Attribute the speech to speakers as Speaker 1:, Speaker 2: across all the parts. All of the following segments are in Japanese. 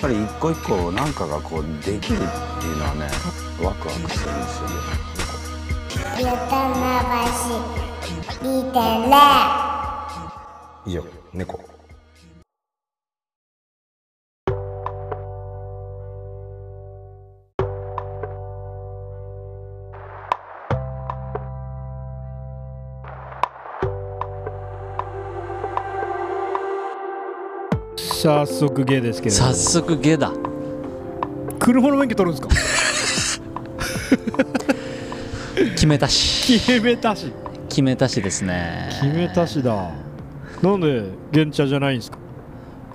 Speaker 1: ぱり一個一個なんかがこうできるっていうのはねワクワクするんですよね
Speaker 2: ゆたまばし見てね
Speaker 3: 以上猫
Speaker 4: 早速芸ですけれど
Speaker 5: 早速下だ
Speaker 4: 車の免許取るんですか
Speaker 5: 決めたし
Speaker 4: 決めたし
Speaker 5: 決めたしですね
Speaker 4: 決めたしだなんで現茶じゃないんですか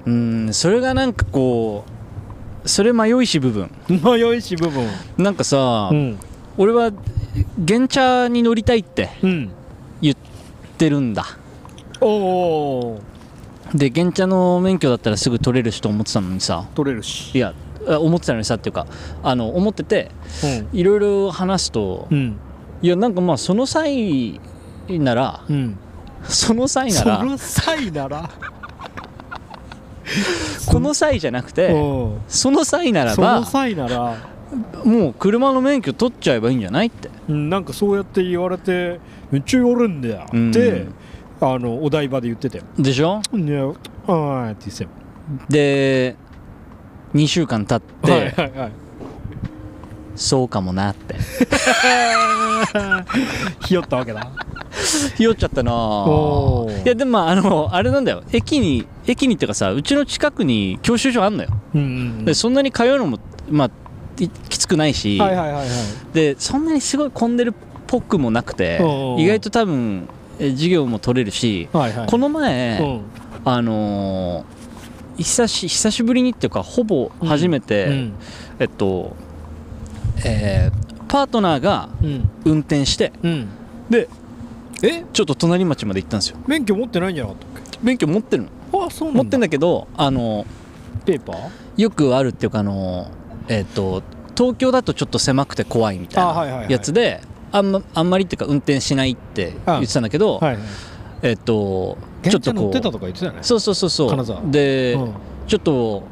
Speaker 5: うんそれがなんかこうそれ迷いし部分
Speaker 4: 迷いし部分
Speaker 5: なんかさ、
Speaker 4: うん
Speaker 5: 俺は原茶に乗りたいって
Speaker 4: うん
Speaker 5: 言ってるんだ
Speaker 4: おお
Speaker 5: で原茶の免許だったらすぐ取れるしと思ってたのにさ
Speaker 4: 取れるし
Speaker 5: いやあ思ってたのにさっていうかあの思ってて
Speaker 4: うん
Speaker 5: いろいろ話すと、
Speaker 4: うん
Speaker 5: いやなんかまあその際なら
Speaker 4: うん
Speaker 5: その際な
Speaker 4: そ
Speaker 5: ら
Speaker 4: の際なら
Speaker 5: この際じゃなくて、
Speaker 4: うん
Speaker 5: その際なら
Speaker 4: その
Speaker 5: ば
Speaker 4: 際なら
Speaker 5: もう車の免許取っちゃえばいいんじゃないって
Speaker 4: うんなんかそうやって言われてめっちゃ言われるんだよっ
Speaker 5: うん
Speaker 4: てあのお台場で言ってたよ
Speaker 5: でしょ
Speaker 4: いやはいって言ってたよ
Speaker 5: で2週間経って、
Speaker 4: はいはいはい
Speaker 5: そうかもなって
Speaker 4: ひよったわけだ
Speaker 5: 酔っちゃったなあ
Speaker 4: おー
Speaker 5: いやでもまああのあれなんだよ駅に駅にっていうかさうちの近くに教習所あんのよ、
Speaker 4: うんうんうん
Speaker 5: でそんなに通うのもまあいきつくないし、
Speaker 4: はいはいはいはい
Speaker 5: でそんなにすごい混んでるっぽくもなくて
Speaker 4: おー
Speaker 5: 意外と多分え授業も取れるし、
Speaker 4: はいはい
Speaker 5: この前、
Speaker 4: うん
Speaker 5: あのー久し久しぶりにっていうかほぼ初めて、
Speaker 4: うん
Speaker 5: えっと、えーパートナーが
Speaker 4: うん
Speaker 5: 運転して
Speaker 4: うん
Speaker 5: で
Speaker 4: え
Speaker 5: ちょっと隣町まで行ったんですよ
Speaker 4: 免許持ってないんじゃなかったっ
Speaker 5: 免許持ってるの
Speaker 4: けあそう
Speaker 5: 持ってん
Speaker 4: ない
Speaker 5: だけどあの
Speaker 4: ペーパー
Speaker 5: よくあるっていうかあのえっ、と東京だとちょっと狭くて怖いみた
Speaker 4: あはいはい
Speaker 5: い
Speaker 4: は
Speaker 5: ないやつであんまあんまりっていうか運転しないって言ってたんだけど、
Speaker 4: はい
Speaker 5: えっ、とちょ
Speaker 3: 原
Speaker 5: っと
Speaker 3: 茶
Speaker 5: こ
Speaker 3: 乗
Speaker 5: う
Speaker 3: ってたとか言ってたよね
Speaker 5: そうそうそうそう
Speaker 4: 金沢
Speaker 5: で、
Speaker 4: うん
Speaker 5: ちょっと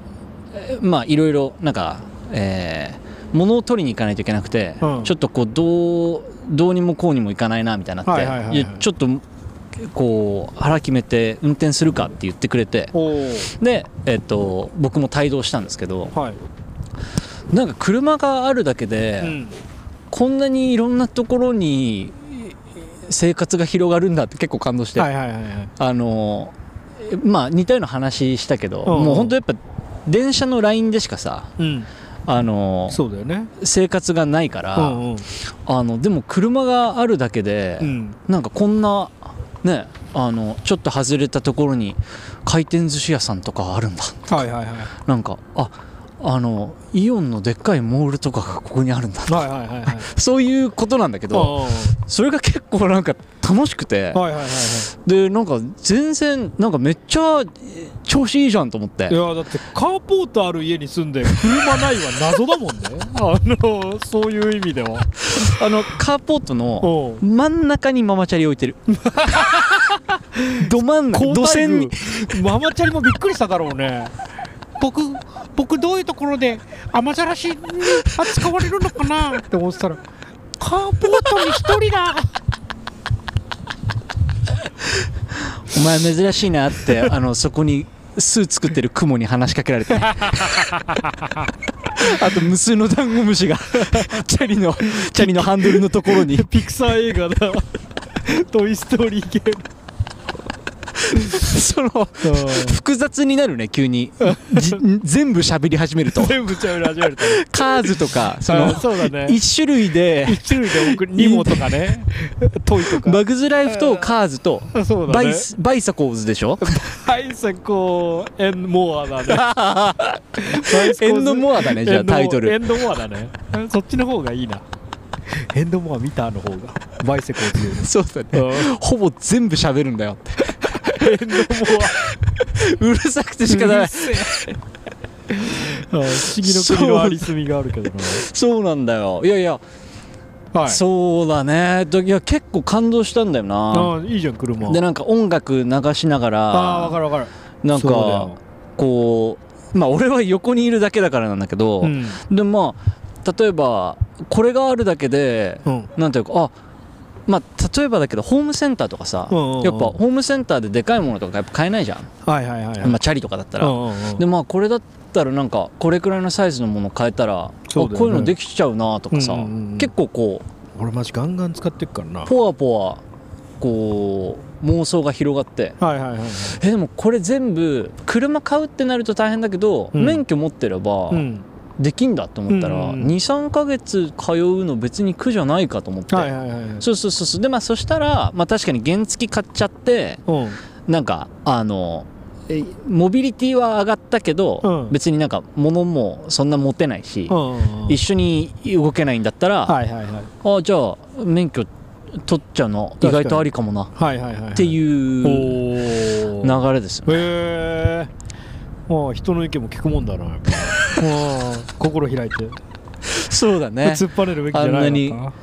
Speaker 5: えーまあいろいろなんか、えー物を取りに行かないといけなくて、
Speaker 4: うん
Speaker 5: ちょっとこうどうどうにもこうにもいかないなみたいになって、
Speaker 4: はいはいはいはい
Speaker 5: やちょっとこう腹決めて運転するかって言ってくれて
Speaker 4: おお
Speaker 5: で、えっと僕も帯同したんですけど
Speaker 4: はい
Speaker 5: なんか車があるだけで、
Speaker 4: うん
Speaker 5: こんなにいろんなところに生活が広がるんだって結構感動して、
Speaker 4: はいはいはいはい
Speaker 5: あのまあ似たような話したけど、
Speaker 4: うん
Speaker 5: もう本当やっぱ電車のラインでしかさ
Speaker 4: うん
Speaker 5: あの
Speaker 4: そうだよね
Speaker 5: 生活がないから、
Speaker 4: うんうん
Speaker 5: あのでも車があるだけで、
Speaker 4: うん
Speaker 5: なんかこんなねあのちょっと外れたところに回転寿司屋さんとかあるんだ
Speaker 4: はいはいはい
Speaker 5: なんかああのイオンのでっかいモールとかがここにあるんだ
Speaker 4: はいはいはいはい
Speaker 5: そういうことなんだけど
Speaker 4: おー
Speaker 5: それが結構なんか楽しくて
Speaker 4: はいはいはいはい
Speaker 5: でなんか全然なんかめっちゃえー調子いいじゃんと思って
Speaker 4: いやだってカーポートある家に住んで車ないは謎だもんねあのそういう意味では
Speaker 5: あのカーポートの
Speaker 4: おう
Speaker 5: 真ん中にママチャリ置い てるど真ん中土線に
Speaker 4: ママチャリもびっくりしただろうね僕僕どういうところで雨ざらしに扱われるのかなって思ってたらカーポートに一人だ
Speaker 5: お前珍しいなって あのそこに巣作ってるクモに話しかけられてあと無数のダンゴ ムシがチャリのチャリのハンドルのところに
Speaker 4: ピクサー映画だトイ・ストーリーゲ
Speaker 5: その
Speaker 4: ーム
Speaker 5: 複雑になるね急にじ全部喋り始めると
Speaker 4: 全部ちゃう始めると
Speaker 5: カーズとかその
Speaker 4: あそうだね
Speaker 5: 一種類で
Speaker 4: 一種類で送るニモとかねトイとか
Speaker 5: バグズライフとカーズと
Speaker 4: そうだ
Speaker 5: バ
Speaker 4: ね
Speaker 5: イスバイサコーズでしょ
Speaker 4: はい最高エンモアだ ねバイスコーズ
Speaker 5: エンドモアだねじゃ
Speaker 4: エ
Speaker 5: あ
Speaker 4: ンドモア
Speaker 5: タイト
Speaker 4: エ
Speaker 5: ル
Speaker 4: ンドモアだ ねそっちの方がいいなエンドモア見たの方がバイセコーズより
Speaker 5: そうだねほぼ全部喋るんだよって
Speaker 4: エンドモ
Speaker 5: うるさくて
Speaker 4: ア
Speaker 5: 仕方な
Speaker 4: う
Speaker 5: い
Speaker 4: るせえあ不思議の国のありすみがあるけど
Speaker 5: そうなんだよいやいや
Speaker 4: なはい
Speaker 5: そうだねといや結構感動したんだよな
Speaker 4: あいいじゃん車
Speaker 5: でなんか音楽流しなが
Speaker 4: ああ
Speaker 5: ら
Speaker 4: 分かる分かる
Speaker 5: なん
Speaker 4: そうだ
Speaker 5: か
Speaker 4: よ
Speaker 5: こうまあ俺は横にいるだけだからなんだけど、
Speaker 4: うん
Speaker 5: でもまあ例えばこれがあるだけで、
Speaker 4: うん
Speaker 5: なんていうかあまあ例えばだけどホームセンターとかさ、
Speaker 4: うんうんうん
Speaker 5: やっぱホームセンターででかいものとかやっぱ買えないじゃん、
Speaker 4: はいはいはいはい
Speaker 5: まあ、チャリとかだったら、
Speaker 4: うんうんうん
Speaker 5: でまあこれだったらなんかこれくらいのサイズのもの買えたら、あ
Speaker 4: そう
Speaker 5: こ
Speaker 4: だよね
Speaker 5: ういうのできちゃうなとかさ、
Speaker 4: うんうんうん
Speaker 5: 結構こ
Speaker 4: 俺マジガンガン使ってっからな
Speaker 5: うポワポワこう妄想が広がって
Speaker 4: はいはいはいはい
Speaker 5: えでもこれ全部車買うってなると大変だけど、
Speaker 4: うん
Speaker 5: 免許持ってれば
Speaker 4: うん
Speaker 5: できんだと思ったら、
Speaker 4: うんうん
Speaker 5: 23ヶ月通うの別に苦じゃないかと思って、
Speaker 4: はいはいはいはい
Speaker 5: そうそうそうそうでまあそしたら、まあ、確かに原付買っちゃって
Speaker 4: うん
Speaker 5: なんかあのえモビリティは上がったけど、
Speaker 4: うん
Speaker 5: 別になんか物もそんな持てないし、
Speaker 4: うん
Speaker 5: 一緒に動けないんだったら、
Speaker 4: はいはいはい
Speaker 5: あじゃあ免許取っちゃうの意外とありかもなっ
Speaker 4: はいはいはいって
Speaker 5: いう
Speaker 4: うおー
Speaker 5: 流れです よ
Speaker 4: へえまあ人の意見も聞くもんだなやっぱ うん心開いて
Speaker 5: そうだね
Speaker 4: 突っ張れるべきじゃないのかな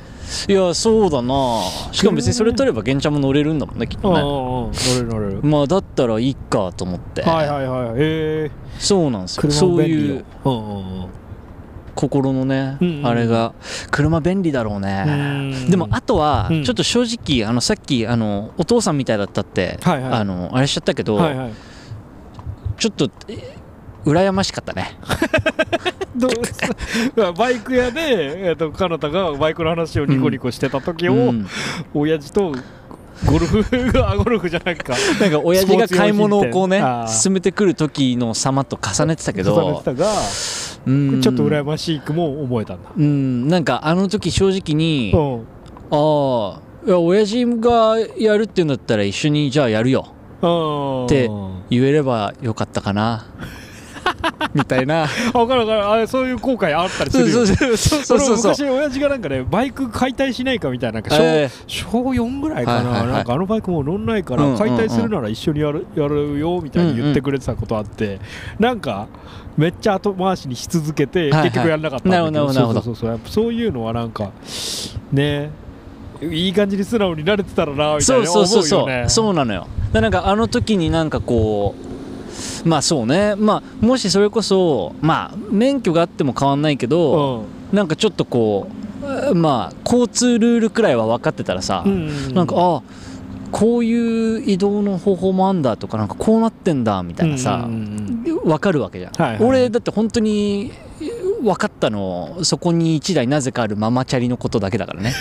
Speaker 4: い
Speaker 5: やそうだなしかも別にそれ取れば玄ちゃんも乗れるんだもんねきっと
Speaker 4: うん
Speaker 5: ね
Speaker 4: うんうん乗れる乗れる
Speaker 5: まあだったらいいかと思って、
Speaker 4: はいはいはいええ
Speaker 5: そうなんですよ
Speaker 4: 車も
Speaker 5: そう
Speaker 4: 便利
Speaker 5: い
Speaker 4: よ
Speaker 5: う
Speaker 4: うんうんうん
Speaker 5: 心のね、
Speaker 4: うんうん
Speaker 5: あれが車便利だろうね
Speaker 4: うん
Speaker 5: でもあとは
Speaker 4: うん
Speaker 5: ちょっと正直あのさっきあのお父さんみたいだったって、
Speaker 4: はいはい
Speaker 5: あのあれしちゃったけど、
Speaker 4: はいはい
Speaker 5: ちょっとえ羨ましかったね
Speaker 4: どう バイク屋で、えっとカナタがバイクの話をニコニコしてた時を、
Speaker 5: うん
Speaker 4: 親父とゴルフがあゴルフじゃないか
Speaker 5: なんか親父が買い物をこ
Speaker 4: ス
Speaker 5: うね
Speaker 4: ポーツ用品店あー
Speaker 5: 進めてくる時の様と重ねてたけど
Speaker 4: 重ねてたが、
Speaker 5: うん
Speaker 4: ちょっと羨ましくも思えたんだ、
Speaker 5: うんなんかあの時正直に、
Speaker 4: うん
Speaker 5: ああいや親父がやるって言うんだったら一緒にじゃあやるよ
Speaker 4: うん、
Speaker 5: って
Speaker 4: あ
Speaker 5: 言えればよかった かなみたいな
Speaker 4: 分かる分かるあそういう後悔あったりす
Speaker 5: そう
Speaker 4: る
Speaker 5: そ
Speaker 4: よ
Speaker 5: うそうそうそうそう
Speaker 4: 俺も昔親父がなんかねバイク解体しないかみたいななんか小,、
Speaker 5: ええ
Speaker 4: 小4ぐらいかな,、
Speaker 5: はいはいはい
Speaker 4: なんかあのバイクもう乗んないか
Speaker 5: うんうんう
Speaker 4: ら
Speaker 5: ん
Speaker 4: 解体するなら一緒にやるやるよみたいに言ってくれてたことあって、なんかめっちゃ後回しにし続けて、
Speaker 5: はいはい
Speaker 4: 結局やらなかったんだけど
Speaker 5: なるほどなるほど
Speaker 4: そうそうそうそうやっぱそういうのはなんかねいい感じに素直になれてたらなみたい
Speaker 5: そう
Speaker 4: な
Speaker 5: そ
Speaker 4: 思
Speaker 5: う
Speaker 4: う
Speaker 5: そうそ
Speaker 4: よ
Speaker 5: う
Speaker 4: ね
Speaker 5: そうなのよだなんかあの時になんかこうまあそうねまあもしそれこそまあ免許があっても変わんないけど、なんかちょっとこうまあ交通ルールくらいは分かってたらさ、
Speaker 4: うん、うん、
Speaker 5: なんかあこういう移動の方法もあんだとかなんかこうなってんだみたいな
Speaker 4: う
Speaker 5: さ、
Speaker 4: んうんうん
Speaker 5: わかるわけじゃん、
Speaker 4: はいはい
Speaker 5: 俺だって本当に分かったのそこに1台なぜかあるママチャリのことだけだからね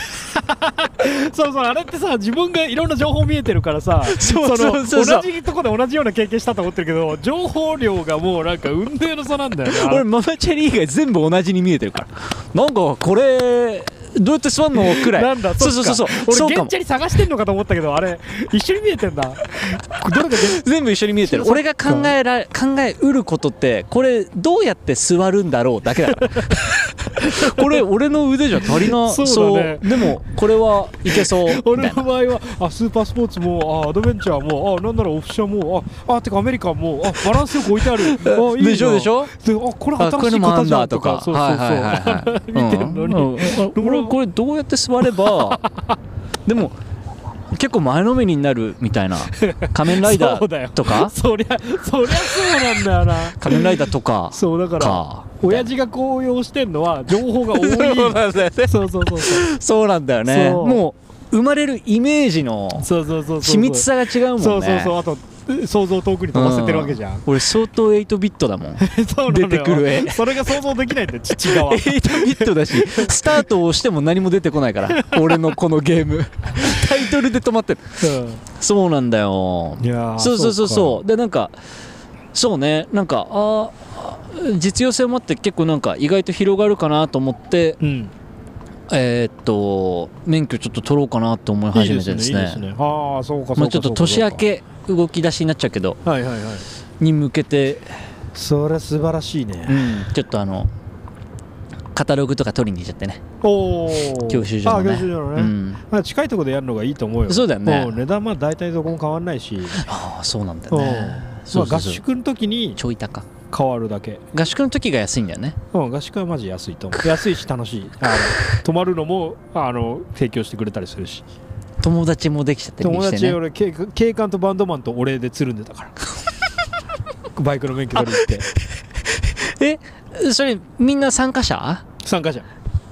Speaker 4: そうそうあれってさ自分がいろんな情報見えてるからさ
Speaker 5: そうそうそうそ
Speaker 4: の同
Speaker 5: う
Speaker 4: じとこで同じような経験したと思ってるけど情報量がもうなんか運命の差なんだよね
Speaker 5: 俺ママチャリ以外全部同じに見えてるからなんかこれどうやって座んのくらい
Speaker 4: なんだ
Speaker 5: そう
Speaker 4: っ
Speaker 5: そ
Speaker 4: か
Speaker 5: うそうそうそう
Speaker 4: 俺
Speaker 5: か
Speaker 4: 現
Speaker 5: も
Speaker 4: 地に探してんのかと思ったけどあれ一緒に見えてんだどれが現
Speaker 5: 全部一緒に見えてる俺が考えら考えうることってこれどうやって座るんだろうだけ だからこれ俺の腕じゃ足りな
Speaker 4: そうだね
Speaker 5: そうでもこれはいけそうみた
Speaker 4: 俺
Speaker 5: い
Speaker 4: の
Speaker 5: な
Speaker 4: 場合はあスーパースポーツもあアドベンチャーもあなんならオフシャもああてかアメリカンもあバランスよく置いてあるあいいな
Speaker 5: でしょでしょ
Speaker 4: であこれ
Speaker 5: あこ
Speaker 4: 新し
Speaker 5: れ
Speaker 4: い
Speaker 5: もあ
Speaker 4: 方
Speaker 5: ん
Speaker 4: じゃ
Speaker 5: だ
Speaker 4: んと
Speaker 5: と
Speaker 4: か
Speaker 5: か
Speaker 4: そうそうそう、
Speaker 5: はいはい はいはい
Speaker 4: 見てるのに
Speaker 5: うんうん俺これどうやって座れ ばでも結構前のめりになるみたい な仮面ライダ
Speaker 4: そうだよ
Speaker 5: ーとか
Speaker 4: そりゃそりゃそうなんだよな
Speaker 5: 仮面ライダーとか
Speaker 4: そうだから
Speaker 5: か
Speaker 4: 親父が高揚してんのは情報が多
Speaker 5: そうなんだよね
Speaker 4: いそうそうそうそう
Speaker 5: そうなんだよね
Speaker 4: そう
Speaker 5: もう生まれるイメージの
Speaker 4: そうそうそう
Speaker 5: 緻密さが違うもんね
Speaker 4: そうそうそうあと想像を遠くに飛ばせてるわけじ ゃん、
Speaker 5: う俺相当8ビットだもん8
Speaker 4: そうなのよ
Speaker 5: 出てくる 絵
Speaker 4: それが想像できないんだよ父側
Speaker 5: ビットだしスタートを押しても何も出てこないから俺のこのゲー ムタイトルで止まってる
Speaker 4: う
Speaker 5: そうなんだよ
Speaker 4: んいやー
Speaker 5: そうそうそう
Speaker 4: そ
Speaker 5: そうでなんかそうねなんかあー実用性もあって結構なんか意外と広がるかなと思って
Speaker 4: ううん
Speaker 5: えーっと免許ちょっと取ろうかなと思い
Speaker 4: いい
Speaker 5: 始
Speaker 4: で
Speaker 5: め
Speaker 4: す
Speaker 5: て
Speaker 4: ねい
Speaker 5: です
Speaker 4: い
Speaker 5: ね
Speaker 4: ですねああそうかそうか
Speaker 5: まあちょっと
Speaker 4: そうかそ
Speaker 5: 年
Speaker 4: う
Speaker 5: 明
Speaker 4: か
Speaker 5: け動き出しになっちゃうけど
Speaker 4: はいはいはい
Speaker 5: に向けて、
Speaker 4: それ素晴らしいね、
Speaker 5: うん、ちょっとあのカタログとか取りに行っちゃってね
Speaker 4: おお
Speaker 5: 教習所のね
Speaker 4: あ教習所のね、
Speaker 5: うん
Speaker 4: まあ、近いところでやるのがいいと思うよ
Speaker 5: そうだよね
Speaker 4: ん値段まあ大体どこも変わんないし、
Speaker 5: ああそうなんだ
Speaker 4: うん
Speaker 5: ね
Speaker 4: ま
Speaker 5: そ
Speaker 4: あ、
Speaker 5: うそ
Speaker 4: 合
Speaker 5: うそう
Speaker 4: 宿の時に
Speaker 5: ちょい高
Speaker 4: 変わるだけ、
Speaker 5: 合宿の時が安いんだよね
Speaker 4: うん、合宿はマジ安いと思う安いし楽しいあの泊まるのもあの提供してくれたりするし
Speaker 5: 友達もできちゃって
Speaker 4: 友
Speaker 5: して
Speaker 4: 達
Speaker 5: ね
Speaker 4: 俺警 警官とバンドマンとお礼でつるんでたからバイクの免許取りに行って
Speaker 5: えそれみんな参加者
Speaker 4: 参加者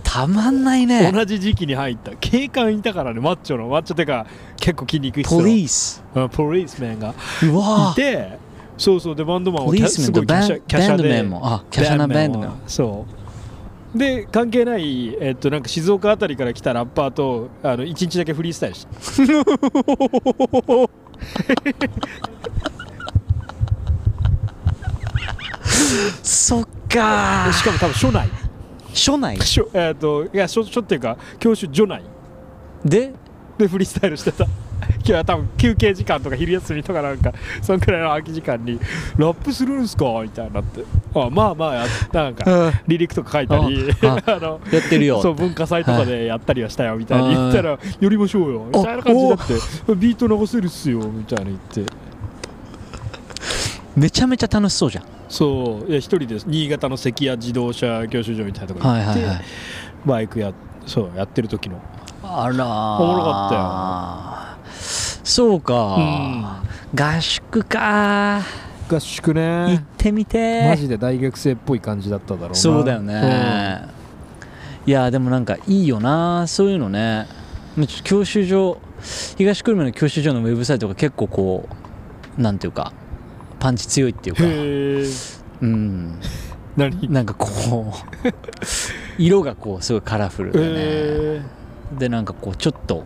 Speaker 5: たまんないね
Speaker 4: 同じ時期に入った警官いたからねマッチョのマッチョってか結構筋肉質の
Speaker 5: ポリース
Speaker 4: うんポリスメンが
Speaker 5: うわ
Speaker 4: いてそうそうでバンドマン
Speaker 5: ポ
Speaker 4: は
Speaker 5: リ
Speaker 4: キ
Speaker 5: ー
Speaker 4: ャ
Speaker 5: スメ
Speaker 4: す
Speaker 5: ンと
Speaker 4: ごいキャ
Speaker 5: バ
Speaker 4: シャ
Speaker 5: ン
Speaker 4: キャシ
Speaker 5: バ
Speaker 4: ャ
Speaker 5: ンドメ
Speaker 4: で
Speaker 5: ンもあキャシャなバンドメン
Speaker 4: はそうで関係ない、えっと、なんか静岡あたりから来たラッパーとあの一日だけフリースタイルした
Speaker 5: そっか
Speaker 4: でしかも多分 署内
Speaker 5: 初内
Speaker 4: 署,、えっといや署署っていうか教習所内
Speaker 5: で
Speaker 4: でフリースタイルしてた 今日は多分休憩時間とか昼休みとかなんかそんくらいの空き時間に「ラップするんすか?」みたいになってあまあまあやなんか離陸とか書いたり
Speaker 5: あ
Speaker 4: あの
Speaker 5: やってるよ
Speaker 4: そう文化祭とかでやったりはしたよみたいに言ったら「やりましょうよ」みたいな感じになって「ビート流せるっすよ」みたいに言って
Speaker 5: めちゃめちゃ楽しそうじゃん
Speaker 4: そういや一人で新潟の関谷自動車教習所みたいなところ
Speaker 5: は
Speaker 4: に行っ
Speaker 5: いはい
Speaker 4: て
Speaker 5: はい
Speaker 4: バイクやそうやってる時の
Speaker 5: あらー
Speaker 4: おもろかった
Speaker 5: そうか、合宿か
Speaker 4: 合宿
Speaker 5: 行っ
Speaker 4: ね
Speaker 5: てみて
Speaker 4: マジで大学生っぽい感じだっただろうな
Speaker 5: そうだよね、いやでもなんかいいよなそういうのねちょっと教習所東久留米の教習所のウェブサイトが結構こうなんていうかパンチ強いっていうか
Speaker 4: へえ
Speaker 5: うん
Speaker 4: 何
Speaker 5: なんかこう 色がこうすごいカラフルでね、
Speaker 4: え
Speaker 5: でなんかこうちょっと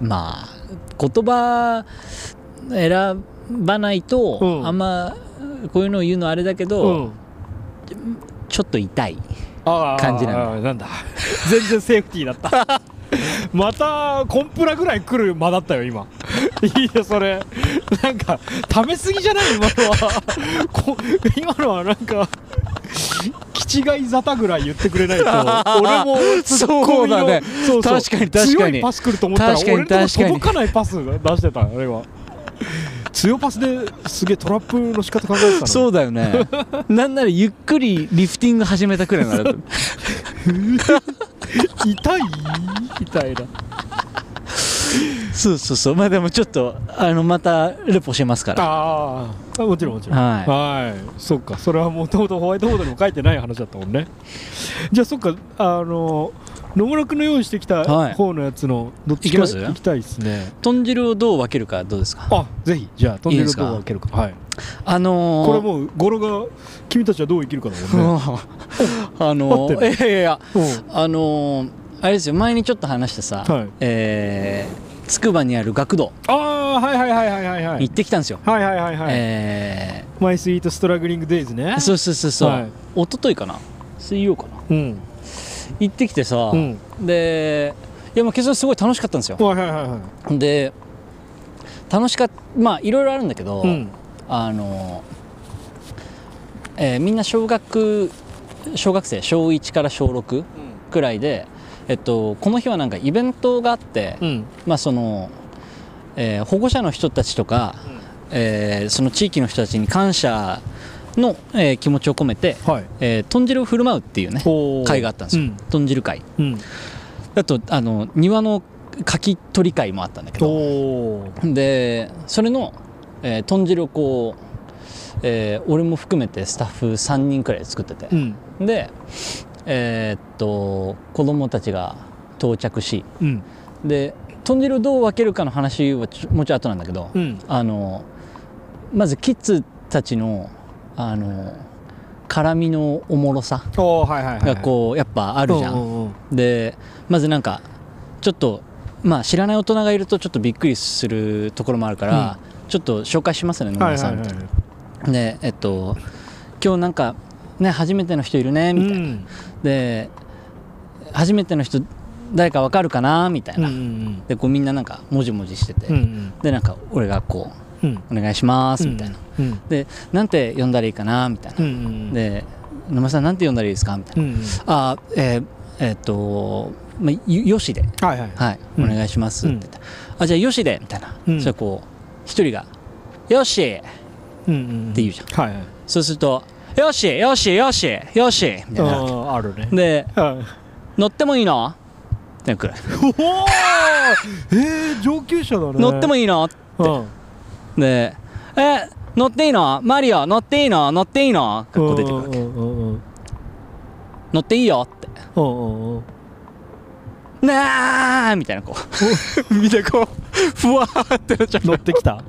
Speaker 5: まあ言葉選ばないと、
Speaker 4: うん
Speaker 5: あんまこういうのを言うのあれだけ
Speaker 4: ーう
Speaker 5: ど、
Speaker 4: ん
Speaker 5: ちょっと痛い
Speaker 4: あー
Speaker 5: 感じなんだ
Speaker 4: あーなんだ全然セーフティーだった またコンプラぐらい来る間だったよ今いいよそれなんかためすぎじゃない今のはこ今のはなんか気違い沙汰ぐらい言ってくれない と俺もツッコミの
Speaker 5: そうだね
Speaker 4: そうそう
Speaker 5: 確かに確かに
Speaker 4: 強いパス来ると思ったら
Speaker 5: 確かに
Speaker 4: 俺のとこ
Speaker 5: 確かに
Speaker 4: 届かないパス出してたあれは強パスですげえトラップの仕方考えてたのに
Speaker 5: そうだよ ねなんならゆっくりリフティング始めたくらいなら
Speaker 4: 痛いみたいな
Speaker 5: そうそうそうまあでもちょっとあのまたレポしますから
Speaker 4: ああもちろんもちろん
Speaker 5: はい
Speaker 4: いそっかそれはもともとホワイトボードにも書いてない話だったもんねじゃあそっかあの野村君の用意してき
Speaker 5: はい
Speaker 4: た方のやつのどっち
Speaker 5: いき
Speaker 4: か
Speaker 5: ます
Speaker 4: 行きたいですね
Speaker 5: 豚汁をどう分けるかどうですか
Speaker 4: あぜひじゃあトンネ
Speaker 5: いいで
Speaker 4: ル
Speaker 5: すか
Speaker 4: どう開けるかはい
Speaker 5: あのー、
Speaker 4: これもう語呂が君たちはどう生きるかだもんね
Speaker 5: うん あの
Speaker 4: 合って
Speaker 5: ー、いやいやいや
Speaker 4: うん
Speaker 5: あのー、あれですよ前にちょっと話したさ、
Speaker 4: はい
Speaker 5: えー、つくばにある学童
Speaker 4: ああはいはいはいはいはいは
Speaker 5: に
Speaker 4: い
Speaker 5: 行ってきたんですよ、
Speaker 4: はいはいはいはい
Speaker 5: え
Speaker 4: マイスイートストラグリングデイズね
Speaker 5: ー、そうそうそうそう、
Speaker 4: はい
Speaker 5: 一昨日かな水曜かな
Speaker 4: うん
Speaker 5: 行ってきてさ、
Speaker 4: うん
Speaker 5: でいやもう決断すごい楽しかったんですよ
Speaker 4: はいはいはいはい
Speaker 5: で楽しかっまあいろいろあるんだけど、
Speaker 4: うん
Speaker 5: あの、えーみんな小学小学生小1から小6くらいで、えっと、この日はなんかイベントがあって、
Speaker 4: うん
Speaker 5: まあそのえー保護者の人たちとか、えーその地域の人たちに感謝の、えー気持ちを込めて、
Speaker 4: はい
Speaker 5: えー豚汁を振る舞うっていうね
Speaker 4: おー
Speaker 5: 会があったんですよ、
Speaker 4: うん
Speaker 5: 豚汁会
Speaker 4: うん
Speaker 5: あとあの庭の柿取り会もあったんだけ
Speaker 4: お
Speaker 5: ど
Speaker 4: お
Speaker 5: でそれの、えー豚汁をこう、えー俺も含めてスタッフ3人くらいで作ってて、
Speaker 4: うん
Speaker 5: でえーっと子供たちが到着し
Speaker 4: うん
Speaker 5: で豚汁をどう分けるかの話はちょもうちょい後なんだけど、
Speaker 4: うん
Speaker 5: あのまずキッズたちのあの絡みのおもろさ
Speaker 4: おおはいはいはいはい
Speaker 5: がこうやっぱあるじゃん。
Speaker 4: うんうんうん
Speaker 5: でまずなんかちょっとまあ知らない大人がいるとちょっとびっくりするところもあるから、ちょっと紹介しますね野
Speaker 4: は
Speaker 5: 村
Speaker 4: い
Speaker 5: さ
Speaker 4: はい
Speaker 5: んみ
Speaker 4: は
Speaker 5: たい
Speaker 4: い
Speaker 5: な、でえっと今日なんかね初めての人いるねみたいな、
Speaker 4: うん
Speaker 5: で初めての人誰かわかるかなみたいな、
Speaker 4: うん
Speaker 5: でこうみんななんかもじもじしてて、
Speaker 4: うんうん
Speaker 5: でなんか俺がこ
Speaker 4: うんうん
Speaker 5: う「お願いします」みたいな、
Speaker 4: うん
Speaker 5: でなんて呼んだらいいかなみたいな、
Speaker 4: うんうん
Speaker 5: で野村さんなんて呼んだらいいですかみたいな、
Speaker 4: うんうん
Speaker 5: あえーえーっと、まあ、よよしで
Speaker 4: はいはい
Speaker 5: はい、
Speaker 4: うん
Speaker 5: お願いしますって言って、あじゃあよしでみたいな、
Speaker 4: うん
Speaker 5: そしたらこう一人が「よし!」って
Speaker 4: うんうんうん
Speaker 5: 言うじゃん、
Speaker 4: はいはい
Speaker 5: そうすると「よしよしよしよし!」みたいな、
Speaker 4: あーあるね
Speaker 5: で
Speaker 4: はい
Speaker 5: 「乗ってもいいの?」って来る
Speaker 4: おおえー上級者だね
Speaker 5: 乗ってもいいの?」
Speaker 4: うん
Speaker 5: で「え乗っていいのマリオ乗っていいの乗っていいの?」かこう出てくるわけ
Speaker 4: うんうんうん
Speaker 5: 乗っていいよってなあみたいなこうみんなこうふわーってなっちゃう
Speaker 4: 乗ってきたあ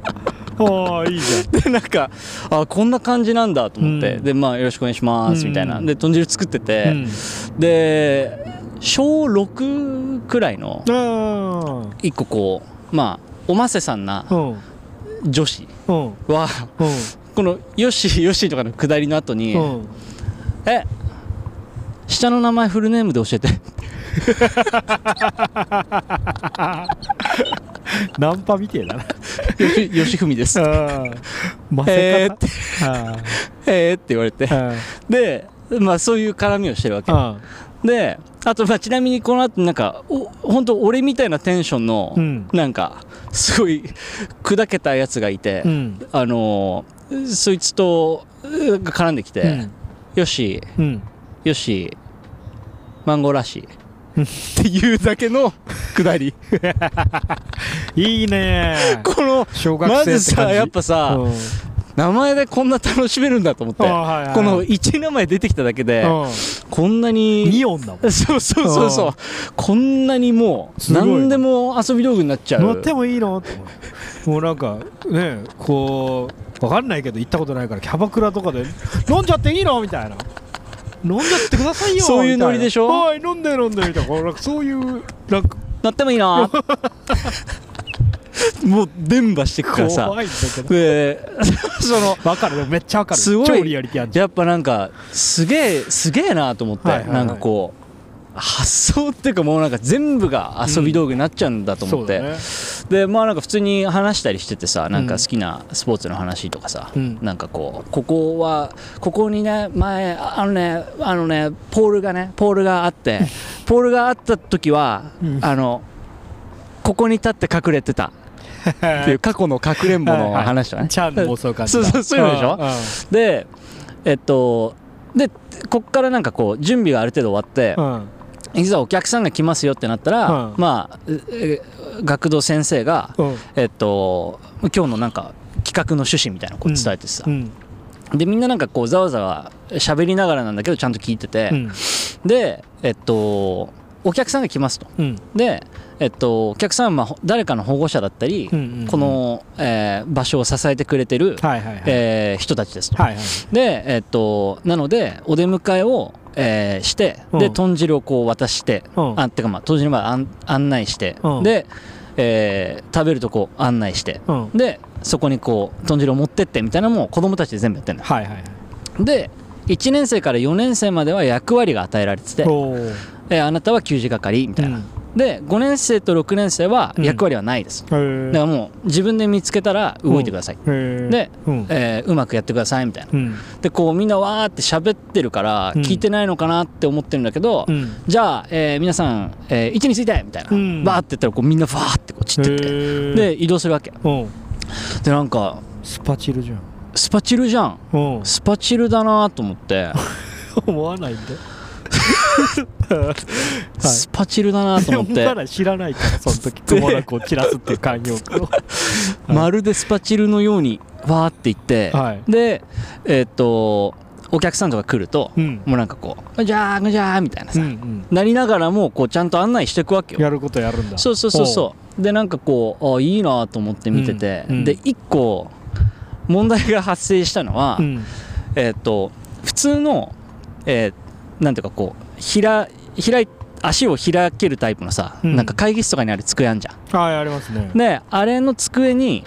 Speaker 4: あいいじゃん
Speaker 5: でなんかあこんな感じなんだと思って、
Speaker 4: うん
Speaker 5: でまあよろしくお願いしますみたいな、
Speaker 4: うん
Speaker 5: で豚汁作ってて、
Speaker 4: うん
Speaker 5: で小6くらいの
Speaker 4: あ
Speaker 5: 一個こうまあおませさんな
Speaker 4: あうん
Speaker 5: 女子
Speaker 4: うんうん
Speaker 5: はこの「よしよし」とかの下りの後に「
Speaker 4: うん
Speaker 5: え下の名前フルネームで 教えて」
Speaker 4: ナンパみてえだな
Speaker 5: 「よしよしふみです」
Speaker 4: ああませ
Speaker 5: えー
Speaker 4: か
Speaker 5: って
Speaker 4: な
Speaker 5: 「えー」って言われて
Speaker 4: ああ
Speaker 5: でまあそういう絡みをしてるわけ
Speaker 4: ああ
Speaker 5: であとまあちなみにこの後なんかお本当俺みたいなテンションの
Speaker 4: うん
Speaker 5: なんかすごい砕けたやつがいて、
Speaker 4: うん
Speaker 5: あのーそいつとうが絡んできて、
Speaker 4: うん
Speaker 5: よし
Speaker 4: うん
Speaker 5: よしマンゴーらしいっていうだけのくだり
Speaker 4: いいね
Speaker 5: この
Speaker 4: 小学生
Speaker 5: ま
Speaker 4: って感
Speaker 5: ず
Speaker 4: じ
Speaker 5: さやっぱさ、
Speaker 4: うん
Speaker 5: 名前でこんな楽しめるんだと思って、
Speaker 4: あはいはい
Speaker 5: この1名前出てきただけで、こんな
Speaker 4: うん
Speaker 5: に
Speaker 4: イオンだもん
Speaker 5: そうそうそうそううんこんなにもう
Speaker 4: すごいね
Speaker 5: 何でも遊び道具になっちゃ
Speaker 4: 乗っ
Speaker 5: う
Speaker 4: てもいいのって思うもうなんかねこうわかんないけど行ったことないからキャバクラとかで飲んじゃっていいのみたいな飲んじゃってくださいよ
Speaker 5: そういうノ
Speaker 4: み
Speaker 5: リ
Speaker 4: たな
Speaker 5: でしょ
Speaker 4: はい飲んで飲んでみたいなこうなんかそういうなんか
Speaker 5: 乗ってもいいな もう伝播してくからさ
Speaker 4: 怖いんだけど
Speaker 5: でその
Speaker 4: わかるでもめっちゃわかる
Speaker 5: すごい
Speaker 4: 超リアリティあるじゃ
Speaker 5: やっぱなんかすげえすげえなと思って、
Speaker 4: はいはいはい
Speaker 5: なんかこう発想っていうかもうなんか全部が遊び道具になっちゃうんだと
Speaker 4: ん
Speaker 5: 思って、
Speaker 4: ね
Speaker 5: でまあなんか普通に話したりしててさなんか
Speaker 4: うん
Speaker 5: 好きなスポーツの話とかさ、
Speaker 4: うん
Speaker 5: なんかこうここはここにね前ああのねあのねポールがねポールがあ ってポールがあった時は、あのここに立って隠れてたっていう過去のかくれんぼの話とかね、
Speaker 4: ちゃんもそう感じ
Speaker 5: そうそうそういうのでしょ
Speaker 4: ょ
Speaker 5: でえっとでこっからなんかこう準備がある程度終わって、
Speaker 4: うんうん
Speaker 5: いざお客さんが来ますよってなったら、
Speaker 4: うん
Speaker 5: まあええ学童先生が、
Speaker 4: うん
Speaker 5: えっと今日のなんか企画の趣旨みたいなのをこう伝えてさ
Speaker 4: う、ん
Speaker 5: でみんななんかこうざわざわ喋りながらなんだけどちゃんと聞いてて、
Speaker 4: うん
Speaker 5: でえっとお客さんが来ますと
Speaker 4: うん
Speaker 5: でえっとお客さんはまあほ誰かの保護者だったり、
Speaker 4: うんうんうん
Speaker 5: この、えー場所を支えてくれてる、
Speaker 4: はいはいはい
Speaker 5: えー人たちですと、
Speaker 4: はいはい
Speaker 5: で、えっと、なので、お出迎えを、えーして、で、
Speaker 4: うん
Speaker 5: 豚汁をこう渡して、
Speaker 4: うん
Speaker 5: あ、てかまあ、豚汁まで案案内して、
Speaker 4: うん
Speaker 5: で、えー食べるとこ案内して、
Speaker 4: うん
Speaker 5: で、そこにこう、豚汁を持ってってみたいなのも子供たちで全部やってんだよ。
Speaker 4: はいはいはい
Speaker 5: で、1年生から4年生までは役割が与えられてて、
Speaker 4: おー
Speaker 5: えーあなたは給仕係みたいな。
Speaker 4: うん
Speaker 5: で、5年生と6年生は役割はないです。
Speaker 4: へ
Speaker 5: だ
Speaker 4: ー
Speaker 5: からもう、自分で見つけたら動いてください。
Speaker 4: へー
Speaker 5: で、
Speaker 4: うん
Speaker 5: えーうまくやってくださいみたいな。
Speaker 4: うん
Speaker 5: でこうみんなわーって喋ってるから
Speaker 4: うん
Speaker 5: 聞いてないのかなって思ってるんだけど、
Speaker 4: うん
Speaker 5: じゃあ、えー皆さん、えー位置についてみたいな、
Speaker 4: うん
Speaker 5: バーって言ったらこうみんなファーってこう散ってって
Speaker 4: へー
Speaker 5: で移動するわけ
Speaker 4: うん
Speaker 5: でなんか
Speaker 4: スパチルじゃん
Speaker 5: スパチルじゃん
Speaker 4: うん
Speaker 5: スパチルだなと 思って、
Speaker 4: 思わ ないんだ
Speaker 5: スパチルだなと思
Speaker 4: で
Speaker 5: っ
Speaker 4: もま
Speaker 5: て
Speaker 4: だ知らないからその時くもなくを散らすっていう慣用句を
Speaker 5: まるでスパチルのようにわーって言って、
Speaker 4: はい
Speaker 5: でえーっとお客さんとか来ると、
Speaker 4: うん
Speaker 5: もうなんかこう「じゃあじゃあ」みたいなさ、
Speaker 4: ん
Speaker 5: なりながらもこうちゃんと案内していくわけよ
Speaker 4: やることやるんだ
Speaker 5: そうそうそうそうでなんかこうあいいなと思って見てて、
Speaker 4: うんうん
Speaker 5: で1個問題が発生したのは、
Speaker 4: おううん
Speaker 5: えっ、と普通の、えーなんていうかこうひら開い足を開けるタイプのさ、
Speaker 4: うん
Speaker 5: なんか会議室とかにある机あんじゃん
Speaker 4: はいありますね
Speaker 5: であれの机に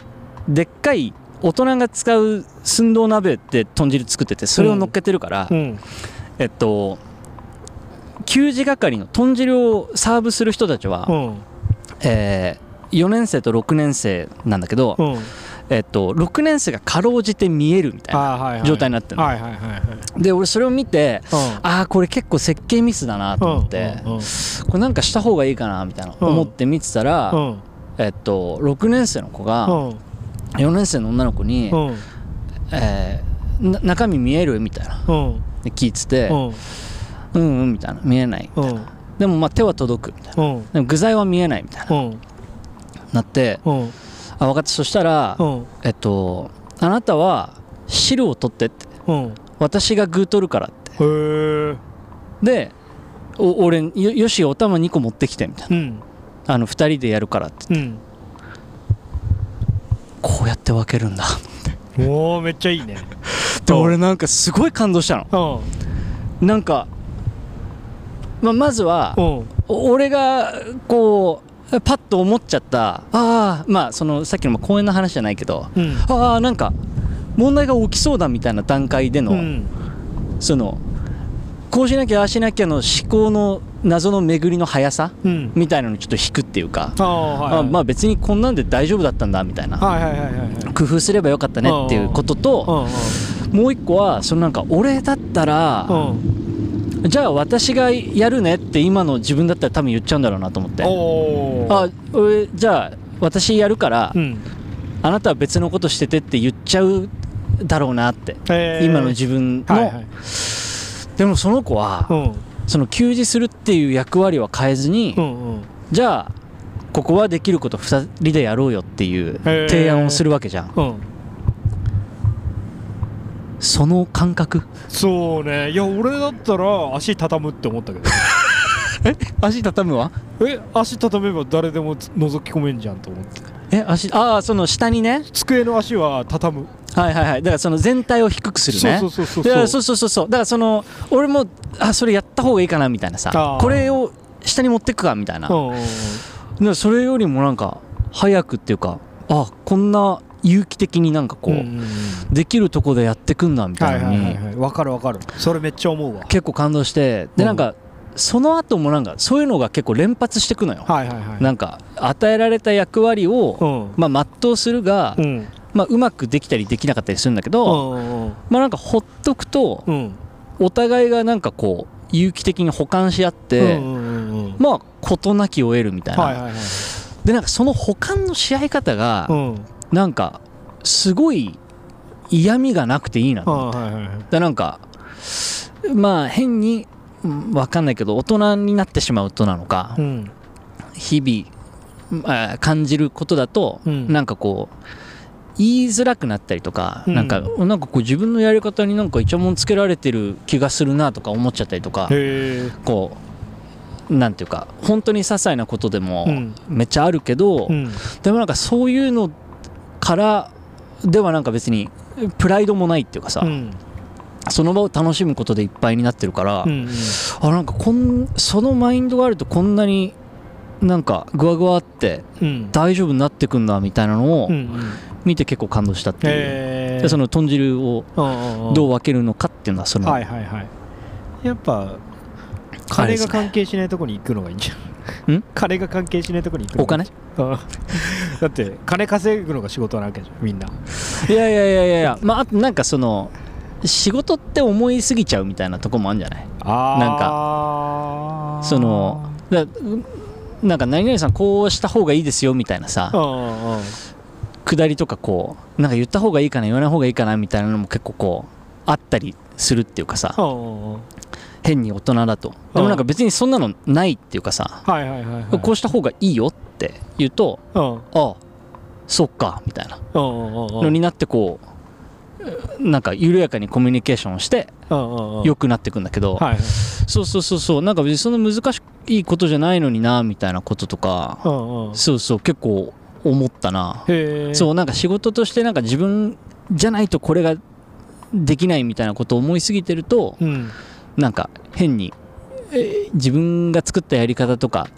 Speaker 5: でっかい大人が使う寸胴鍋で豚汁作っててそれを乗っけてるから、
Speaker 4: うん
Speaker 5: えっと給仕係の豚汁をサーブする人たちは、
Speaker 4: うん
Speaker 5: え4年生と6年生なんだけど、
Speaker 4: うん
Speaker 5: えっと、6年生がかろうじて見えるみたいな
Speaker 4: あーはいはい
Speaker 5: 状態になってるの、
Speaker 4: はいはいはいはい
Speaker 5: で俺それを見て、
Speaker 4: うん
Speaker 5: ああこれ結構設計ミスだなと思って、
Speaker 4: うんうん
Speaker 5: これなんかした方がいいかなみたいな、
Speaker 4: うん
Speaker 5: 思って見てたら、
Speaker 4: うん
Speaker 5: えっと、6年生の子が4年生の女の子に、
Speaker 4: うん
Speaker 5: えーな中身見えるみたいな
Speaker 4: うんうん
Speaker 5: で聞いてて、
Speaker 4: うん
Speaker 5: うんうんみたいな見えない
Speaker 4: うん
Speaker 5: でもまあ手は届くみたいな
Speaker 4: うん
Speaker 5: でも具材は見えないみたいな
Speaker 4: うん
Speaker 5: なって
Speaker 4: うん
Speaker 5: あ分かったそしたら、
Speaker 4: うん
Speaker 5: えっと、あなたは汁を取ってって
Speaker 4: うん
Speaker 5: 私が具取るからって
Speaker 4: へえ
Speaker 5: でお俺によよしお玉2個持ってきてみたい
Speaker 4: うん
Speaker 5: なあの2人でやるからって
Speaker 4: うん
Speaker 5: こうやって分けるんだ
Speaker 4: おおめっちゃいいね
Speaker 5: で俺なんかすごい感動したの
Speaker 4: うん
Speaker 5: なんか、まあ、まずは
Speaker 4: うん
Speaker 5: お俺がこうパッと思っちゃったああまあそのさっきのまあ公園の話じゃないけど
Speaker 4: うん
Speaker 5: ああなんか問題が起きそうだみたいな段階での、
Speaker 4: うん
Speaker 5: そのこうしなきゃああしなきゃの思考の謎の巡りの速さ
Speaker 4: うん
Speaker 5: みたいなのにちょっと引くっていうか、
Speaker 4: ああはい
Speaker 5: あまあ別にこんなんで大丈夫だったんだみたいな、
Speaker 4: はいはいはいはいはい
Speaker 5: 工夫すればよかったねっていうことと、もう一個はそのなんか俺だったら、
Speaker 4: うんうんうん
Speaker 5: じゃあ私がやるねって今の自分だったら多分言っちゃうんだろうなと思って
Speaker 4: おお
Speaker 5: あ俺じゃあ私やるから、
Speaker 4: うん
Speaker 5: あなたは別のことしててって言っちゃうだろうなって、
Speaker 4: えー
Speaker 5: 今の自分の、
Speaker 4: はいはい
Speaker 5: でもその子は、
Speaker 4: うん
Speaker 5: その給仕するっていう役割は変えずに、
Speaker 4: うんうん
Speaker 5: じゃあここはできること2人でやろうよっていう提案をするわけじゃん、
Speaker 4: うん
Speaker 5: その感覚
Speaker 4: そうねいや俺だったら足畳むって思ったけ ど
Speaker 5: 足畳むわ
Speaker 4: え足畳めば誰でもつ覗き込めんじゃんと思って
Speaker 5: え足ああその下にね
Speaker 4: 机の足は畳む
Speaker 5: はいはいはいだからその全体を低くするね
Speaker 4: そうそうそうそう
Speaker 5: だからそうそうそうそうだからその俺もあそれやった方がいいかなみたいなさ
Speaker 4: あー
Speaker 5: これを下に持ってくかみたいな、
Speaker 4: うんうんうん
Speaker 5: だからそれよりもなんか早くっていうかあこんな有機的になんかこう、
Speaker 4: うんうんうん
Speaker 5: できるとこでやってくんだみ
Speaker 4: は
Speaker 5: た
Speaker 4: い
Speaker 5: いな
Speaker 4: は
Speaker 5: の
Speaker 4: い
Speaker 5: に、
Speaker 4: はいはいわかるわかるそれめっちゃ思うわ
Speaker 5: 結構感動してでなんか、その後もなんかそういうのが結構連発してくのよ、
Speaker 4: はいはいはい
Speaker 5: なんか与えられた役割を、
Speaker 4: うん
Speaker 5: まあ、全うするが、う
Speaker 4: うん
Speaker 5: まあ、うまくできたりできなかったりするんだけ
Speaker 4: う
Speaker 5: ど、
Speaker 4: んうん
Speaker 5: まあなんかほっとくと、
Speaker 4: うん
Speaker 5: お互いがなんかこう有機的に補完し合って、
Speaker 4: うんうんうんうん
Speaker 5: まあ事なきを得るみたいな、
Speaker 4: はいはいはい
Speaker 5: でなんかその補完のし合い方が、
Speaker 4: うんうん
Speaker 5: なんかすごい嫌味がなくていいなと思って、
Speaker 4: はいはいはい
Speaker 5: だからなんかまあ変にうんわかんないけど大人になってしまうとなのか、
Speaker 4: うん
Speaker 5: 日々まあ感じることだと、
Speaker 4: うん
Speaker 5: なんかこう言いづらくなったりとか、
Speaker 4: うん
Speaker 5: なんかなんかこう自分のやり方になんかイチャモンつけられてる気がするなとか思っちゃったりとか
Speaker 4: へえ
Speaker 5: こうなんていうか本当に些細なことでも
Speaker 4: うん
Speaker 5: めっちゃあるけど、
Speaker 4: うん
Speaker 5: でもなんかそういうのからではなんか別にプライドもないっていうかさ、
Speaker 4: うん
Speaker 5: その場を楽しむことでいっぱいになってるから、
Speaker 4: うん
Speaker 5: あなんかこんそのマインドがあるとこんなになんかグワグワって
Speaker 4: うん
Speaker 5: 大丈夫になってくんだみたいなのを
Speaker 4: うんうん
Speaker 5: 見て結構感動したっていう、
Speaker 4: へ
Speaker 5: でその豚汁を
Speaker 4: の
Speaker 5: ど
Speaker 4: う
Speaker 5: う分けるのかっていうのはそ
Speaker 4: ん
Speaker 5: の、
Speaker 4: はいはいはいやっぱ
Speaker 5: あれ
Speaker 4: 金
Speaker 5: です
Speaker 4: が
Speaker 5: ね
Speaker 4: 関係しないとこに行くのがいいんじゃん
Speaker 5: ん
Speaker 4: 金が関係しないとこに行くの
Speaker 5: お金い
Speaker 4: うんだって金稼ぐのが仕事なわけじゃんみんな
Speaker 5: やいやいやいやいやまああとなんかその仕事って思いすぎちゃうみたいなとこもあるんじゃないなん
Speaker 4: あー
Speaker 5: そのだうなんか何々さんこうした方がいいですよみたいな
Speaker 4: う
Speaker 5: さ
Speaker 4: んうんうん
Speaker 5: 下りとかこうなんか言った方がいいかな言わない方がいいかなみたいなのも結構こうあったりするっていうかさ
Speaker 4: うんうんうん
Speaker 5: 変に大人だとでもなんか別にそんなのないっていうかさ
Speaker 4: はいはいはいはい
Speaker 5: こうした方がいいよって言うと
Speaker 4: うん
Speaker 5: ああそっかみたいな
Speaker 4: うんうんうんう
Speaker 5: の
Speaker 4: ん
Speaker 5: になってこうなんか緩やかにコミュニケーションをして
Speaker 4: うんうん
Speaker 5: 良くなっていくんだけど
Speaker 4: はいはい
Speaker 5: そうそうそうそうなんか別にそんな難しいことじゃないのになみたいなこととか
Speaker 4: うんうん
Speaker 5: そうそう結構思ったな、
Speaker 4: へえ
Speaker 5: そうなんか仕事としてなんか自分じゃないとこれができないみたいなことを思いすぎてると
Speaker 4: うん
Speaker 5: なんか変に、えー自分が作ったやり方とか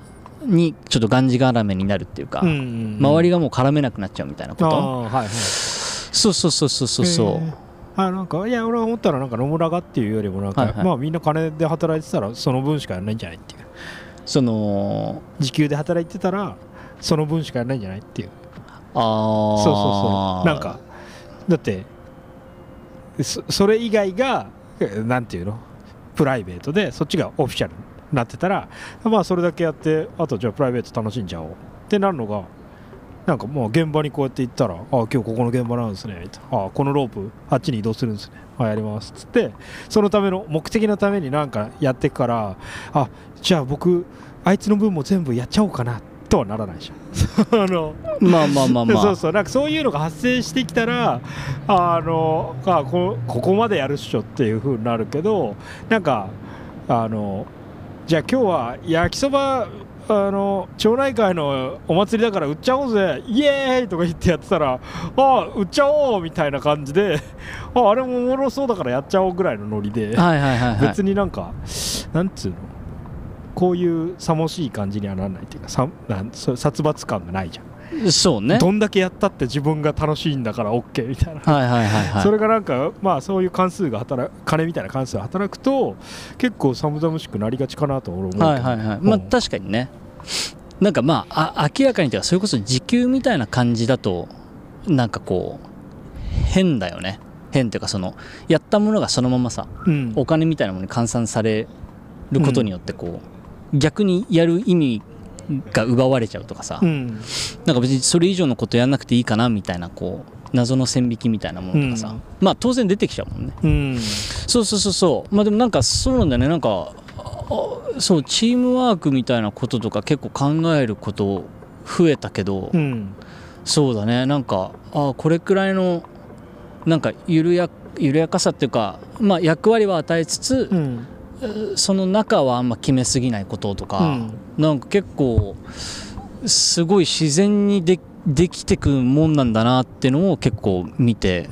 Speaker 5: にちょっとがんじがらめになるっていうか、
Speaker 4: うんうんうん
Speaker 5: 周りがもう絡めなくなっちゃうみたいなこ
Speaker 4: あ
Speaker 5: と
Speaker 4: あはいはい
Speaker 5: そうそうそうそうそうそ
Speaker 4: へえあなんかいや俺は思ったらなんか野村がっていうよりもなんか、
Speaker 5: はいはい
Speaker 4: まあみんな金で働いてたらその分しかやらないんじゃないっていう
Speaker 5: うその
Speaker 4: 時給で働いてたらその分しかやらないんじゃないっていう
Speaker 5: あ
Speaker 4: そう
Speaker 5: あ
Speaker 4: そうそうなんかだってそそれ以外がえなんていうのプライベートでそっちがオフィシャルになってたらまあそれだけやってあとじゃあプライベート楽しんじゃおうってなるのがなんかもう現場にこうやって行ったら「あ今日ここの現場なんですね」ああこのロープあっちに移動するんですね」あやります」つってそのための目的のためになんかやってくから「あじゃあ僕あいつの分も全部やっちゃおうかな」とはならないじゃ ん。あの
Speaker 5: まあまあまあまあ
Speaker 4: そうそうなんかそういうのが発生してきたらあのあこここまでやるっしょっていう風になるけどなんかあのじゃあ今日は焼きそばあの町内会のお祭りだから売っちゃおうぜイエーイとか言ってやってたらああ売っちゃおうみたいな感じであああれもおもろそうだからやっちゃおうぐらいのノリで、
Speaker 5: はいはいはいはい
Speaker 4: 別になんかなんつうのこういうさもしい感じにはならないっていうかさなんそう殺伐感がないじゃん、
Speaker 5: そうね
Speaker 4: どんだけやったって自分が楽しいんだから OK みたいな
Speaker 5: はいはいはいはい
Speaker 4: それがなんかまあそういう関数が働く金みたいな関数が働くと結構寒々しくなりがちかなと俺思うけど
Speaker 5: はいはいはいまあ
Speaker 4: うん
Speaker 5: 確かにねなんかまああ明らかにというかそれこそ時給みたいな感じだとなんかこう変だよね変というかそのやったものがそのままさ
Speaker 4: うん
Speaker 5: お金みたいなものに換算されることによってこう、逆にやる意味が奪われちゃうとかさ、
Speaker 4: うん
Speaker 5: なんか別にそれ以上のことやんなくていいかなみたいなこう謎の線引きみたいなものとかさ、
Speaker 4: うん
Speaker 5: まあ当然出てきちゃうもんね
Speaker 4: うん
Speaker 5: そうそうそうそうまあでもなんかそうなんだよねなんかあそうチームワークみたいなこととか結構考えること増えたけど、
Speaker 4: うん
Speaker 5: そうだねなんかあこれくらいのなんか緩や緩やかさっていうか、まあ、役割は与えつつ、
Speaker 4: うん
Speaker 5: その中はあんま決めすぎないこととか、
Speaker 4: うん
Speaker 5: なんか結構すごい自然にでできてくもんなんだなってのを結構見て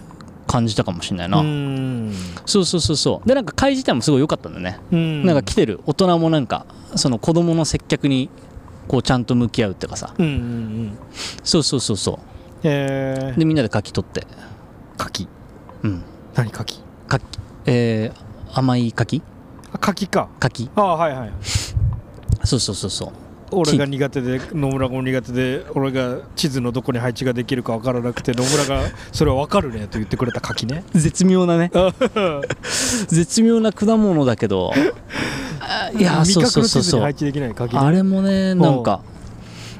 Speaker 5: 感じたかもしれないな、
Speaker 4: うん
Speaker 5: そうそうそうそうでなんか会自体もすごい良かったんだね、なんか来てる大人もなんかその子供の接客にこうちゃんと向き合うっていうかさ
Speaker 4: うんうんうん
Speaker 5: そうそうそうそ
Speaker 4: え
Speaker 5: うでみんなで書き取って
Speaker 4: ー柿
Speaker 5: うん
Speaker 4: 何柿
Speaker 5: かえー甘い柿
Speaker 4: あ柿か
Speaker 5: 柿
Speaker 4: ああはいはい
Speaker 5: そうそうそうそう
Speaker 4: 俺が苦手で野村も苦手で俺が地図のどこに配置ができるか分からなくて野村がそれは分かるねと言ってくれた柿ね
Speaker 5: 絶妙なね絶妙な果物だ けどあいやー
Speaker 4: 味
Speaker 5: そう
Speaker 4: 覚
Speaker 5: そう
Speaker 4: の地
Speaker 5: そ
Speaker 4: 図
Speaker 5: う
Speaker 4: に
Speaker 5: そ
Speaker 4: 配
Speaker 5: う
Speaker 4: 置できない柿ね
Speaker 5: あれもね
Speaker 4: ん
Speaker 5: なんか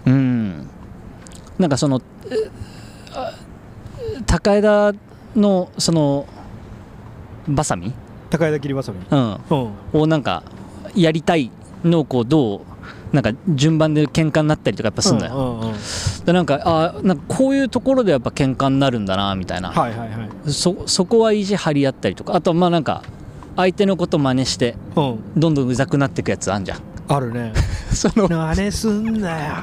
Speaker 5: うんなんかそのえあ高枝のそのバサミ、
Speaker 4: 高枝切りばさみ
Speaker 5: うん、
Speaker 4: うん
Speaker 5: をなんかやりたいのをこうどうなんか順番で喧嘩になったりとかやっぱすんのよ、
Speaker 4: うんうんうん
Speaker 5: でなんかあなんかこういうところでやっぱ喧嘩になるんだなみたいな、
Speaker 4: はいはいはい
Speaker 5: そそこは意地張り合ったりとかあとまあなんか相手のこと真似して
Speaker 4: うん
Speaker 5: どんどんうざくなっていくやつあんじゃん
Speaker 4: あるね
Speaker 5: その
Speaker 4: 何すんだよ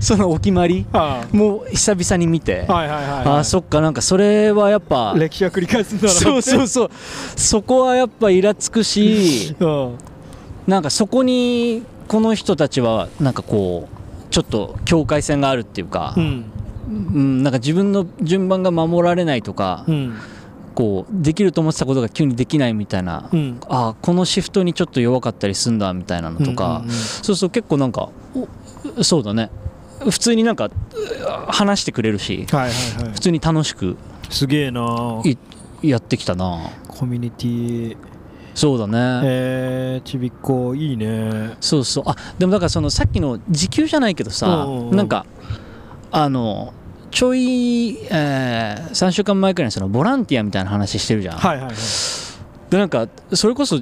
Speaker 5: そのお決まり
Speaker 4: は
Speaker 5: もう久々に見て、
Speaker 4: いはいはいはい
Speaker 5: あーそっかなんかそれはやっぱ
Speaker 4: 歴史は繰り返すんだな
Speaker 5: そうそうそうそこはやっぱイラつくし
Speaker 4: うん
Speaker 5: なんかそこにこの人たちはなんかこうちょっと境界線があるっていうか、
Speaker 4: うん
Speaker 5: うんなんか自分の順番が守られないとか、
Speaker 4: うん
Speaker 5: こうできると思ってたことが急にできないみたいな、
Speaker 4: うん
Speaker 5: あーこのシフトにちょっと弱かったりすんだみたいなのとか、
Speaker 4: うんうんうん
Speaker 5: そうそう結構なんかおそうだね普通になんか話してくれるし
Speaker 4: はいはいは
Speaker 5: 普通に楽しく
Speaker 4: いすげえない
Speaker 5: やってきたな
Speaker 4: コミュニティ
Speaker 5: そうだね、
Speaker 4: えーちびっこいいね
Speaker 5: そうそうあでもだからそのさっきの時給じゃないけどさ、
Speaker 4: うんうんうん
Speaker 5: なんかあのちょい、えー、3週間前くらいにそのボランティアみたいな話してるじゃん、
Speaker 4: はいはいはい
Speaker 5: でなんかそれこそ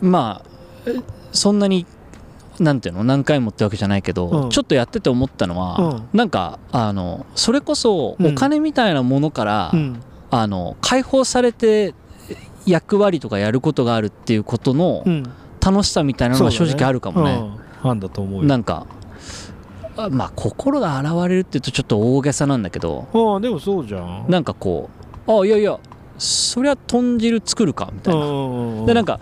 Speaker 5: まあえそんなになんていうの何回もってわけじゃないけど、
Speaker 4: うん
Speaker 5: ちょっとやってて思ったのは、なんかあのそれこそお金みたいなものから、
Speaker 4: うん
Speaker 5: あの解放されて役割とかやることがあるっていうことの
Speaker 4: うん
Speaker 5: 楽しさみたいなのが正直あるかもね。
Speaker 4: うんあんだと思うよ
Speaker 5: なんかあまあ心が現れるって言うとちょっと大げさなんだけど
Speaker 4: ああでもそうじゃん
Speaker 5: なんかこうあいやいやそりゃ豚汁作るかみたいな。でなん
Speaker 4: か
Speaker 5: か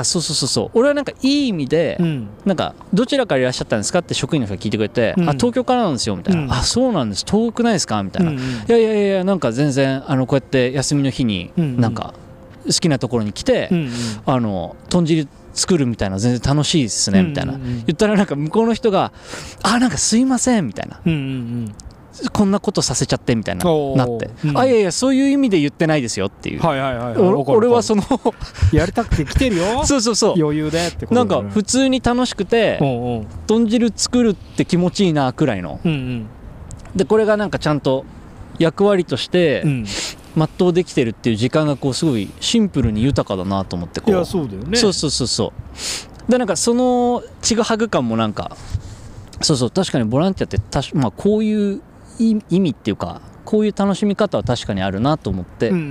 Speaker 5: あそうそうそうそう俺はなんかいい意味で、
Speaker 4: うん
Speaker 5: なんかどちらからいらっしゃったんですかって職員の人が聞いてくれて、
Speaker 4: うん
Speaker 5: あ東京からなんですよみたいな、
Speaker 4: うん
Speaker 5: あそうなんです遠くないですかみたいな、
Speaker 4: うん
Speaker 5: い
Speaker 4: うん
Speaker 5: やいやいやなんか全然あのこうやって休みの日に
Speaker 4: うんうん
Speaker 5: なんか好きなところに来て、
Speaker 4: うんうん
Speaker 5: あの豚汁作るみたいな全然楽しいですねみたいな、
Speaker 4: うんうんうん
Speaker 5: 言ったらなんか向こうの人が「あなんかすいません」みたいな
Speaker 4: うんうん
Speaker 5: 「こんなことさせちゃって」みたいな
Speaker 4: おー
Speaker 5: なって「
Speaker 4: うん
Speaker 5: あいやいやそういう意味で言ってないですよ」っていう
Speaker 4: う、んはいはいはいい
Speaker 5: お
Speaker 4: わかる
Speaker 5: 俺は
Speaker 4: わか
Speaker 5: その
Speaker 4: るやりたくて来てるよ
Speaker 5: そうそうそう
Speaker 4: 余裕でってことだ
Speaker 5: な
Speaker 4: よ
Speaker 5: ん
Speaker 4: ね
Speaker 5: か普通に楽しくて
Speaker 4: うんうん
Speaker 5: 豚汁作るって気持ちいいなくらいの
Speaker 4: うん
Speaker 5: でこれがなんかちゃんと役割として
Speaker 4: うんうん
Speaker 5: 全うできてるっていう時間がこうすごいシンプルに豊かだなと思ってこ
Speaker 4: いうやそうだよね
Speaker 5: そうそうそうそうでなんかそのちぐはぐ感もなんかそうそう確かにボランティアってたし、まあ、こういう意意味っていうかこういう楽しみ方は確かにあるなと思って、
Speaker 4: うんうんう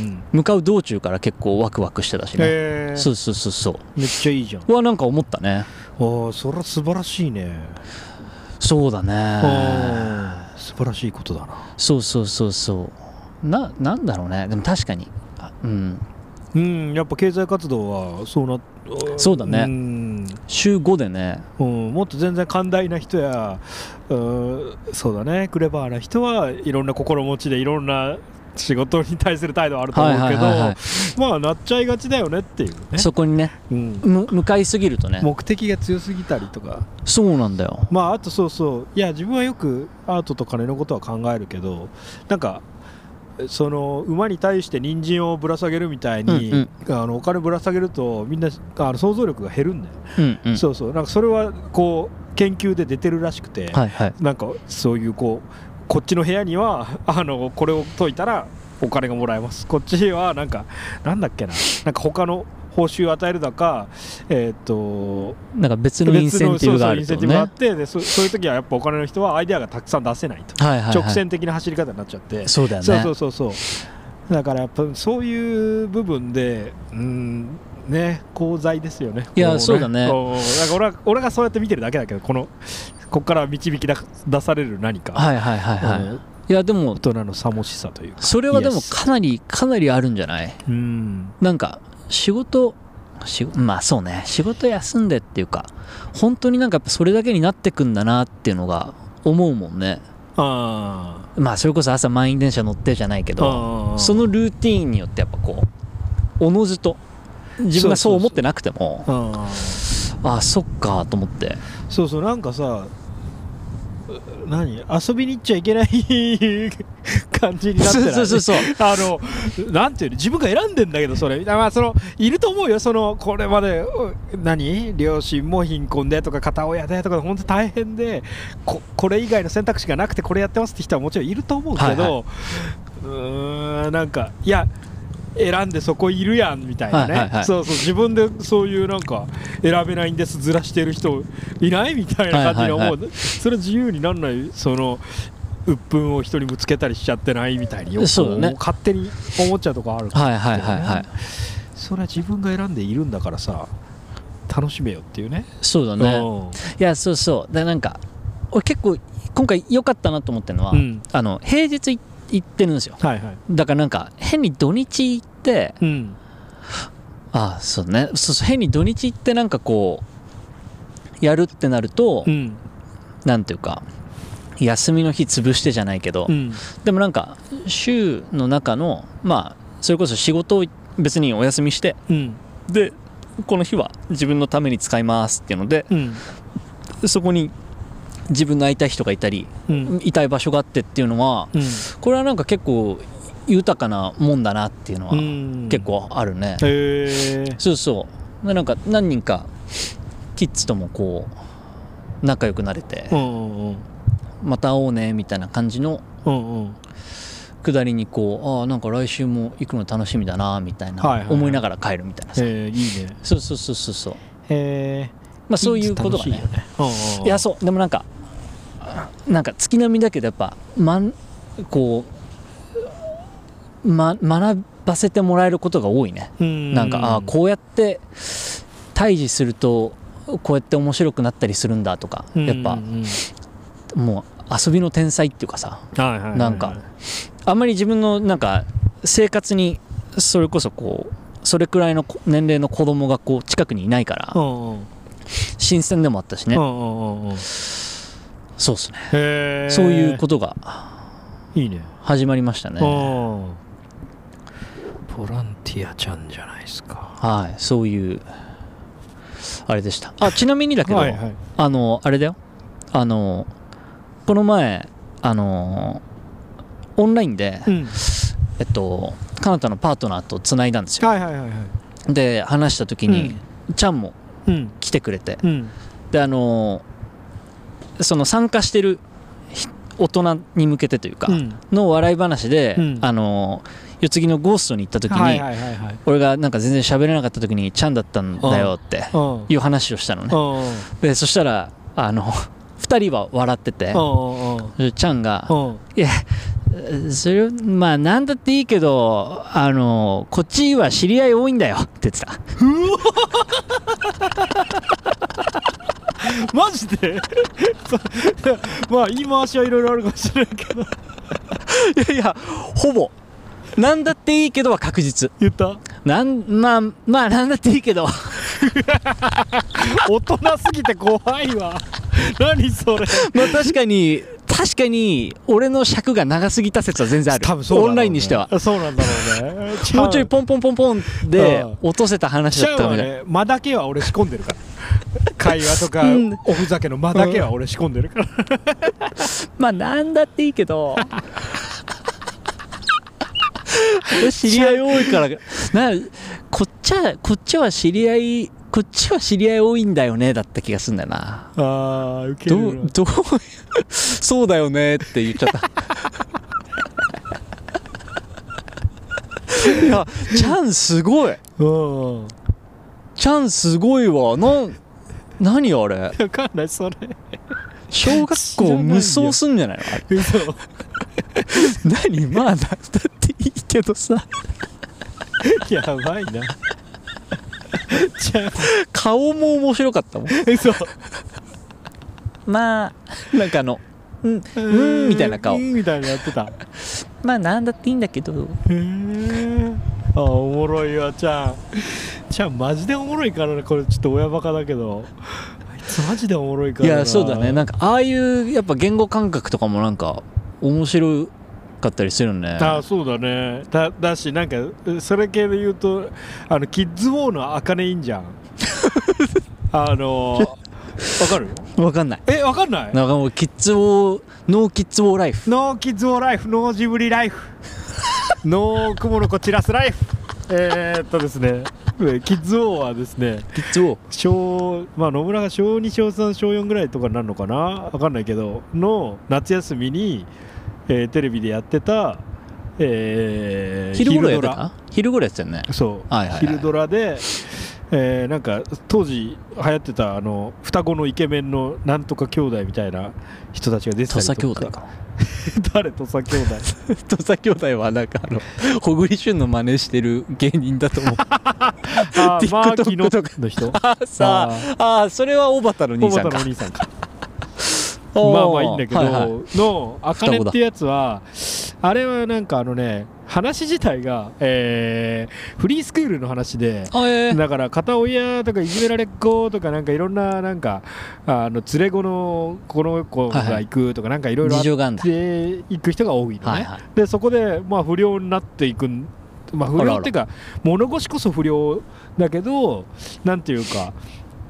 Speaker 4: ん
Speaker 5: 向かう道中から結構ワクワクしてたしね、
Speaker 4: へえ
Speaker 5: そうそうそうそ
Speaker 4: めっちゃいいじゃんあ
Speaker 5: うはなんか思ったね
Speaker 4: あそれは素晴らしいね
Speaker 5: そうだね
Speaker 4: ああ素晴らしいことだな
Speaker 5: そうそうそうそうななんだろうねでも確かにあうん
Speaker 4: うんやっぱ経済活動はそうな
Speaker 5: そうだね
Speaker 4: うん
Speaker 5: 週5でね
Speaker 4: うん、もっと全然寛大な人や、うん、そうだねクレバーな人はいろんな心持ちでいろんな仕事に対する態度はあると思うけど、
Speaker 5: はいはいはいは
Speaker 4: まあなっちゃいがちだよねっていうね、
Speaker 5: そこにね
Speaker 4: うん、
Speaker 5: む向かいすぎるとね
Speaker 4: 目的が強すぎたりとか
Speaker 5: そうなんだよ
Speaker 4: まああとそうそういや自分はよくアートと金のことは考えるけどなんかその馬に対して人参をぶら下げるみたいに、
Speaker 5: うん
Speaker 4: あのお金ぶら下げるとみんなあの想像力が減るんだよ、
Speaker 5: うんうん
Speaker 4: そうそうなんかそれはこう研究で出てるらしくて、
Speaker 5: はいはい
Speaker 4: なんかそういうこうこっちの部屋には あのこれを解いたらお金がもらえますこっちはなんかなんだっけななんか他の報酬を与えるだかえーっと
Speaker 5: なんか別のインセンティブがある
Speaker 4: 別のそうそうインセ
Speaker 5: と
Speaker 4: ンティブ
Speaker 5: ね
Speaker 4: があ
Speaker 5: は
Speaker 4: ってでそそういう時はやっぱお金の人はアイデアがたくさん出せないと、
Speaker 5: いはいはい
Speaker 4: 直線的な走り方になっちゃって
Speaker 5: そうだよね
Speaker 4: そうそうそうそうだからやっぱそういう部分でうんね功罪ですよね
Speaker 5: いや
Speaker 4: こ
Speaker 5: そうだね
Speaker 4: こうなんか俺は俺がそうやって見てるだけだけどこのこっから導き出出される何か、
Speaker 5: はいはいはいはい、
Speaker 4: うん
Speaker 5: いやでも
Speaker 4: 大人のさもしさというか
Speaker 5: それはでも
Speaker 4: Yes
Speaker 5: かなりかなりあるんじゃない
Speaker 4: うん
Speaker 5: なんか仕事しまあそうね仕事休んでっていうか本当になんかやっぱそれだけになってくんだなっていうのが思うもんね
Speaker 4: あ
Speaker 5: まあそれこそ朝満員電車乗ってじゃないけど
Speaker 4: あ
Speaker 5: そのルーティーンによってやっぱこうおのずと自分がそう思ってなくても
Speaker 4: あ
Speaker 5: ああそっかと思って
Speaker 4: そうそうなんかさう何遊びに行っちゃいけ ない感じになって
Speaker 5: そう
Speaker 4: ない
Speaker 5: そうそうそう
Speaker 4: あのなんていうの自分が選んでんだけどそれ、まあ、そのいると思うよそのこれまでう何両親も貧困でとか片親でとか本当大変でここれ以外の選択肢がなくてこれやってますって人はもちろんいると思うけど、
Speaker 5: はいは
Speaker 4: うーんなんかいや選んでそこいるやんみたいなね、
Speaker 5: はいはいはい
Speaker 4: そうそう自分でそういうなんか選べないんですずらしてる人いないみたいな感じに思う、
Speaker 5: はいはい
Speaker 4: それ自由になんないその鬱憤を人にぶつけたりしちゃってないみたいによ
Speaker 5: そうだね
Speaker 4: こ勝手に思っちゃうとこあるから
Speaker 5: はいはいはいはい
Speaker 4: それは自分が選んでいるんだからさ楽しめよっていうね
Speaker 5: そうだね
Speaker 4: うん
Speaker 5: いやそうそうでなんか俺結構今回良かったなと思ってるのは、
Speaker 4: うん
Speaker 5: あの平日い行ってるんですよ
Speaker 4: はいはい
Speaker 5: だからなんか変に土日行って
Speaker 4: うん
Speaker 5: あそうねそうそう変に土日行ってなんかこうやるってなると、
Speaker 4: うん
Speaker 5: なんていうか休みの日潰してじゃないけど、
Speaker 4: うん
Speaker 5: でもなんか週の中のまあそれこそ仕事を別にお休みして
Speaker 4: うん
Speaker 5: でこの日は自分のために使いますっていうので
Speaker 4: うん
Speaker 5: そこに自分の会いたい人がいたり
Speaker 4: うん
Speaker 5: いたい場所があってっていうのはこれはなんか結構豊かなもんだなっていうのは
Speaker 4: うん
Speaker 5: 結構あるね、
Speaker 4: へえ
Speaker 5: そうそうでなんか何人かキッズともこう仲良くなれて、
Speaker 4: うんうん
Speaker 5: また会おうねみたいな感じの
Speaker 4: うんうん
Speaker 5: 下りにこうああなんか来週も行くの楽しみだなみたいな、
Speaker 4: はいはいはい
Speaker 5: 思いながら帰るみたいなさ、
Speaker 4: へえいいね
Speaker 5: そうそうそうそうそう
Speaker 4: へえ
Speaker 5: まあそういうことがね
Speaker 4: 楽しいよねうんうんうん
Speaker 5: いやそうでもなんかなんか月並みだけどやっぱまんこう、ま、学ばせてもらえることが多いね
Speaker 4: うん
Speaker 5: なんかああこうやって対峙するとこうやって面白くなったりするんだとか
Speaker 4: うん
Speaker 5: やっぱ
Speaker 4: うん
Speaker 5: もう遊びの天才っていうかさ
Speaker 4: はいはいはいはい
Speaker 5: なんかあんまり自分のなんか生活にそれこそこうそれくらいのこ年齢の子供がこう近くにいないから
Speaker 4: うんうん
Speaker 5: 新鮮でもあったしね
Speaker 4: うんうんうんうんへ
Speaker 5: そうですね
Speaker 4: え
Speaker 5: そういうことが
Speaker 4: いいね
Speaker 5: 始まりましたね
Speaker 4: うんボランティアちゃんじゃないですか
Speaker 5: はい、そういう、あれでした。あ、ちなみにだけど、
Speaker 4: はいはい
Speaker 5: あの、あれだよ。あの、この前、あの、オンラインで、
Speaker 4: うん
Speaker 5: えっと、カナタのパートナーとつないだんですよ。
Speaker 4: はいはいはいはい
Speaker 5: で、話した時に、ちゃんも
Speaker 4: うん
Speaker 5: 来てくれて、
Speaker 4: うん
Speaker 5: で、あの、その参加してるひ大人に向けてというか、
Speaker 4: うん
Speaker 5: の笑い話で、
Speaker 4: うん
Speaker 5: あの、四つ木のゴーストに行った時に、
Speaker 4: はいはいはいはい
Speaker 5: 俺がなんか全然喋れなかった時にちゃんだったんだよって
Speaker 4: うんうん
Speaker 5: いう話をしたのね
Speaker 4: うん
Speaker 5: でそしたらあの2人は笑ってて
Speaker 4: うんうん
Speaker 5: ちゃんが
Speaker 4: うん
Speaker 5: 「いやそれまあなんだっていいけどあのこっちは知り合い多いんだよって言ってた
Speaker 4: マジで そうまあ言い回しはいろいろあるかもしれないけど
Speaker 5: いやいやほぼなんだっていいけどは確実
Speaker 4: 言った
Speaker 5: なんまあまあなんだっていい けど
Speaker 4: 大人すぎて怖いわ何それ
Speaker 5: まあ確かに確かに俺の尺が長すぎた説は全然ある
Speaker 4: 多分そうだろうね
Speaker 5: オンラインにしては
Speaker 4: あそうなんだろうね
Speaker 5: もうちょいポンポンポンポンで
Speaker 4: うん
Speaker 5: 落とせた話
Speaker 4: シャ
Speaker 5: だ
Speaker 4: ウ
Speaker 5: った
Speaker 4: は
Speaker 5: みたい
Speaker 4: ね間だけは俺仕込んでる から会話とか
Speaker 5: うん
Speaker 4: おふざけの間だけは俺仕込んでるから
Speaker 5: まあなんだっていいけど知り合い多いからなこっちはこっちは知り合いこっちは知り合い多いんだよねだった気がすんだよな
Speaker 4: あーウケ
Speaker 5: ど
Speaker 4: る
Speaker 5: うどうそうだよねって言っちゃった いやチャンすごい
Speaker 4: どうん
Speaker 5: チャンすごいわなん何あれ
Speaker 4: 分かんないそれ
Speaker 5: 小学校無双すんじゃないのあれ
Speaker 4: 嘘
Speaker 5: 何まあなんだっていいけどさ
Speaker 4: やばいなじゃ
Speaker 5: 顔も面白かったもん
Speaker 4: あ嘘
Speaker 5: まあなんかあのうんうんみたいな顔
Speaker 4: うんみたいなやってたへ
Speaker 5: まあなんだっていいんだけど
Speaker 4: えあおもろいわちゃんちゃんマジでおもろいからなこれちょっと親バカだけどあいつマジでおもろいか
Speaker 5: い
Speaker 4: らない
Speaker 5: やそうだねなんかああいうやっぱ言語感覚とかもなんか面白かったりするね
Speaker 4: あそうだねだだしなんかうそれ系で言うとあのキッズウォーのあかねいいんじゃ んあのわかる
Speaker 5: わかんない
Speaker 4: えわかんない
Speaker 5: なんかもうキッズウォーノーキッズウォーライフ
Speaker 4: ノーキッズウォーライフノージブリライフノー雲の子散らすライフえー、っとですねえキッズウォーはですね
Speaker 5: キッズウォー
Speaker 4: 小まあ野村が小2小3小4ぐらいとかになるのかなわかんないけどの夏休みに、えーテレビでやってた、えー
Speaker 5: 昼頃やっ
Speaker 4: 昼
Speaker 5: て
Speaker 4: ドラ
Speaker 5: た昼頃やってたよね
Speaker 4: そう、
Speaker 5: はいはいはい
Speaker 4: 昼ドラで、えーなんか当時流行ってたあの双子のイケメンのなんとか兄弟みたいな人たちが出てた
Speaker 5: 土
Speaker 4: りと
Speaker 5: 佐
Speaker 4: か
Speaker 5: 兄弟か
Speaker 4: 誰土佐兄 弟
Speaker 5: 土佐兄弟はなんかあの小栗旬の真似してる芸人だと思う
Speaker 4: あー
Speaker 5: TikTok
Speaker 4: マーキーのの人
Speaker 5: あー さああーそれは小畑
Speaker 4: 小
Speaker 5: の 兄さ
Speaker 4: 畑
Speaker 5: んか
Speaker 4: のお兄さんか
Speaker 5: ー
Speaker 4: まあまあいいんだけど、
Speaker 5: はいはい
Speaker 4: の「あかね」っ
Speaker 5: 双子だ
Speaker 4: てやつはあれはなんかあのね話自体が、えーフリースクールの話で
Speaker 5: あえー
Speaker 4: だから片親とかいじめられっ子とかなんかいろんななんかあの連れ子のこの子が行くとかなんかいろいろあっ
Speaker 5: 事
Speaker 4: て
Speaker 5: 情があんだ
Speaker 4: 行く人が多いのね、
Speaker 5: はいはい
Speaker 4: でそこでまあ不良になっていくんまあ不
Speaker 5: あら
Speaker 4: 良
Speaker 5: あら
Speaker 4: っていうか物腰こそ不良だけどなんていうか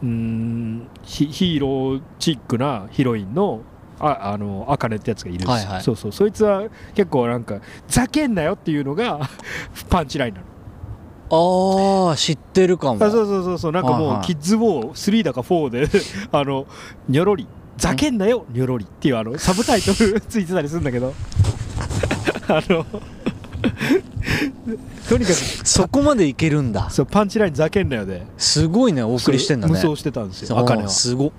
Speaker 4: うーんヒヒーローチックなヒロインのああの茜ってやつがいるんですよ
Speaker 5: はいはい
Speaker 4: そうそうそいつは結構なんか「ざけんなよ」っていうのが パンチラインなの
Speaker 5: ああ知ってるかも
Speaker 4: あそうそうそうそうなんかもう、
Speaker 5: はいはい
Speaker 4: キッズウォー3だか4で あのニョロリざけんなよニョロリっていうあのサブタイトル ついてたりするんだけどあの とにかく
Speaker 5: そこまでいけるんだ
Speaker 4: そうパンチラインざけんなよです
Speaker 5: ごいねお送りしてんだね
Speaker 4: 無双してたんですよ
Speaker 5: あ
Speaker 4: 茜
Speaker 5: ー
Speaker 4: は
Speaker 5: すご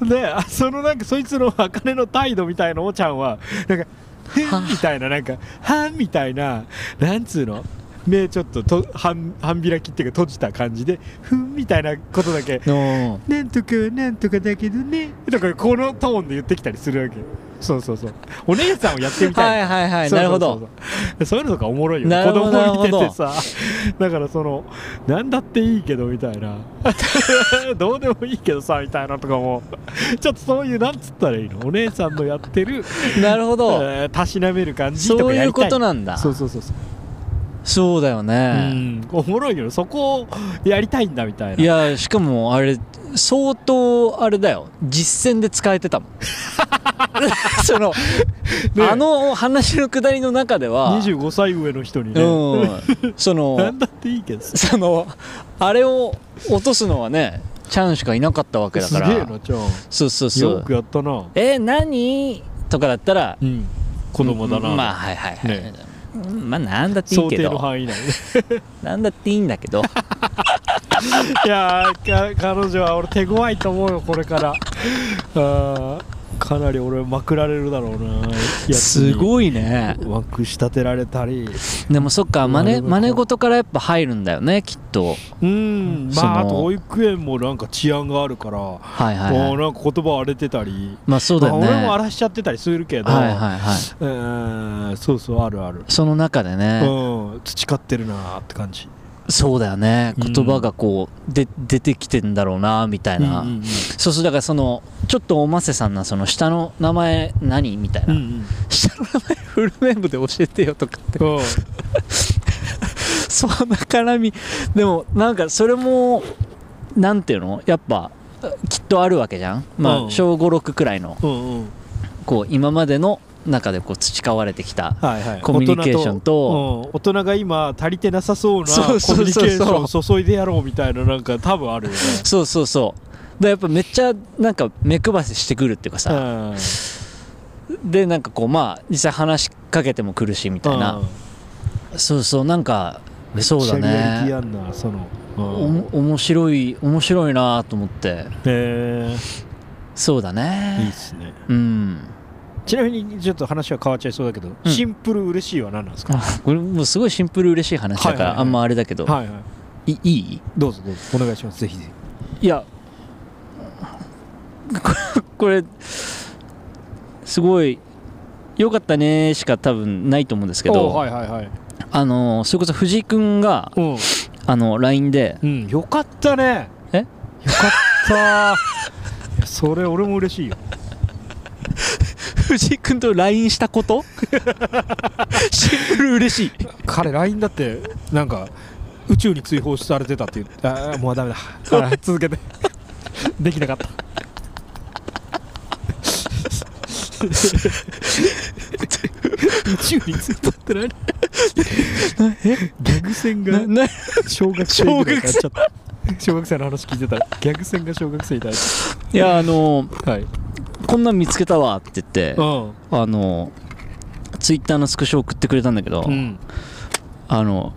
Speaker 4: であそのなんかそいつの 茜の態度みたいのをちゃんはなんか「ふん」みたいななんか「はん」みたいななんつうの目ちょっとと半半開きっていうか閉じた感じで「ふん」みたいなことだけ
Speaker 5: の
Speaker 4: なんとかなんとかだけどねとかこのトーンで言ってきたりするわけそうそうそうお姉さんをやってみたい
Speaker 5: はいはいはい
Speaker 4: そう
Speaker 5: な
Speaker 4: そ
Speaker 5: る
Speaker 4: う
Speaker 5: ほ
Speaker 4: そう
Speaker 5: ど
Speaker 4: そうそういうのとかおもろいよ
Speaker 5: なる
Speaker 4: 子
Speaker 5: ほど
Speaker 4: 供見ててさだからそのなんだっていいけどみたい などうでもいいけどさみたいなとかもちょっとそういうなんつったらいいのお姉さんのやってる
Speaker 5: なるほど
Speaker 4: えーたしなめる感じと
Speaker 5: そ
Speaker 4: か
Speaker 5: う
Speaker 4: や
Speaker 5: い
Speaker 4: り
Speaker 5: う
Speaker 4: た
Speaker 5: こ
Speaker 4: い
Speaker 5: となんだ
Speaker 4: そうそうそうそう
Speaker 5: そうだよ
Speaker 4: う
Speaker 5: ね
Speaker 4: んおもろいよねそこをやりたいんだみたいない
Speaker 5: やしかもあれ相当あれだよ実践で使えてたもん その
Speaker 4: ね
Speaker 5: あの話のくだりの中では
Speaker 4: 25歳上の人にね、
Speaker 5: うんそ
Speaker 4: な
Speaker 5: の
Speaker 4: んだっていいけどさ
Speaker 5: そのあれを落とすのはねチャンしかいなかったわけだか
Speaker 4: すげえ
Speaker 5: ら
Speaker 4: なちゃん
Speaker 5: そうそうそ
Speaker 4: よ
Speaker 5: う
Speaker 4: くやったな
Speaker 5: え何とかだったら
Speaker 4: うん子供だな、
Speaker 5: まあはいはいはい、
Speaker 4: ね
Speaker 5: うんまあなんだっていい
Speaker 4: 想
Speaker 5: け
Speaker 4: 定の
Speaker 5: ど
Speaker 4: 範囲内 で
Speaker 5: なんだっていいんだ けど
Speaker 4: いやーか彼女は俺手強いと思うよこれからあーかなり俺まくられるだろうな
Speaker 5: す
Speaker 4: い
Speaker 5: ごいね
Speaker 4: まくし立てられたり
Speaker 5: でもそっか真
Speaker 4: なる
Speaker 5: 似
Speaker 4: ほど
Speaker 5: 真似事からやっぱ入るんだよねきっと
Speaker 4: うん
Speaker 5: その
Speaker 4: まああと保育園もなんか治安があるから、
Speaker 5: はいはい、
Speaker 4: もう
Speaker 5: はい、
Speaker 4: なんか言葉荒れてたり、
Speaker 5: まあそうだよね
Speaker 4: まあ俺も
Speaker 5: は
Speaker 4: 荒らしちゃってたりするけ
Speaker 5: い
Speaker 4: ど、
Speaker 5: はいは
Speaker 4: うーんそうそうあるある、
Speaker 5: いその中でね、
Speaker 4: うん培ってるなーって感じ
Speaker 5: そうだよね
Speaker 4: うん
Speaker 5: 言葉がこうで出てきてんだろうなみたいな、
Speaker 4: うんうん
Speaker 5: そうそうだからそのちょっとおませさんなその下の名前何みたいな、
Speaker 4: うんうん
Speaker 5: 下の名前フルネームで教えてよとかって
Speaker 4: うん
Speaker 5: そんな絡みでもなんかそれもなんていうのやっぱきっとあるわけじゃんま
Speaker 4: う
Speaker 5: あ
Speaker 4: ん
Speaker 5: 小56くらいの
Speaker 4: うんうん
Speaker 5: こう今までの中でこう培われてきた
Speaker 4: はいはい、
Speaker 5: コミュニケーションと
Speaker 4: 大人とうん大人が今足りてなさそうなコ
Speaker 5: そ
Speaker 4: ミ
Speaker 5: うそ
Speaker 4: ュ
Speaker 5: うそう
Speaker 4: ニ
Speaker 5: そう
Speaker 4: ケーションを注いでやろうみたいななんか多分あるよね
Speaker 5: そうそうそうだからやっぱめっちゃなんか目配せしてくるっていうかさ、
Speaker 4: うん
Speaker 5: でなんかこうまあ実際話しかけても来るしみたいな、そうそうなんかそうだ
Speaker 4: めっちゃリアリティ
Speaker 5: ね
Speaker 4: あんなその、う
Speaker 5: お
Speaker 4: ん
Speaker 5: も面白い面白いなと思って
Speaker 4: え
Speaker 5: そうだ
Speaker 4: ー、いい
Speaker 5: ね
Speaker 4: っすね
Speaker 5: うん
Speaker 4: ちなみにちょっと話は変わっちゃいそうだけど、
Speaker 5: うん
Speaker 4: シンプル嬉しいは何なんですか
Speaker 5: あこれもうすごいシンプル嬉しい話だから、
Speaker 4: はいはいはい
Speaker 5: あんまあれだけど、
Speaker 4: はいはい
Speaker 5: い、いい
Speaker 4: どうぞどうぞお願いしますぜひぜひ
Speaker 5: いやこれこれすごいよかったねしか多分ないと思うんですけど、
Speaker 4: おはいはいはい
Speaker 5: あのそれこそ藤井君が
Speaker 4: うん、
Speaker 5: あの LINE で
Speaker 4: うん、よかったね
Speaker 5: え
Speaker 4: よかったー いやそれ俺も嬉しいよ
Speaker 5: 藤井君と LINE したこと シンプル嬉しい
Speaker 4: 彼 LINE だってなんか宇宙に追放されてたっていうあーもうダメだ はい続けてできなかった宇宙に追放って何えギャグ戦が
Speaker 5: な
Speaker 4: 小学生ぐらいからやっちゃった小学生の話聞いてたらギャグ戦が小学生みたい
Speaker 5: いやあの
Speaker 4: はい
Speaker 5: こんなん見つけたわって言って
Speaker 4: うん
Speaker 5: あのツイッターのスクショ送ってくれたんだけど、
Speaker 4: うん
Speaker 5: あの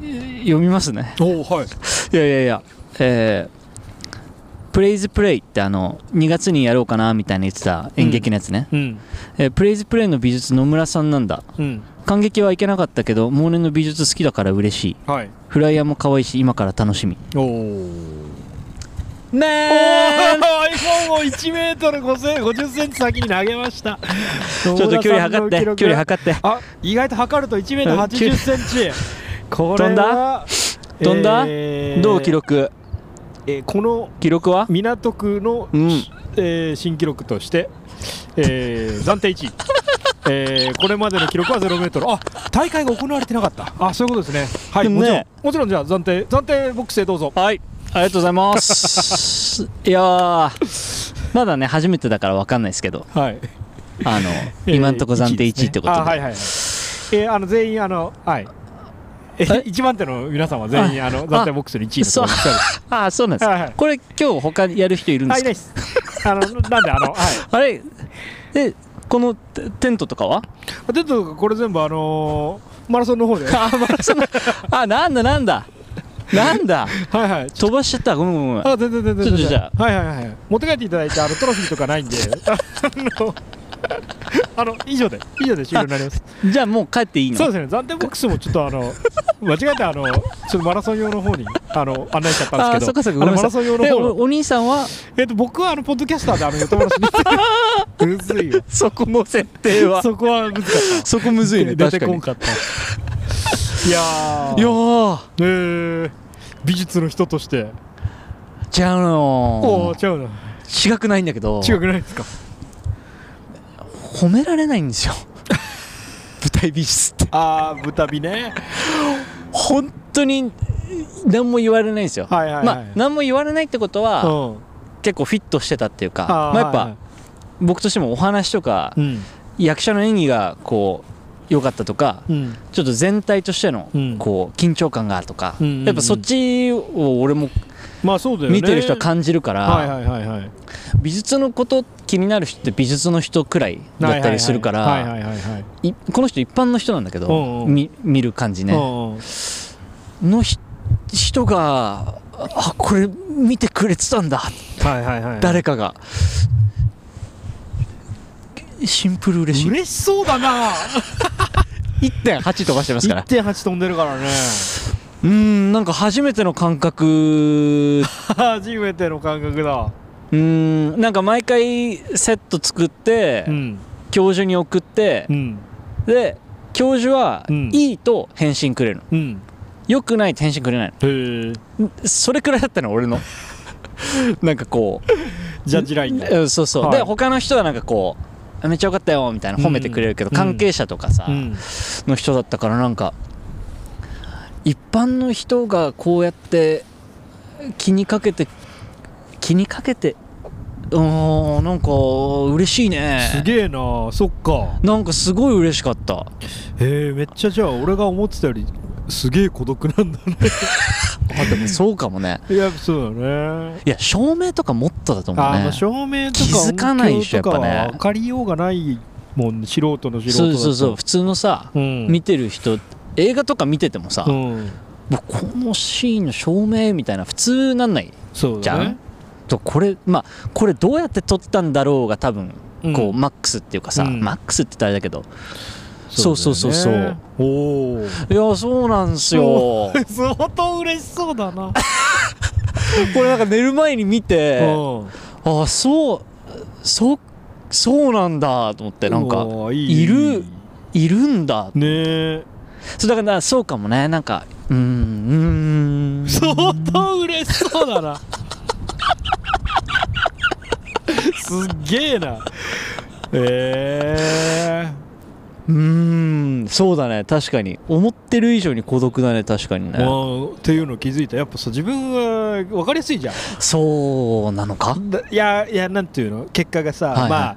Speaker 5: い読みますね
Speaker 4: おおはい
Speaker 5: いやいやいやえー、プレイズプレイってあの2月にやろうかなみたいに言ってた演劇のやつね、
Speaker 4: うん
Speaker 5: えープレイズプレイの美術野村さんなんだ
Speaker 4: うん
Speaker 5: 感激はいけなかったけど往年の美術好きだから嬉しい
Speaker 4: はい
Speaker 5: フライヤーも可愛いし今から楽しみ
Speaker 4: おお
Speaker 5: ね
Speaker 4: iPhone を1メートル50センチ先に投げました。ちょ
Speaker 5: ちょっと距離測って距離測って
Speaker 4: あ、意外と測ると1メートル80センチ。こ
Speaker 5: 飛ん
Speaker 4: だ
Speaker 5: 飛んだどう記、録
Speaker 4: えーえーこの
Speaker 5: 記録は
Speaker 4: 港区の、
Speaker 5: うん
Speaker 4: えー新記録として、えー暫定1位。 えーこれまでの記録は0メートル。あ、大会が行われてなかった。あ、そういうことですね。はい、
Speaker 5: でも
Speaker 4: もちろん
Speaker 5: ね。
Speaker 4: もちろんじゃあ暫定暫定ボックスへどうぞ。
Speaker 5: はいありがとうございます いやーまだね初めてだから分かんないですけど
Speaker 4: はい。
Speaker 5: あの
Speaker 4: えー
Speaker 5: 今んとこ暫定1位ってことで、
Speaker 4: あはいはいはいえーあの全員あのはいえ
Speaker 5: え
Speaker 4: 一番手の皆さんは全員あの暫定ボックスの1位のところに来
Speaker 5: ああそうなんです、
Speaker 4: はいはい
Speaker 5: これ今日他にやる人いるん
Speaker 4: た
Speaker 5: で
Speaker 4: はい
Speaker 5: す
Speaker 4: いな
Speaker 5: か
Speaker 4: いっすあのなんであのはい
Speaker 5: あれでこのテテントとか は
Speaker 4: ちょっとこれ全部あのーマラソンの方 では
Speaker 5: あマラソンあなんだなんだなんだ
Speaker 4: いはい
Speaker 5: 飛ばしちゃったごめんごめんごめん
Speaker 4: あ全然全然
Speaker 5: ちょ
Speaker 4: 全
Speaker 5: っと
Speaker 4: 然
Speaker 5: じゃ
Speaker 4: はいはいはい持って帰っていただいてあのトロフィーとか ないんであのあの以上で以上で終了になります
Speaker 5: じゃあもう帰っていいの
Speaker 4: そうですね暫定ボックスもちょっとあの間違えてあのちょっとマラソン用の方にあの案内しちゃったんで
Speaker 5: あー
Speaker 4: す
Speaker 5: そっ
Speaker 4: け
Speaker 5: かそっか
Speaker 4: ど
Speaker 5: ご
Speaker 4: あ
Speaker 5: めん
Speaker 4: の
Speaker 5: な
Speaker 4: マ
Speaker 5: さ
Speaker 4: ラ
Speaker 5: い
Speaker 4: ソン用の
Speaker 5: で
Speaker 4: 方
Speaker 5: お
Speaker 4: の
Speaker 5: お兄さんは
Speaker 4: えっと、僕はあのポッドキャスターであのヨトマラシに行って むずいよ
Speaker 5: そこの設定は
Speaker 4: そこは難しい
Speaker 5: そこむずいね
Speaker 4: 出
Speaker 5: 確
Speaker 4: て
Speaker 5: か
Speaker 4: こ
Speaker 5: に
Speaker 4: ん
Speaker 5: い
Speaker 4: かったいやー
Speaker 5: やー
Speaker 4: えー、美術の人として
Speaker 5: 違う
Speaker 4: おお
Speaker 5: の
Speaker 4: ー違うな
Speaker 5: 違くないんだけど
Speaker 4: 違くないですか
Speaker 5: 褒められないんですよ 舞台美術って
Speaker 4: あー豚美ね
Speaker 5: 本当に何も言われないんですよ、
Speaker 4: はいはいはい
Speaker 5: まあ何も言われないってことは、
Speaker 4: うん
Speaker 5: 結構フィットしてたっていうか
Speaker 4: あー
Speaker 5: まあ、やっぱ、
Speaker 4: はいはい
Speaker 5: 僕としてもお話とか、
Speaker 4: うん
Speaker 5: 役者の演技がこう良かったとか
Speaker 4: うん
Speaker 5: ちょっと全体としての
Speaker 4: うん
Speaker 5: こう緊張感があるとか、
Speaker 4: うんうんうん
Speaker 5: やっぱそっちを俺も
Speaker 4: まあそうだよね
Speaker 5: 見てる人は感じるから、
Speaker 4: はいはいはいはい
Speaker 5: 美術のこと気になる人って美術の人くらいだったりするか
Speaker 4: はいは
Speaker 5: ら
Speaker 4: いはいはい
Speaker 5: いこの人一般の人なんだけど、
Speaker 4: うんうん
Speaker 5: み見る感じね、
Speaker 4: うんうん
Speaker 5: のひ人があこれ見てくれてたんだ
Speaker 4: はいはいはい
Speaker 5: 誰かがシンプル嬉しい
Speaker 4: 嬉しそうだな
Speaker 5: 1.8飛ばしてますから
Speaker 4: 1.8飛んでるからね
Speaker 5: うーんなんか初めての 感覚
Speaker 4: 初めての感覚だ
Speaker 5: うーんなんか毎回セット作って、
Speaker 4: うん
Speaker 5: 教授に送って
Speaker 4: う、ん
Speaker 5: で教授は
Speaker 4: うん
Speaker 5: 「いい」と返信くれるの
Speaker 4: うん
Speaker 5: よくないと返信くれない
Speaker 4: へえ
Speaker 5: のそれくらいだった の俺のなんかこう
Speaker 4: ジャッジラインで
Speaker 5: うんそうそう、
Speaker 4: はい
Speaker 5: で他の人はなんかこうあめっちゃ良かったよみたいな褒めてくれるけど、
Speaker 4: うん
Speaker 5: 関係者とかさ、
Speaker 4: うん
Speaker 5: の人だったからなんか一般の人がこうやって気にかけて気にかけてうーんなんか嬉しいね
Speaker 4: すげえなそっか
Speaker 5: なんかすごい嬉し かった
Speaker 4: へえめっちゃじゃあ俺が思ってたよりすげえ孤独なんだね
Speaker 5: あでもそうかもね
Speaker 4: いやそうだね
Speaker 5: いや照明とかもっとだと思う
Speaker 4: あーま
Speaker 5: ね
Speaker 4: あ照明とか
Speaker 5: 気づかないでしょ
Speaker 4: 音響とかは
Speaker 5: やっぱね
Speaker 4: 分かりようがないもんね素人の素人
Speaker 5: そ
Speaker 4: だ
Speaker 5: う
Speaker 4: と
Speaker 5: そうそう普通のさ、
Speaker 4: うん
Speaker 5: 見てる人映画とか見ててもさ、
Speaker 4: うん
Speaker 5: もうこのシーンの照明みたいな普通なんない
Speaker 4: そう
Speaker 5: じ
Speaker 4: だ
Speaker 5: ゃん、
Speaker 4: ね
Speaker 5: とこれまあこれどうやって撮ったんだろうが多分
Speaker 4: うん
Speaker 5: こう、マックスっていうかさ、
Speaker 4: うん
Speaker 5: マックスって言ったらあれだけどそうそうそうそう
Speaker 4: だよねおお
Speaker 5: いやそうなんすよ
Speaker 4: 相当嬉しそうだな
Speaker 5: これなんか寝る前に見て
Speaker 4: うん
Speaker 5: あそうそそうなんだと思ってなんか
Speaker 4: おーい
Speaker 5: いるいるんだ
Speaker 4: ねえ
Speaker 5: そうだからそうかもねなんかうーんうーん
Speaker 4: 相当嬉しそうだなすっげえなえ
Speaker 5: うーんそうだね確かに思ってる以上に孤独だね確かに
Speaker 4: え
Speaker 5: ね
Speaker 4: もうっていうの気づいたやっぱさ自分は分かりやすいじゃん
Speaker 5: そうなのか
Speaker 4: だいやいやなんていうの結果がさ、
Speaker 5: はいはい
Speaker 4: まあ、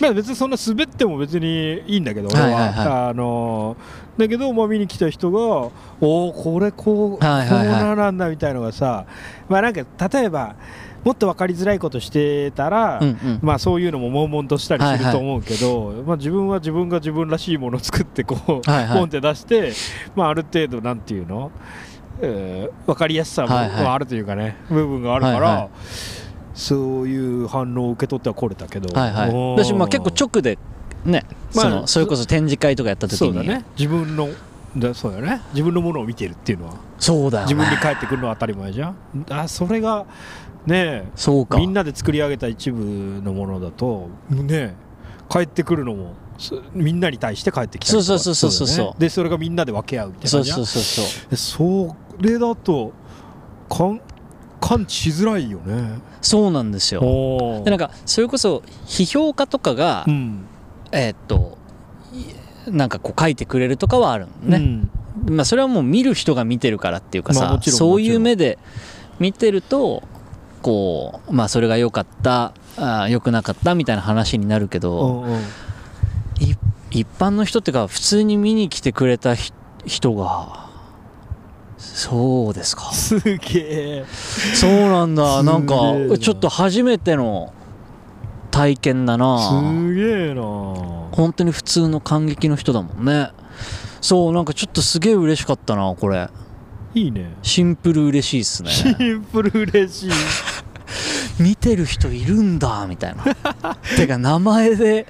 Speaker 4: まあ別にそんな滑っても別にいいんだけど俺は,、
Speaker 5: はいはいは
Speaker 4: あのーだけど、まあ、見に来た人がおおこれこう、
Speaker 5: はいはいはい
Speaker 4: こうなんだみたいのがさまあなんか例えばもっと分かりづらいことしてたら、
Speaker 5: うんうん
Speaker 4: まあそういうのも悶々としたり
Speaker 5: はい
Speaker 4: す
Speaker 5: は
Speaker 4: る
Speaker 5: い
Speaker 4: と思うけど、まあ自分は自分が自分らしいものを作ってこう、
Speaker 5: はいはい
Speaker 4: ポンって出して、まあある程度なんていうの、えー、分かりやすさも
Speaker 5: はいはい
Speaker 4: まああるというかね部分があるから、
Speaker 5: はいは
Speaker 4: そういう反応を受け取ってはこれたけど、
Speaker 5: はいはいだしまあ結構
Speaker 4: ょっ
Speaker 5: 直でね、
Speaker 4: まあ
Speaker 5: そのそれこそ展示会とかやった時
Speaker 4: そう
Speaker 5: に
Speaker 4: だね自分のだそうだよね自分のものを見てるっていうのは
Speaker 5: そうだよ
Speaker 4: 自分に
Speaker 5: ね
Speaker 4: 返ってくるのは当たり前じゃんあそれがねえ
Speaker 5: そうか
Speaker 4: みんなで作り上げた一部のものだとね帰ってくるのもそみんなに対して帰ってきたりとか
Speaker 5: そうそうそうそうそう
Speaker 4: だよねでそれがみんなで分け合うみたいな
Speaker 5: そ
Speaker 4: 感
Speaker 5: う
Speaker 4: じ
Speaker 5: そうそうそう
Speaker 4: でそれだと感感知しづらいよね
Speaker 5: そうなんですよ
Speaker 4: お
Speaker 5: でなん
Speaker 4: か
Speaker 5: かそれこそ批評家とかが、
Speaker 4: うん
Speaker 5: えーっといなんかこう書いてくれるとかはあるの
Speaker 4: う
Speaker 5: ね、
Speaker 4: ん
Speaker 5: まあ、それはもう見る人が見てるからっていうかさ、
Speaker 4: まあもちろん
Speaker 5: そうい
Speaker 4: もちろ
Speaker 5: うん目で見てるとこうまあそれが良かったあー良くなかったみたいな話になるけ
Speaker 4: う
Speaker 5: ど、
Speaker 4: んうん
Speaker 5: い一般の人っていうか普通に見に来てくれたひ人がそうですか
Speaker 4: すげえ
Speaker 5: そうなんだ
Speaker 4: すげえな
Speaker 5: なんかちょっと初めての体験だな
Speaker 4: すげえな
Speaker 5: 本当に普通の感激の人だもんねそうなんかちょっとすげえ嬉しかったなこれ
Speaker 4: いいね
Speaker 5: シンプル嬉しいっすね
Speaker 4: シ ンプル嬉しい
Speaker 5: 見てる人いるんだみたいな てか名前で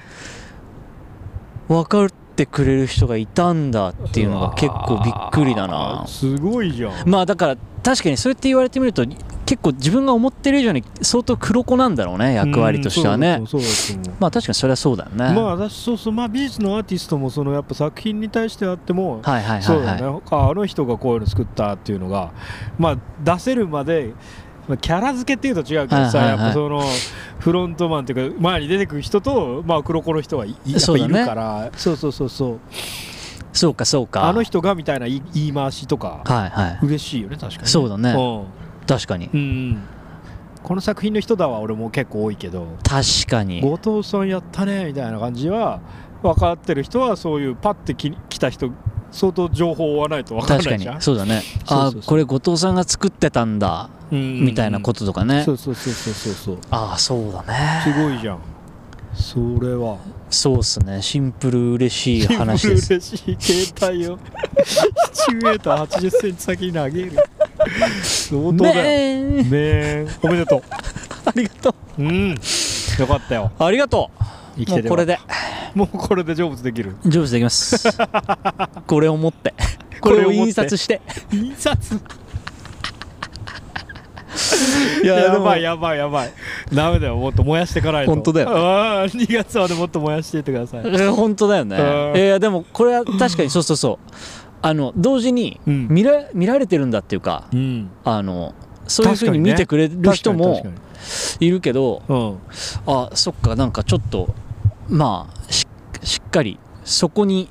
Speaker 5: 分かってくれる人がいたんだっていうのが結構びっくりだな
Speaker 4: あすごいじゃん
Speaker 5: まあだから確かにそうやって言われてみると結構自分が思ってる以上に相当黒子なんだろうね役割としてはね
Speaker 4: うんそうだと思うそうだと思う
Speaker 5: まあ確かにそれはそうだよね。
Speaker 4: まあ私そうそうまあ美術のアーティストもそのやっぱ作品に対してあっても、
Speaker 5: はいはいは
Speaker 4: そう
Speaker 5: い、
Speaker 4: だ
Speaker 5: はい
Speaker 4: ねああの人がこういうの作ったっていうのがまあ出せるまでまあキャラ付けっていうと違うけどさ、
Speaker 5: はいはいはい
Speaker 4: やっぱそのフロントマンっていうか前に出てくる人と、まあ、黒子の人はいいやっぱ
Speaker 5: そう
Speaker 4: い
Speaker 5: だ
Speaker 4: る
Speaker 5: ね
Speaker 4: からそう,、そうそうそう
Speaker 5: そうかそうか。
Speaker 4: あの人がみたいな言い言い回しとか
Speaker 5: はいは
Speaker 4: 嬉しいよね確かに
Speaker 5: い。そうだね。確かに
Speaker 4: う。ん、うんうんこの作品の人だは俺も結構多いけど
Speaker 5: 確かに。
Speaker 4: 後藤さんやったねみたいな感じは分かってる人はそういうパッてき来た人相当情報を追わないと分からな
Speaker 5: 確か
Speaker 4: いじゃん
Speaker 5: に。そうだね。あ
Speaker 4: そうそうそう
Speaker 5: これ後藤さんが作ってたんだみ
Speaker 4: み
Speaker 5: たいなこととかね。
Speaker 4: そうそうそうそうそうそう
Speaker 5: ああそうだね。
Speaker 4: すごいじゃんそれは
Speaker 5: そうっすね。シンプル嬉しい話です。
Speaker 4: 嬉しい携帯を 7m80cm 先に投げる相当だよ
Speaker 5: ねえ。
Speaker 4: ねえおめでと
Speaker 5: ありがとう。
Speaker 4: ううんよかったよ
Speaker 5: ありがと
Speaker 4: 生
Speaker 5: う。
Speaker 4: き
Speaker 5: も
Speaker 4: て
Speaker 5: う
Speaker 4: て
Speaker 5: これで。
Speaker 4: もうこれで成仏できる
Speaker 5: 成仏できます これを持ってこ
Speaker 4: こ
Speaker 5: れ
Speaker 4: れを
Speaker 5: を
Speaker 4: 持って
Speaker 5: 印刷して
Speaker 4: 印刷
Speaker 5: い
Speaker 4: や
Speaker 5: でも
Speaker 4: ばいやばいやばいダメだよもっと燃やしていかないと
Speaker 5: 本当だよ
Speaker 4: よ2月までもっと燃やしていってください
Speaker 5: え 本当だよね
Speaker 4: うん
Speaker 5: いやでもこれは確かにそうそうそうあの同時に
Speaker 4: うん
Speaker 5: 見ら見られてるんだっていうか
Speaker 4: うん
Speaker 5: あのそういうふう
Speaker 4: 確か
Speaker 5: に
Speaker 4: にね
Speaker 5: 見てくれる人も
Speaker 4: 確かに
Speaker 5: いるけど
Speaker 4: 確かに
Speaker 5: あそっかなんかちょっとまあししっかりそこに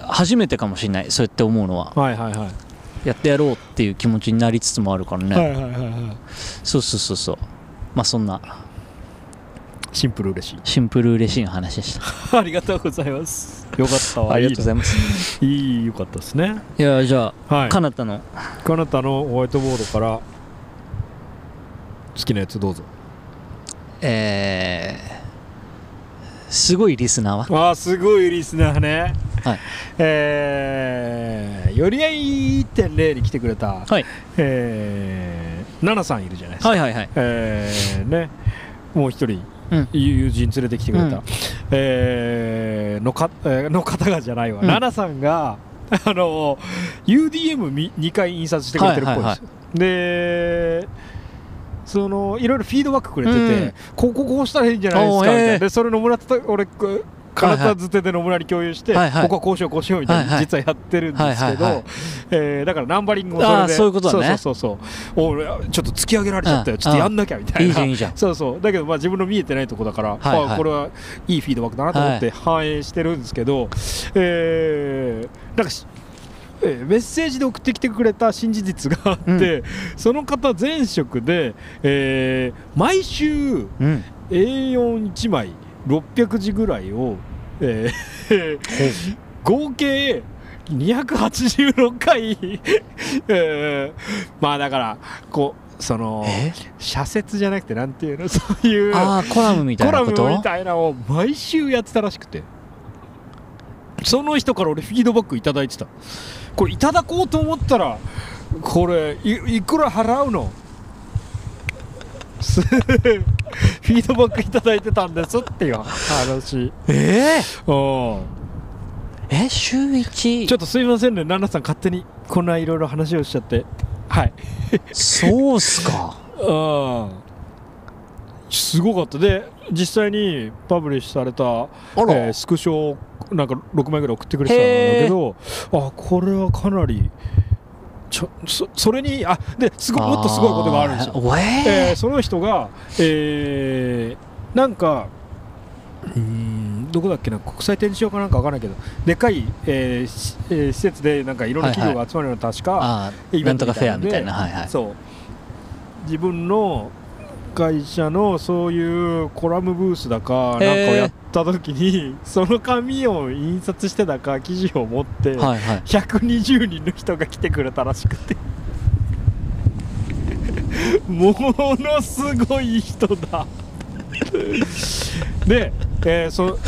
Speaker 5: 初めてかもしれないそうやって思うのは
Speaker 4: うんはいはいはい
Speaker 5: やってやろうっていう気持ちになりつつもあるからね、
Speaker 4: はいはいはいはい
Speaker 5: そうそうそうそうまあそんな
Speaker 4: シンプル嬉し い
Speaker 5: シンプル嬉しい話でした
Speaker 4: ありがとうございますよかったわ
Speaker 5: ありがとうございます
Speaker 4: いいよかったですね
Speaker 5: いやじゃ
Speaker 4: は
Speaker 5: あかなたの
Speaker 4: かなたのホワイトボードから好きなやつどうぞ
Speaker 5: えーすごいリスナーは
Speaker 4: あーすごいリスナーね
Speaker 5: はい
Speaker 4: えー、寄り合い1.0に来てくれた、
Speaker 5: はい
Speaker 4: えー、ナナさんいるじゃないですか、
Speaker 5: はいはいはい
Speaker 4: えー、ねもう一人、
Speaker 5: うん
Speaker 4: 友人連れてきてくれた、
Speaker 5: うん
Speaker 4: えーのか、えーの方がじゃないわ、
Speaker 5: うん
Speaker 4: ナナさんが あの UDM2 回印刷してくれてるっぽいです、
Speaker 5: はいはい
Speaker 4: でそのいろいろフィードバックくれてて、
Speaker 5: うん
Speaker 4: こうこうこうしたらいいんじゃないですか
Speaker 5: お
Speaker 4: み
Speaker 5: ー
Speaker 4: たいな、
Speaker 5: えー
Speaker 4: でそれ野村と俺こ体づてで野村に共有して、
Speaker 5: はいはい
Speaker 4: ここはこうしようこうしようみたい
Speaker 5: はい
Speaker 4: な
Speaker 5: はい
Speaker 4: 実はやってるんです
Speaker 5: は
Speaker 4: け
Speaker 5: いはいは
Speaker 4: ど
Speaker 5: い
Speaker 4: えーだからナンバリングもそれで
Speaker 5: あーそういうことだね
Speaker 4: そうそうそうそう俺ちょっと突き上げられちゃったよ
Speaker 5: うん
Speaker 4: ちょっとやんなきゃみたい
Speaker 5: いいじ
Speaker 4: な
Speaker 5: ゃんいいじゃん
Speaker 4: そうそうだけどまあ自分の見えてないとこだから、
Speaker 5: はいはい
Speaker 4: あこれはいいフィードバックだなと思って反映してるんですけど、えーなんかしえーメッセージで送ってきてくれた新事実があって、その方前職で、えー毎週
Speaker 5: うん
Speaker 4: A41 枚600字ぐらいを、えー合計286回、 えーまあだからこうその
Speaker 5: え
Speaker 4: 社説じゃなくてなんていうのそういう
Speaker 5: ああコラムみた
Speaker 4: コ
Speaker 5: い
Speaker 4: ラ
Speaker 5: な
Speaker 4: ム
Speaker 5: こ
Speaker 4: み
Speaker 5: と
Speaker 4: たいなのを毎週やってたらしくてその人から俺フィードバックいただいてたこれいただこうと思ったらこれいいくら払うのすフィードバックいただいてたんですっていう話
Speaker 5: え
Speaker 4: お
Speaker 5: ー、え週1
Speaker 4: ちょっとすいませんね奈々さん勝手にこんないろいろ話をしちゃってはい
Speaker 5: そうっすか
Speaker 4: うんすごかったで実際にパブリッシュされた
Speaker 5: あら
Speaker 4: えースクショをなんか6枚ぐらい送ってくれてたんだけどあこれはかなりちょそそれにあですごいもっとすごいことがあるんですよ、
Speaker 5: よ
Speaker 4: え
Speaker 5: え
Speaker 4: ーその人が、えーなんかうーんどこだっけな国際展示場かなんかわからないけどでっかい、えーしえー施設でなんかいろんな企業が集まるの確か、
Speaker 5: ああ
Speaker 4: イベ
Speaker 5: な
Speaker 4: ン
Speaker 5: ん
Speaker 4: ト
Speaker 5: と
Speaker 4: みた
Speaker 5: かフ
Speaker 4: い
Speaker 5: ェ
Speaker 4: な
Speaker 5: ア
Speaker 4: ん
Speaker 5: み
Speaker 4: で
Speaker 5: たいなはいはい
Speaker 4: そう自分の会社のそういうコラムブースだかなんかを
Speaker 5: へー
Speaker 4: やった時に、 その紙を印刷してたか記事を持って、
Speaker 5: はいはい
Speaker 4: 120人の人が来てくれたらしくて ものすごい人だで、えーそ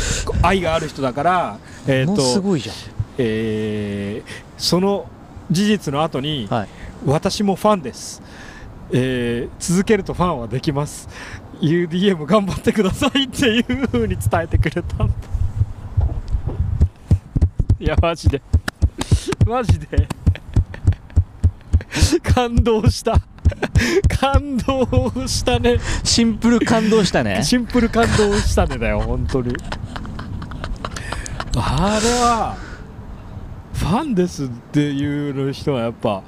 Speaker 4: 愛がある人だから、えー
Speaker 5: も
Speaker 4: と
Speaker 5: うすごいじゃん
Speaker 4: えーその事実の後に、
Speaker 5: はい
Speaker 4: 私もファンです、えー続けるとファンはできます UDM 頑張ってくださいっていう風に伝えてくれたんだいやマジでマジで感動した感動したね
Speaker 5: シンプル感動した ね
Speaker 4: シンプル感動したねだよ本当にあれはファンですっていうの人はやっぱ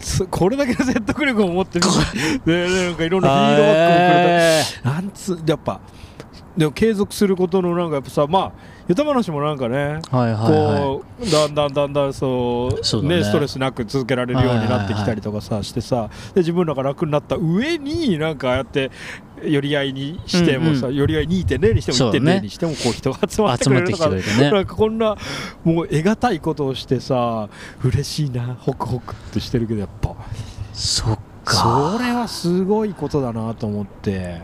Speaker 4: すこれだけの説得力を持ってででなんかいろんなフィードバックをくれた
Speaker 5: え
Speaker 4: なんつうやっぱでも継続することのなんかやっぱさまあヨタ話もなんかね
Speaker 5: ーはいはいはい
Speaker 4: こうだんだんだんだんそう
Speaker 5: そうだ
Speaker 4: ね
Speaker 5: ね
Speaker 4: ストレスなく続けられるようになってきたりとかさ、してさで自分らが楽になった上になんかああやって寄り合いにしてもさ、
Speaker 5: うん
Speaker 4: 寄り合い2.0にして
Speaker 5: そ
Speaker 4: も
Speaker 5: うだね
Speaker 4: 1.0にしてもこう人が集まって
Speaker 5: 集
Speaker 4: く
Speaker 5: ま
Speaker 4: れ
Speaker 5: っ
Speaker 4: る
Speaker 5: て
Speaker 4: と
Speaker 5: きて
Speaker 4: か
Speaker 5: くれてね
Speaker 4: なんかこんなもう得難いことをしてさ嬉しいなホクホクってしてるけどやっぱ
Speaker 5: そっか
Speaker 4: それはすごいことだなと思って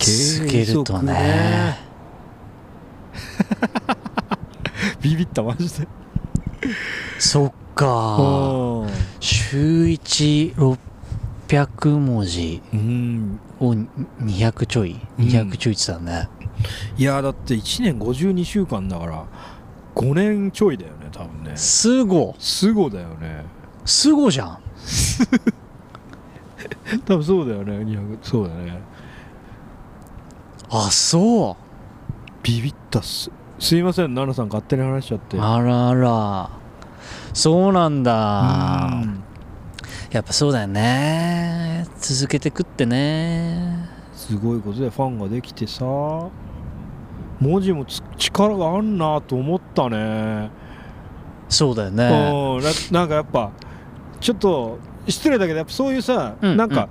Speaker 5: 続けるとね
Speaker 4: ビビったマジで
Speaker 5: そっか
Speaker 4: うん
Speaker 5: 週1600文字
Speaker 4: うん
Speaker 5: を200ちょい
Speaker 4: うん
Speaker 5: 200ちょいって言ってたね、
Speaker 4: いやーだって1年52週間だから5年ちょいだよね多分ね
Speaker 5: すご
Speaker 4: すごだよね
Speaker 5: すごじゃん
Speaker 4: 多分そうだよね200そうだね
Speaker 5: あそ
Speaker 4: ビビったっすすいません奈々さん勝手に話しちゃって
Speaker 5: うあらあらそうなんだ
Speaker 4: うん
Speaker 5: やっぱそうだよね続けてくってね
Speaker 4: すごいことでファンができてさ文字もつ力があんなと思ったね、
Speaker 5: そうだよね
Speaker 4: うんななんかやっぱちょっと失礼だけどやっぱそういうさ、
Speaker 5: うん
Speaker 4: なんか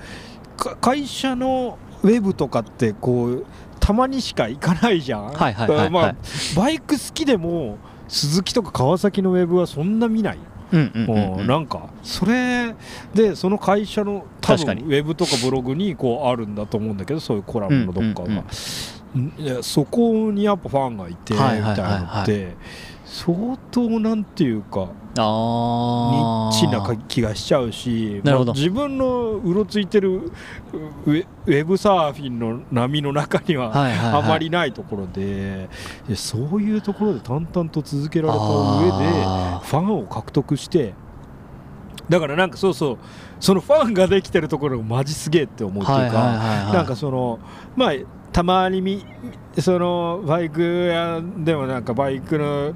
Speaker 4: か会社のウェブとかってこうたまにしか行かないじゃん、
Speaker 5: はいはいはいはい
Speaker 4: うんまあ、バイク好きでも鈴木とか川崎のウェブはそんな見ない
Speaker 5: うんうんうん
Speaker 4: う
Speaker 5: うんん
Speaker 4: なんかそれでその会社の多
Speaker 5: 確か
Speaker 4: 分
Speaker 5: に
Speaker 4: ウェブとかブログにこうあるんだと思うんだけどそういうコラムのどっか
Speaker 5: うんう
Speaker 4: が、
Speaker 5: ん
Speaker 4: いやそこにやっぱファンがいてみ
Speaker 5: は
Speaker 4: た
Speaker 5: い
Speaker 4: い
Speaker 5: はいはいはい
Speaker 4: なのって相当なんていうかニ
Speaker 5: あ
Speaker 4: ッ
Speaker 5: あ
Speaker 4: チな気がしちゃうし
Speaker 5: なるほど
Speaker 4: まあ自分のうろついてるウェウェブサーフィンの波の中には
Speaker 5: はいはいはい
Speaker 4: あまりないところででそういうところで淡々と続けられた上で。
Speaker 5: あ
Speaker 4: ファンを獲得してだからなんかそうそうそのファンができてるところがマジすげえって思う
Speaker 5: ー
Speaker 4: っていうか、
Speaker 5: はいはいはいはい
Speaker 4: なんかそのまあたまにみそのバイク屋でもなんかバイクの、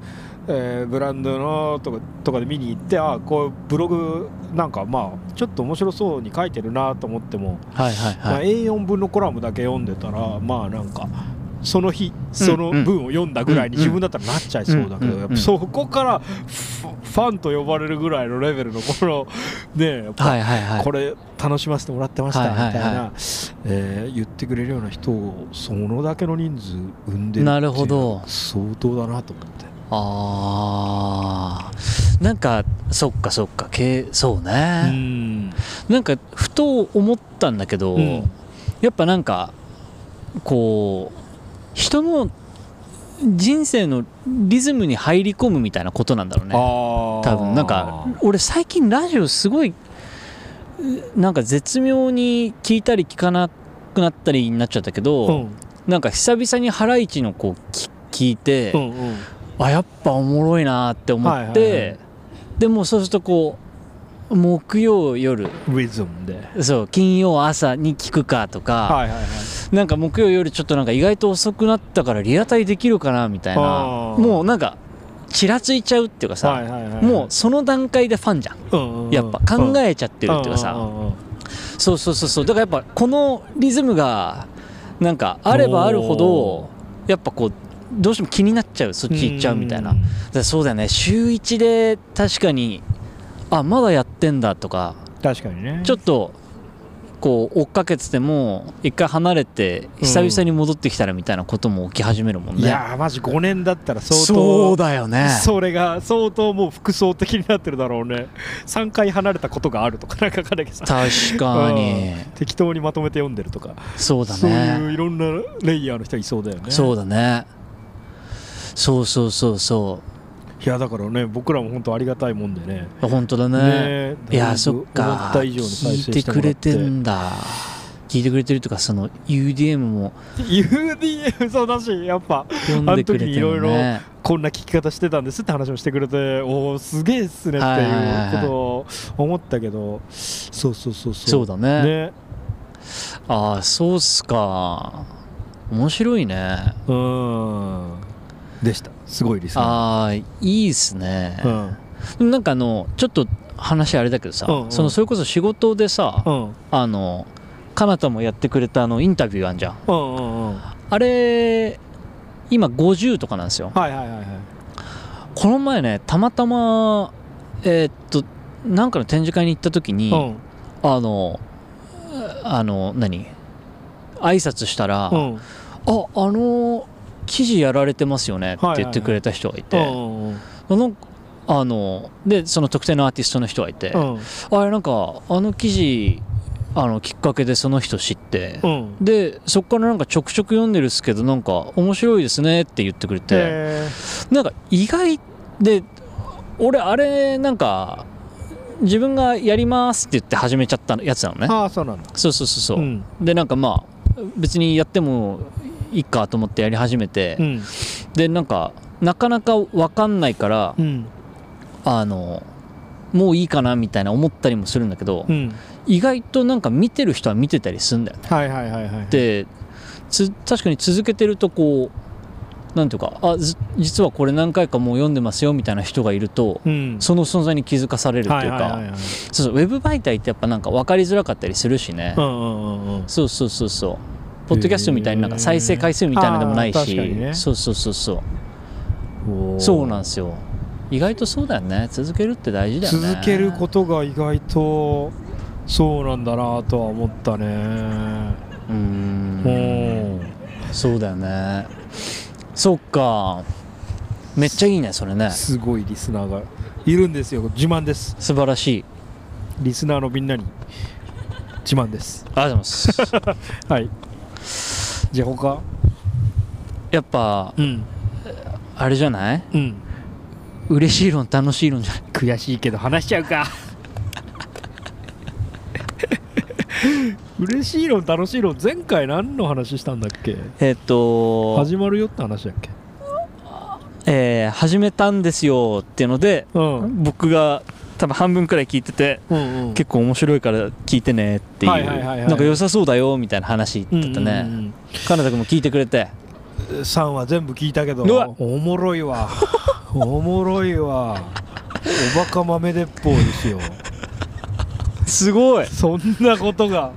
Speaker 4: えーブランドのとかとかで見に行ってああこうブログなんかまあちょっと面白そうに書いてるなと思っても、
Speaker 5: はいはい
Speaker 4: まあ、
Speaker 5: はい
Speaker 4: A4 分のコラムだけ読んでたらまあなんかその日その
Speaker 5: うんうん
Speaker 4: 文を読んだぐらいに
Speaker 5: うんうん
Speaker 4: 自分だったらなっちゃいそうだけ
Speaker 5: うんうんう
Speaker 4: ど
Speaker 5: ん
Speaker 4: やっぱそこからフファンと呼ばれるぐらいのレベルのこのねやっぱ
Speaker 5: はいはいはい
Speaker 4: これ楽しませてもらってました
Speaker 5: はい
Speaker 4: み
Speaker 5: はいはい
Speaker 4: たいなえー言ってくれるような人をそのだけの人数生んでる
Speaker 5: なる
Speaker 4: ってい
Speaker 5: ほ
Speaker 4: うの
Speaker 5: ど
Speaker 4: は相当だなと思って
Speaker 5: あーなんかそっかそっかけそう
Speaker 4: う
Speaker 5: ね、
Speaker 4: ん
Speaker 5: なんかふと思ったんだけど、
Speaker 4: うん
Speaker 5: やっぱなんかこう人の人生のリズムに入り込むみたいなことなんだろうね
Speaker 4: 多
Speaker 5: 多分なんか俺最近ラジオすごいうなんか絶妙に聞いたり聞かなくなったりになっちゃったけど、
Speaker 4: うん
Speaker 5: なんか久々にハライチのこうき聞いて、
Speaker 4: うんうん
Speaker 5: あやっぱおもろいなって思って、
Speaker 4: はいはいはい
Speaker 5: でもうそうするとこう木曜夜
Speaker 4: リズムで
Speaker 5: そう金曜朝に聞くかとか、
Speaker 4: はいはいはい
Speaker 5: なんか木曜夜ちょっとなんか意外と遅くなったからリアタイできるかなみたいな
Speaker 4: あー
Speaker 5: もうなんかちらついちゃうっていうかさ、
Speaker 4: はいはいはい
Speaker 5: もうその段階でファンじゃん
Speaker 4: うんうん
Speaker 5: やっぱ考えちゃってるっていうかさ、
Speaker 4: んんん
Speaker 5: そうそうそうそうだからやっぱこのリズムがなんかあればあるほど
Speaker 4: お
Speaker 5: やっぱこうどうしても気になっちゃうそっち行っちゃうみたいな、
Speaker 4: ん
Speaker 5: だからそうだよね週1で確かにあまだやってんだとか
Speaker 4: 確かにね
Speaker 5: ちょっとこう追っかけてても一回離れて久々に戻ってきたらみたいなことも起き始めるもんね、
Speaker 4: いやーマジ5年だったら相当
Speaker 5: そうだよね
Speaker 4: それが相当もう服装的になってるだろうね3回離れたことがあるとかなんか書かなきゃさ
Speaker 5: 確かに
Speaker 4: うん適当にまとめて読んでるとか
Speaker 5: そうだ
Speaker 4: そう
Speaker 5: ね
Speaker 4: いういろんなレイヤーの人いそうだよね
Speaker 5: そうだねそうそうそうそ
Speaker 4: いやだからね僕らも本当ありがたいもんでね
Speaker 5: う本当だね
Speaker 4: ねえ
Speaker 5: いや
Speaker 4: だぶ
Speaker 5: そっ
Speaker 4: 思
Speaker 5: か
Speaker 4: った以上の再
Speaker 5: 聞い
Speaker 4: 生
Speaker 5: て
Speaker 4: して
Speaker 5: く
Speaker 4: もら
Speaker 5: れ
Speaker 4: って
Speaker 5: んだ聞いてくれてるとかその UDM も
Speaker 4: UDM そうだしやっぱ
Speaker 5: 読んでくれ
Speaker 4: あの時
Speaker 5: てるね
Speaker 4: にいろいろこんな聞き方してたんですって話もしてくれておおすげえっすねって
Speaker 5: はいはいはいはい
Speaker 4: いうことを思ったけどそうそうそうそう
Speaker 5: そうだね
Speaker 4: ね
Speaker 5: ああそうっすか面白いね
Speaker 4: うーんでしたすごいリスナ
Speaker 5: ああいいっすね
Speaker 4: ー、うん
Speaker 5: なんかあのちょっと話あれだけどさ、
Speaker 4: うんうん
Speaker 5: そのそれこそ仕事でさ、
Speaker 4: うん
Speaker 5: あのかなたもやってくれたあのインタビューあんじゃん
Speaker 4: うんうんうん
Speaker 5: あれ今50とかなんですよ
Speaker 4: はいはいはいはい
Speaker 5: この前ねたまたまえーっとなんかの展示会に行った時に、
Speaker 4: うん
Speaker 5: あのあの何挨拶したら、
Speaker 4: う
Speaker 5: あ
Speaker 4: ん
Speaker 5: あの記事やられてますよねって言ってくれた人がいて、
Speaker 4: うんうん
Speaker 5: そのあのでその特定のアーティストの人がいて、
Speaker 4: うん
Speaker 5: あれなんかあの記事あのきっかけでその人知って、
Speaker 4: うん
Speaker 5: でそっからなんかちょくちょく読んでるっすけどなんか面白いですねって言ってくれて、
Speaker 4: えー
Speaker 5: なんか意外で俺あれなんか自分がやりますって言って始めちゃったやつなのね
Speaker 4: ああそうなんだ
Speaker 5: そうそうそうそう、
Speaker 4: ん
Speaker 5: でなんかまあ別にやってもいいかと思ってやり始めて、
Speaker 4: うん
Speaker 5: でなんかなかなか分かんないから、
Speaker 4: うん
Speaker 5: あのもういいかなみたいな思ったりもするんだけど、
Speaker 4: うん
Speaker 5: 意外となんか見てる人は見てたりするんだよね。
Speaker 4: はいはいはいはい
Speaker 5: でつ確かに続けてるとこうなんていうかあず実はこれ何回かもう読んでますよみたいな人がいると、
Speaker 4: うん
Speaker 5: その存在に気づかされるってい
Speaker 4: は
Speaker 5: うか、
Speaker 4: いはいはいはい
Speaker 5: そうそうウェブ媒体ってやっぱなんか分かりづらかったりするしね、
Speaker 4: うんうんうんうん
Speaker 5: そうそうそうそうポッドキャストみたいになんか再生回数みたいなのでもない
Speaker 4: あー確
Speaker 5: し、
Speaker 4: かにね
Speaker 5: そうそうそうそう
Speaker 4: おー
Speaker 5: そうなんですよ意外とそうだよね続けるって大事だよね
Speaker 4: 続けることが意外とそうなんだなとは思ったね
Speaker 5: うー
Speaker 4: うんん
Speaker 5: そうだよねそっかめっちゃいいねそれね
Speaker 4: すごいリスナーがいるんですよ自慢です
Speaker 5: 素晴らしい
Speaker 4: リスナーのみんなに自慢です
Speaker 5: ありがとうございます
Speaker 4: はいじゃあ他
Speaker 5: やっぱ
Speaker 4: うん
Speaker 5: あれじゃない
Speaker 4: うん
Speaker 5: 嬉しい論楽しい論じゃない
Speaker 4: 悔しいけど話しちゃうか嬉しい論楽しい論前回何の話したんだっけ
Speaker 5: えっと
Speaker 4: 始まるよって話だっけ
Speaker 5: えー始めたんですよっていうので
Speaker 4: うんうん
Speaker 5: 僕が多分半分くらい聞いてて
Speaker 4: うん
Speaker 5: 結構面白いから聞いてねっていう、
Speaker 4: はいはいはいはい
Speaker 5: なんか良さそうだよみたいな話だ
Speaker 4: うん
Speaker 5: っ
Speaker 4: うん
Speaker 5: た
Speaker 4: うん
Speaker 5: ね、カナダ君も聞いてくれて
Speaker 4: 3話全部聞いたけど
Speaker 5: うわ
Speaker 4: おもろいわ おもろいわおバカ豆鉄砲ですよ
Speaker 5: すごい
Speaker 4: そんなことが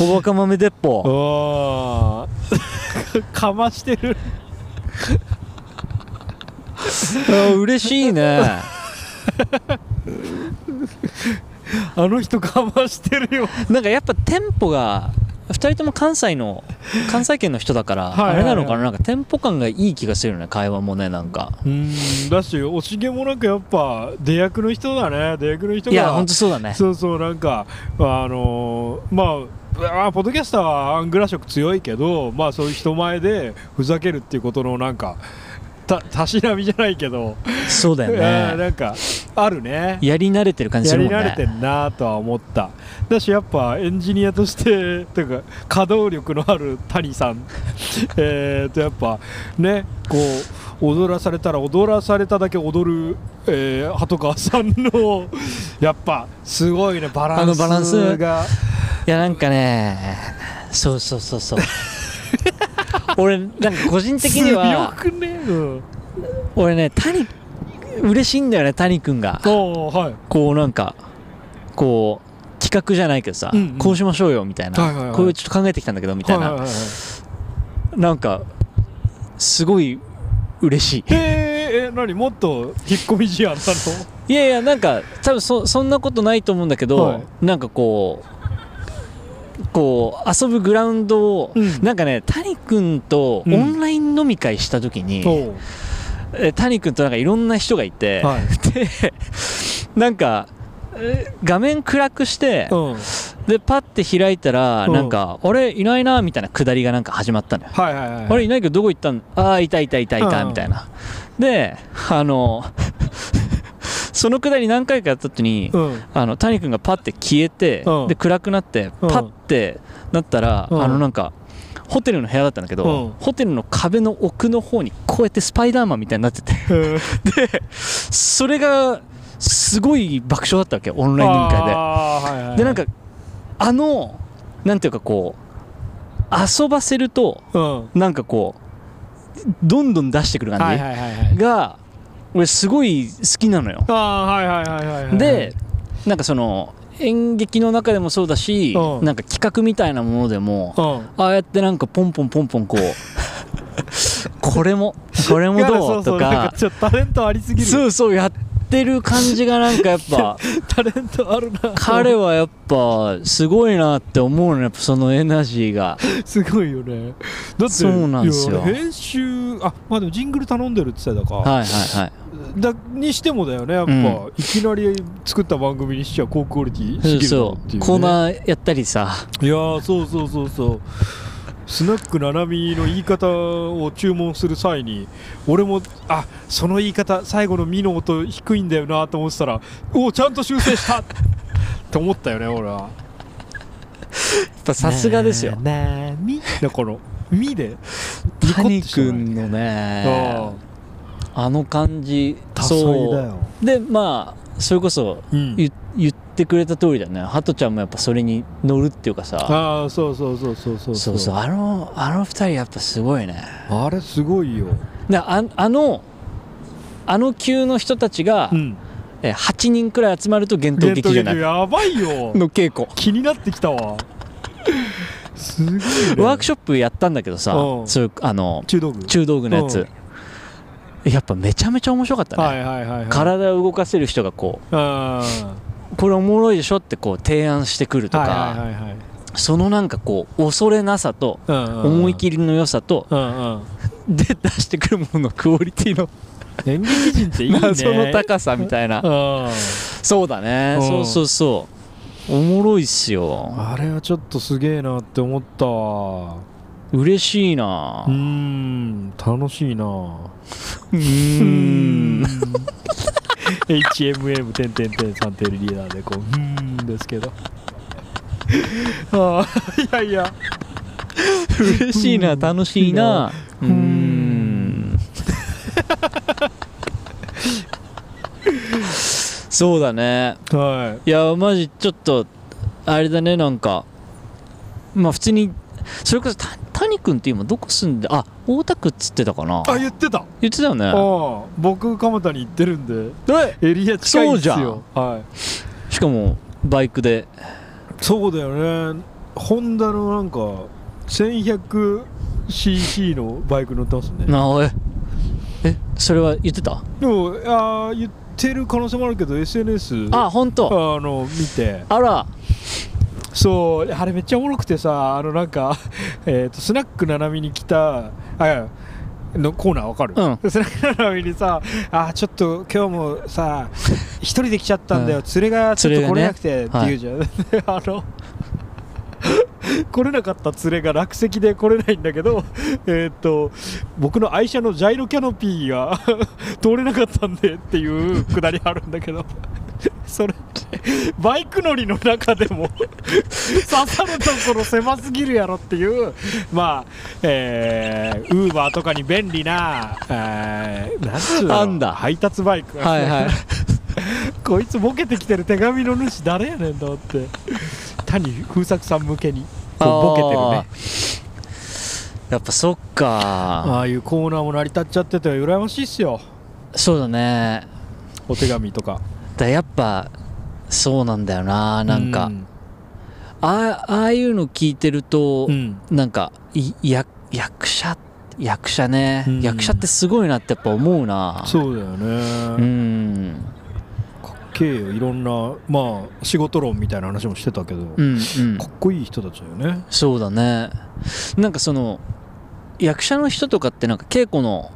Speaker 5: おバカ豆鉄砲
Speaker 4: あー かましてる
Speaker 5: あ嬉しいね
Speaker 4: あの人かましてるよ
Speaker 5: なんかやっぱテンポが2人とも関西の関西圏の人だか
Speaker 4: は
Speaker 5: ら、
Speaker 4: いはいはい
Speaker 5: あれなのかななんかテンポ感がいい気がするよね会話もねなんか
Speaker 4: うんだし惜しげもなくやっぱ出役の人だね出役の人
Speaker 5: い
Speaker 4: が
Speaker 5: やほんとそうだね
Speaker 4: そうそうなんかあのーまああーポッドキャスターはアングラ色強いけどまあそういう人前でふざけるっていうことのなんかたたしなみじゃないけど、
Speaker 5: そうだ
Speaker 4: えー
Speaker 5: よね
Speaker 4: なんかあるね
Speaker 5: やり慣れてる感じす
Speaker 4: や
Speaker 5: る
Speaker 4: り
Speaker 5: もん
Speaker 4: 慣れて
Speaker 5: ね
Speaker 4: んなとは思っただしやっぱエンジニアとして というか稼働力のある谷さん えーとやっぱねこう踊らされたら踊らされただけ踊る、えー、鳩川さんの やっぱすごいねバラ
Speaker 5: あ
Speaker 4: ン
Speaker 5: の
Speaker 4: ス
Speaker 5: バランス
Speaker 4: が
Speaker 5: いやなんかねそうそうそ うそう俺なんか個人的には
Speaker 4: 強くね、うん、
Speaker 5: 俺ね谷嬉しいんだよね谷君が
Speaker 4: おーはい
Speaker 5: こうなんかこう企画じゃないけどさ、
Speaker 4: うんうん
Speaker 5: こうしましょうよみたいな、
Speaker 4: はいはいはい
Speaker 5: これちょっと考えてきたんだけどみたいな、
Speaker 4: はいはいはいはい
Speaker 5: なんかすごい嬉し
Speaker 4: えー、え何もっと引っ込み思案なの
Speaker 5: いいやいやなんか多分そそんなことないと思うんだけど、
Speaker 4: は
Speaker 5: なんかこうこう遊ぶグラウンドを、
Speaker 4: うん
Speaker 5: なんかね谷君とオ
Speaker 4: うん
Speaker 5: ンライン飲み会した時に、
Speaker 4: おう
Speaker 5: え谷君となんかいろんな人がいて、
Speaker 4: はい、
Speaker 5: でなんかえ画面暗くして、
Speaker 4: うん、はい
Speaker 5: でパッて開いたら
Speaker 4: うん
Speaker 5: なんか「あれいないな」みたいな下りがなんか始まったのよ。
Speaker 4: はいはい
Speaker 5: あれいないけどどこ行ったんああいたいたいたいた
Speaker 4: うん
Speaker 5: みたいな。であの その下り何回かやった後に
Speaker 4: うん
Speaker 5: あの谷君がパッて消えて
Speaker 4: うん
Speaker 5: で暗くなって
Speaker 4: う
Speaker 5: パ
Speaker 4: ん
Speaker 5: ッてなったらあ
Speaker 4: うん
Speaker 5: のなんか。ホテルの部屋だったんだけ
Speaker 4: うん
Speaker 5: どホテルの壁の奥の方にこうやってスパイダーマンみたいになってて
Speaker 4: うん
Speaker 5: それがすごい爆笑だったわけオンライン飲み会
Speaker 4: あー
Speaker 5: で。
Speaker 4: はいはい
Speaker 5: でなんかあのなんていうかこう遊ばせると
Speaker 4: うん
Speaker 5: なんかこうどんどん出してくる
Speaker 4: は
Speaker 5: 感
Speaker 4: い
Speaker 5: じ
Speaker 4: はいはいはい
Speaker 5: が俺すごい好きなのよ。
Speaker 4: ああはいはいはいはいはい
Speaker 5: でなんかその演劇の中でもそうだし
Speaker 4: うん
Speaker 5: なんか企画みたいなものでも
Speaker 4: うん
Speaker 5: ああやってなんかポンポンポンポ ンこうこれもこれも
Speaker 4: いや
Speaker 5: どうと
Speaker 4: なん
Speaker 5: か
Speaker 4: ちょっとタレントありすぎる
Speaker 5: そうそうやってる感じがなんかやっぱ。
Speaker 4: タレントあるな
Speaker 5: 彼はやっぱすごいなって思うのやっぱそのエナジーが
Speaker 4: すごいよねだって
Speaker 5: そうなんですよ
Speaker 4: いや編集あまあでもジングル頼んでるって言ってたか、
Speaker 5: はいはいはい
Speaker 4: だにしてもだよねやっぱ、
Speaker 5: うん
Speaker 4: いきなり作った番組にしちゃ高クオリティ
Speaker 5: そ
Speaker 4: す
Speaker 5: う
Speaker 4: ぎるな
Speaker 5: そ
Speaker 4: っていうう、ね、
Speaker 5: コーナーやったりさ
Speaker 4: いやーそうそうそうそうスナックななみの言い方を注文する際に俺もあその言い方最後の「み」の音低いんだよなと思ってたらおおちゃんと修正した って思ったよね俺は
Speaker 5: さすがですよ
Speaker 4: なみだこの「み」でニコッ
Speaker 5: 谷
Speaker 4: としてない
Speaker 5: 君の
Speaker 4: あ
Speaker 5: ねあの感じ
Speaker 4: 多彩だよ
Speaker 5: うでまあそれこそ
Speaker 4: うん
Speaker 5: 言,、言ってくれた通りだよねハトちゃんもやっぱそれに乗るっていうかさ
Speaker 4: ああそうそうそうそうそう
Speaker 5: そうそうあのあの二人やっぱすごいね
Speaker 4: あれすごいよ
Speaker 5: なああのあの級の人たちが、
Speaker 4: うん
Speaker 5: え8人くらい集まると幻
Speaker 4: ネ
Speaker 5: 冬
Speaker 4: ッ
Speaker 5: 劇
Speaker 4: ト
Speaker 5: じ
Speaker 4: ゲ
Speaker 5: ゃな
Speaker 4: ー
Speaker 5: い
Speaker 4: ムやばいよ
Speaker 5: の稽古
Speaker 4: 気になってきたわすごいね
Speaker 5: ワークショップやったんだけどさ
Speaker 4: うん
Speaker 5: そういうあの
Speaker 4: 中毒
Speaker 5: 中道具のやつやっぱめちゃめちゃ面白かったね、
Speaker 4: はいはいはいはい
Speaker 5: 体を動かせる人がこ
Speaker 4: あ
Speaker 5: うこれおもろいでしょってこう提案してく
Speaker 4: ー
Speaker 5: るとか、
Speaker 4: はいはいはいはい
Speaker 5: そのなんかこう恐れなさと
Speaker 4: うんうん
Speaker 5: 思い切りの良さと
Speaker 4: うんうん
Speaker 5: で出してくるもののクオリティの
Speaker 4: 演劇人っていいね
Speaker 5: 謎の高さみたいな
Speaker 4: うん
Speaker 5: そうだね
Speaker 4: うん
Speaker 5: そうそうそうおもろいっすよ
Speaker 4: あれはちょっとすげえなって思ったわ
Speaker 5: 嬉しいう
Speaker 4: ー
Speaker 5: なん
Speaker 4: 楽しいな
Speaker 5: うーん
Speaker 4: HMM 点点点さんてるリーダーでこううーんですけどああいやいや
Speaker 5: 嬉しいな楽しいなうーんそうだね
Speaker 4: はい
Speaker 5: やマジちょっとあれだねなんかまあ普通にそれこそた谷君って今どこ住んであ大田区っつってたかない
Speaker 4: あ言ってた
Speaker 5: 言ってたよね
Speaker 4: ああ僕蒲田に行ってるんでエリア近いんです
Speaker 5: そう
Speaker 4: よはい
Speaker 5: しかもバイクで
Speaker 4: そうだよねホンダのなんか 1100cc のバイク乗ってますね
Speaker 5: なおいえそれは言ってた
Speaker 4: でもあー言ってる可能性もあるけど SNS
Speaker 5: あ本当
Speaker 4: あの見て
Speaker 5: あら
Speaker 4: そうあれめっちゃおもろくてさあのなんか えーとスナックななみに来たあいやのコーナーわかる、
Speaker 5: う
Speaker 4: スナックななみにさあーちょっと今日もさ一人で来ちゃったんだよ、連れがちょっと来れなくてって言うじゃん、 であの来れなかった連れが落石で来れないんだけど えーっと僕の愛車のジャイロキャノピーが 通れなかったんでっていうくだりあるんだけどそれバイク乗りの中で も刺さるところ狭すぎるやろっていうまあえーウーバーとかに便利な、えーなんつうの
Speaker 5: あんだ
Speaker 4: 配達バイク、
Speaker 5: はいはい
Speaker 4: こいつボケてきてる手紙の主誰やねんと思って谷風作さん向けにこうボケてるね
Speaker 5: やっぱそっか
Speaker 4: ああいうコーナーも成り立っちゃってて羨ましいっすよ
Speaker 5: そうだね
Speaker 4: お手紙とか
Speaker 5: だやっぱそうなんだよななんか、
Speaker 4: うん
Speaker 5: あああいうの聞いてると、
Speaker 4: うん
Speaker 5: なんかい役役者役者ね、
Speaker 4: うん
Speaker 5: 役者ってすごいなってやっぱ思うな
Speaker 4: そうだよね、
Speaker 5: うん
Speaker 4: かっけえよいろんなまあ仕事論みたいな話もしてたけど、
Speaker 5: うんうん
Speaker 4: かっこいい人たちだよね
Speaker 5: そうだねなんかその役者の人とかってなんか稽古の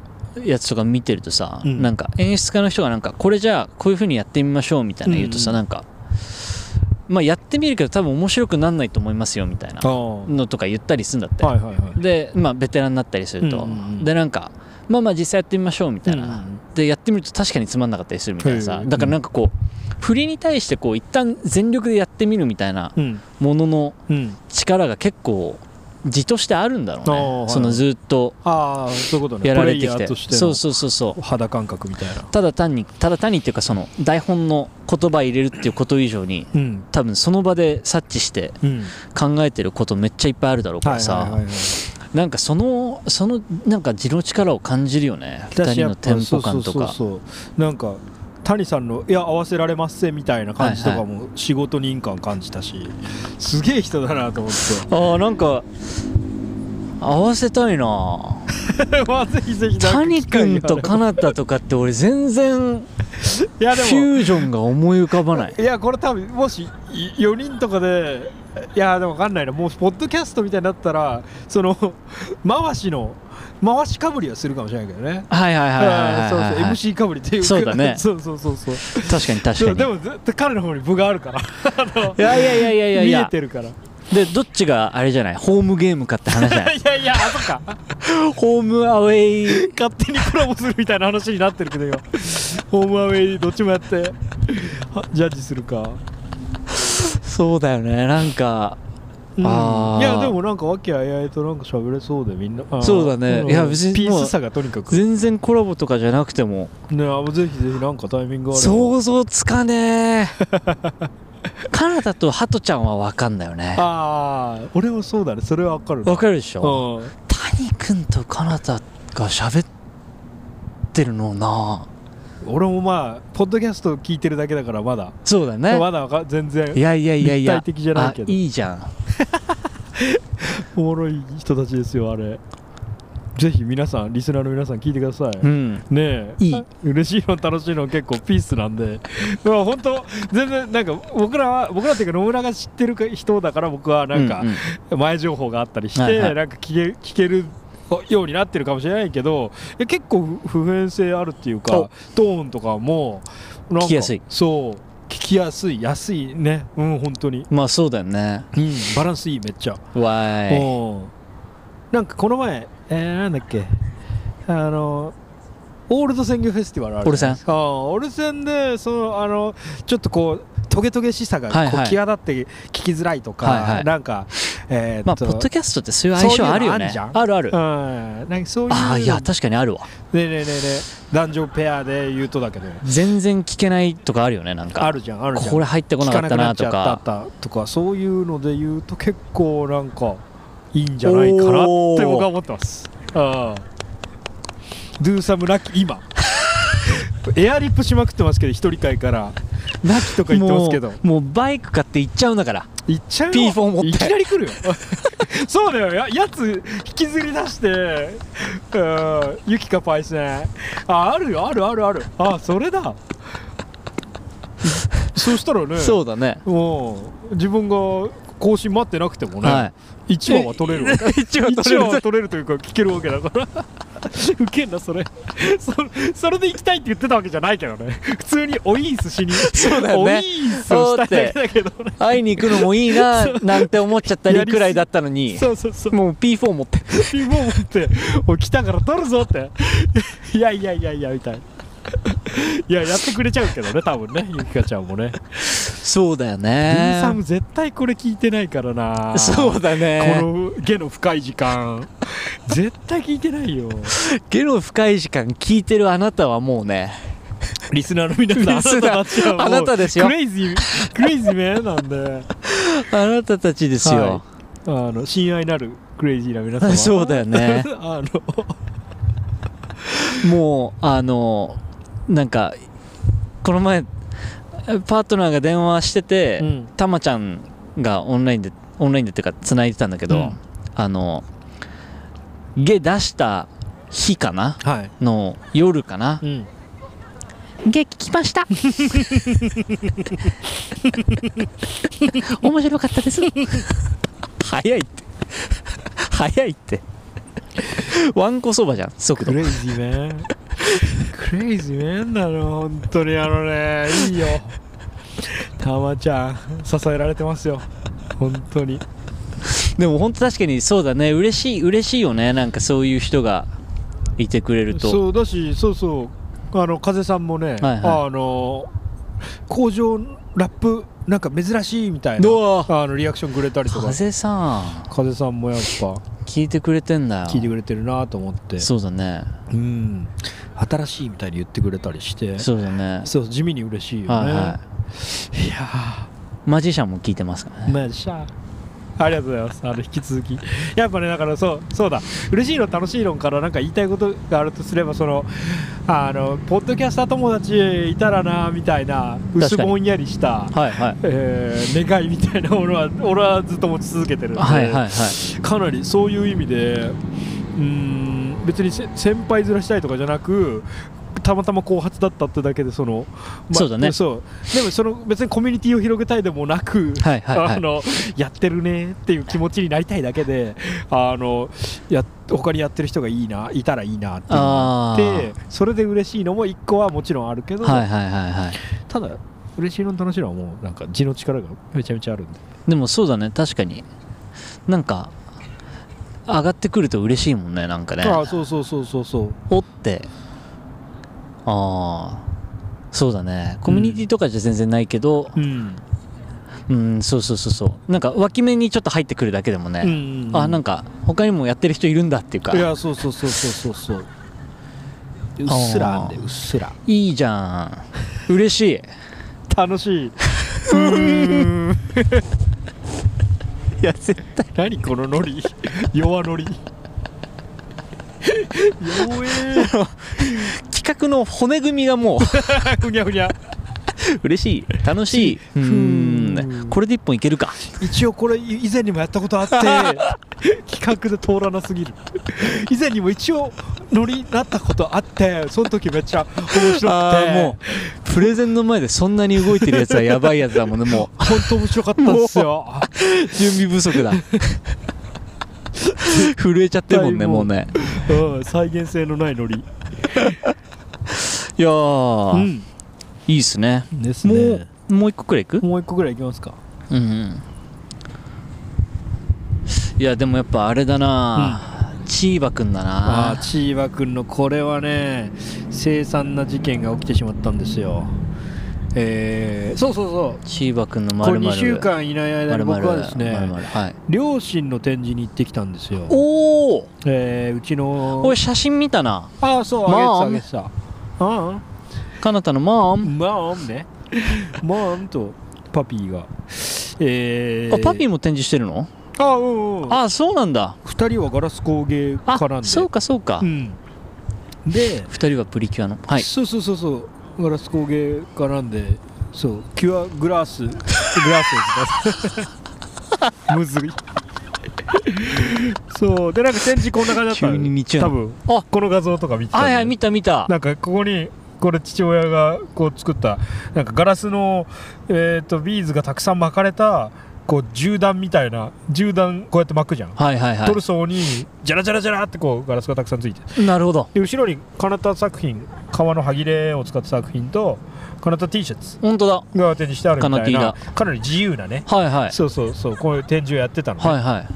Speaker 5: やつとか見てるとさ、
Speaker 4: うん
Speaker 5: なんか演出家の人がなんかこれじゃあこういう風にやってみましょうみたいな言うとさ、
Speaker 4: うん
Speaker 5: なんかまあやってみるけど多分面白くなんないと思いますよみたいな
Speaker 4: ああ
Speaker 5: のとか言ったりするんだって、
Speaker 4: はいはいはい
Speaker 5: でまあベテランになったりすると、
Speaker 4: うんうんうん
Speaker 5: でなんかまあまあ実際やってみましょうみたいな、
Speaker 4: うんうん
Speaker 5: でやってみると確かにつまんなかったりするみたいな
Speaker 4: へ
Speaker 5: さ
Speaker 4: え
Speaker 5: だからなんかこう、振りに対してこう一旦全力でやってみるみたいな
Speaker 4: うん
Speaker 5: ものの
Speaker 4: うん
Speaker 5: 力が結構字としてあるんだろう
Speaker 4: あ
Speaker 5: ね
Speaker 4: ー、はい
Speaker 5: そのずっと
Speaker 4: ああそういうことね
Speaker 5: やられて
Speaker 4: プレ
Speaker 5: き
Speaker 4: イヤー
Speaker 5: て
Speaker 4: としての
Speaker 5: そうそうそうそう
Speaker 4: 肌感覚みたいな
Speaker 5: ただ単にただ単にっていうかその台本の言葉入れるっていうこと以上に
Speaker 4: うん
Speaker 5: 多分その場で察知して
Speaker 4: うん
Speaker 5: 考えてることめっちゃいっぱいあるだろうからさ、
Speaker 4: い
Speaker 5: なんかそのそのなんか字の力を感じるよね2
Speaker 4: 私
Speaker 5: 人
Speaker 4: や
Speaker 5: の
Speaker 4: っ
Speaker 5: テ
Speaker 4: ぱ
Speaker 5: ン
Speaker 4: そ
Speaker 5: ポ
Speaker 4: うそ
Speaker 5: 感
Speaker 4: う
Speaker 5: と
Speaker 4: そう
Speaker 5: か
Speaker 4: そうなんか谷さんの「いや合わせられますせ」みたいな感じとかも仕事人感感じたし、すげえ人だなと思っ
Speaker 5: あーなんか合わせた
Speaker 4: て
Speaker 5: いな
Speaker 4: まあぜひぜひなんか
Speaker 5: 谷
Speaker 4: 機会
Speaker 5: 君
Speaker 4: があ
Speaker 5: と
Speaker 4: れば
Speaker 5: カナタとかって俺全然フ
Speaker 4: いやでも
Speaker 5: ュージョンが思い浮かばない
Speaker 4: いやこれ多分もし4人とかでいやでも分かんないなもうポッドキャストみたいになったらその 回しの回しかぶりはするかもしれないけどね
Speaker 5: はいはいはいはいはいはいはい
Speaker 4: あーそうそう MC かぶりっていうか
Speaker 5: そうだね
Speaker 4: そうそうそうそう
Speaker 5: 確かに確かに
Speaker 4: でもでも絶対彼の方に部があるから
Speaker 5: いやいやいやいやいやい
Speaker 4: 見え
Speaker 5: や
Speaker 4: てるからい
Speaker 5: でどっちがあれじゃないホームゲームかって話 じゃない
Speaker 4: やいやあそっか
Speaker 5: ホームアウェイ
Speaker 4: 勝手にコラボするみたいな話になってるけど今ホームアウェイどっちもやってはジャッジするか
Speaker 5: そうだよねなんか
Speaker 4: ううん
Speaker 5: あー
Speaker 4: いやでもなんか和気あいあいとなんか喋れそうでみんなあー
Speaker 5: そうだね
Speaker 4: ん
Speaker 5: いや別に
Speaker 4: ピー
Speaker 5: もう
Speaker 4: スさがとにかくね
Speaker 5: 全然コラボとかじゃなくても
Speaker 4: あぜひぜひなんかタイミングあれば
Speaker 5: 想像つ かねえカナダとハトちゃんは分かんだよね
Speaker 4: ああ俺もそうだねそれはわかるな
Speaker 5: 分かるでし
Speaker 4: う
Speaker 5: ょ
Speaker 4: ん
Speaker 5: 谷君とカナダが喋ってるのな
Speaker 4: 俺もまあポッドキャスト聞いてるだけだからまだ
Speaker 5: そうだね
Speaker 4: まだわか全然
Speaker 5: いやいやいやいや
Speaker 4: 立体的じゃないけど
Speaker 5: あいいじゃん
Speaker 4: おもろい人たちですよあれぜひ皆さんリスナーの皆さん聞いてください、
Speaker 5: うん
Speaker 4: ねえ
Speaker 5: いい
Speaker 4: 嬉しいの楽しいの結構ピースなんでまあ本当全然なんか僕らは僕らっていうか野村が知ってる人だから僕はなんか
Speaker 5: うう
Speaker 4: 前情報があったりして、
Speaker 5: はいはい
Speaker 4: なんか聞け聞けるようになってるかもしれないけどいや結構不普遍性あるっていうか
Speaker 5: お
Speaker 4: トーンとかもなんか
Speaker 5: 聞きやすい
Speaker 4: そう聞きやすい安いねうん本当に、
Speaker 5: まあそうだよね
Speaker 4: うん、バランスいいめっちゃ
Speaker 5: わー
Speaker 4: う
Speaker 5: い
Speaker 4: んなんかこの前、えー、なんだっけあのオールド鮮魚フェスティバルあるじゃないですかうんオルセンでそのあのちょっとこうトゲトゲしさがこう
Speaker 5: はいはい
Speaker 4: 際立って聞きづらいとか、
Speaker 5: はいはい
Speaker 4: なんかえー、
Speaker 5: まあ
Speaker 4: っと、
Speaker 5: ポッドキャストってそういう相性あるよね
Speaker 4: そういうのあるじゃん
Speaker 5: あるある
Speaker 4: うんなんかそういう
Speaker 5: ああいや確かにあるわ
Speaker 4: ねえねえねえねえ男女ペアで言うとだけど
Speaker 5: 全然聞けないとかあるよねなんか
Speaker 4: あるじゃんあるじゃん
Speaker 5: これ入ってこなかったなと
Speaker 4: 聞かな
Speaker 5: か
Speaker 4: くなっちゃったとかそういうので言うと結構なんかいいんじゃないかなって僕は思ってますああドゥーサムラッキー今 エアリップしまくってますけど一人会からラッキーとか言ってますけど
Speaker 5: もうもうバイク買って行っちゃうんだから
Speaker 4: 行っちゃうよ
Speaker 5: P4 持って
Speaker 4: いきなり来るよ そうだよややつ引きずり出してうんユキかパイセンああるよあるあるあるあそれだそしたらね
Speaker 5: そうだね
Speaker 4: うん自分が更新待ってなくてもね、
Speaker 5: は
Speaker 4: 一話は取れるわけ
Speaker 5: い 一応
Speaker 4: 一話は取れるというか聞けるわけだからウケんなそれそそれで行きたいって言ってたわけじゃないけどね普通においーすしに
Speaker 5: そうだよね
Speaker 4: おいーすをしたいだけだけどね
Speaker 5: 会いに行くのもい いななんて思っちゃったりくらいだったのに
Speaker 4: そうそうそう
Speaker 5: もう P4 持って
Speaker 4: ピンポン持って「おい来たから取るぞ」って「いやいやいやいや」みたいないややってくれちゃうけどね多分ねゆきかちゃんもね、
Speaker 5: そうだよ
Speaker 4: D さん
Speaker 5: ね
Speaker 4: も絶対これ聞いてないからな
Speaker 5: そうだ
Speaker 4: こ
Speaker 5: ね
Speaker 4: の下の深い時間絶対聞いてないよ
Speaker 5: ゲロ深い時間聞いてるあなたはもうね
Speaker 4: リスナーの皆さん
Speaker 5: リス
Speaker 4: あな
Speaker 5: ナー
Speaker 4: たたちはもう
Speaker 5: あなたですよ
Speaker 4: クレイジークレイジーめなんで
Speaker 5: あなたたちですよ、
Speaker 4: あの親愛なるクレイジーな皆 様
Speaker 5: そうだよね
Speaker 4: あの
Speaker 5: もうあのなんかこの前パートナーが電話してて、
Speaker 4: うん
Speaker 5: たまちゃんがオンラインでオンラインでっていうか繋いでたんだけど、
Speaker 4: うん
Speaker 5: あのゲ出した日かな
Speaker 4: はい
Speaker 5: の夜かな
Speaker 4: うん
Speaker 5: ゲ聞きました面白かったです早いって 早いってわんこそばじゃん速
Speaker 4: ク
Speaker 5: 度
Speaker 4: レイジーめクレイジーめんだの本当にあのねいいよたまちゃん支えられてますよ本当に
Speaker 5: でも本当確かにそうだね嬉しい嬉しいよねなんかそういう人がいてくれると
Speaker 4: そうだしそうそうあの風さんもね、
Speaker 5: はいは
Speaker 4: あの工場ラップなんか珍しいみたいな
Speaker 5: ど
Speaker 4: あのリアクションくれたりとか
Speaker 5: 風さ
Speaker 4: 風さんもやっぱ
Speaker 5: ん聞いてくれてんだよ
Speaker 4: 聞いてくれてるなと思って
Speaker 5: そうだね
Speaker 4: うん新しいみたいに言ってくれたりしてそう
Speaker 5: そうだね
Speaker 4: 地味に嬉しいよね、
Speaker 5: はい
Speaker 4: い
Speaker 5: は
Speaker 4: や
Speaker 5: いマジシャンも聞いてますから
Speaker 4: ー
Speaker 5: ね
Speaker 4: まあしゃあありがとうございますあの引き続きやっぱねだからそうそうだ嬉しいの楽しいのからなんか言いたいことがあるとすればそのあのポッドキャスター友達いたらなみたいな薄
Speaker 5: 確かに
Speaker 4: ぼんやりした
Speaker 5: はいはい
Speaker 4: えー願いみたいなものは俺はずっと持ち続けてるんで、
Speaker 5: はいはいはい
Speaker 4: かなりそういう意味でうーん別にせ先輩ずらしたいとかじゃなくたまたま後発だったってだけでその、ま
Speaker 5: そうだね
Speaker 4: そうでもその別にコミュニティを広げたいでもなく、
Speaker 5: はいはいはい
Speaker 4: あのやってるねっていう気持ちになりたいだけであのや他にやってる人がいいないたらいいなっていうのがあってそれで嬉しいのも一個はもちろんあるけど、
Speaker 5: はいはいはいはい
Speaker 4: ただ嬉しいのと楽しいのはもうなんか字の力がめちゃめちゃあるんで
Speaker 5: でもそうだね確かになんか上がってくると嬉しいもんねなんかね
Speaker 4: ああそうそうそうそうそう
Speaker 5: おってああそうだねコミュニティとかじゃ全然ないけど、
Speaker 4: うん
Speaker 5: うんそうそうそうそうなんか脇目にちょっと入ってくるだけでもね、
Speaker 4: うん
Speaker 5: あなんか他にもやってる人いるんだっていうか
Speaker 4: いやそうそうそうそうそうそううっすらあんでうっすら
Speaker 5: いいじゃん嬉しい
Speaker 4: 楽しい
Speaker 5: いや絶対
Speaker 4: 何このノリ 弱ノリ弱え
Speaker 5: 企画の骨組みが もう
Speaker 4: ー ふにゃふにゃ
Speaker 5: 嬉しい楽しいうーんこれで一本いけるか
Speaker 4: 一応これ以前にもやったことあって 企画で通らなすぎる以前にも一応ノリになったことあってその時めっちゃ面白くて
Speaker 5: あーもうプレゼンの前でそんなに動いてるやつはやばいやつだもんねも
Speaker 4: 本当面白かったんです よ
Speaker 5: う準備不足だ 震えちゃってるもんねもうね
Speaker 4: うん再現性のないノリ
Speaker 5: いやー、
Speaker 4: うん
Speaker 5: いいっすね
Speaker 4: です
Speaker 5: も
Speaker 4: ね
Speaker 5: うもう一個くらいいく
Speaker 4: もう一個ぐらいいきますか
Speaker 5: うんうんいやでもやっぱあれだな、チーバくんだ
Speaker 4: あ
Speaker 5: な
Speaker 4: あーチーバくんのこれはね凄惨な事件が起きてしまったんですよえー、そうそうそう
Speaker 5: チーバくんの
Speaker 4: こ
Speaker 5: 丸
Speaker 4: れ
Speaker 5: 々
Speaker 4: 2週間いない間に
Speaker 5: 丸々
Speaker 4: 僕はですね
Speaker 5: 丸々はい、
Speaker 4: 両親の展示に行ってきたんですよ
Speaker 5: おお
Speaker 4: えー、うちの
Speaker 5: これ写真見たな
Speaker 4: ああそう
Speaker 5: マー
Speaker 4: あ
Speaker 5: ム
Speaker 4: げてたあげてたあ
Speaker 5: かなたのマー
Speaker 4: あ
Speaker 5: ム、
Speaker 4: マームねマームとパピーがえー、
Speaker 5: あパピーも展示してるの
Speaker 4: あうんうん
Speaker 5: あそうなんだ
Speaker 4: 2人はガラス工芸家
Speaker 5: あ
Speaker 4: なんで
Speaker 5: そうかそうか、
Speaker 4: う
Speaker 5: 二
Speaker 4: んで
Speaker 5: 人はプリキュアのはい
Speaker 4: そうそうそうそうガラス工芸家なんでそうキュアグラ スグラスですむずいそうでなんか展示こんな感じだったの
Speaker 5: 急に日曜
Speaker 4: 多分
Speaker 5: あ
Speaker 4: この画像とか見てたんで
Speaker 5: はいはい見た見た
Speaker 4: なんかここにこれ父親がこう作ったなんかガラスの、えー、とビーズがたくさん巻かれたこう銃弾みたいな銃弾こうやって巻くじゃん、
Speaker 5: はいはい
Speaker 4: トル
Speaker 5: は
Speaker 4: ソーにジャラジャラジャラってこうガラスがたくさんついて
Speaker 5: いなるほど
Speaker 4: で後ろにカナタ作品革の端切れを使った作品とカナタ T シャツ
Speaker 5: 本当だ
Speaker 4: が展示してあるみたい
Speaker 5: カナ
Speaker 4: な
Speaker 5: テ
Speaker 4: かなり自由なね、
Speaker 5: はいはい
Speaker 4: そうそうそうこういう展示をやってたの、ね
Speaker 5: はいはい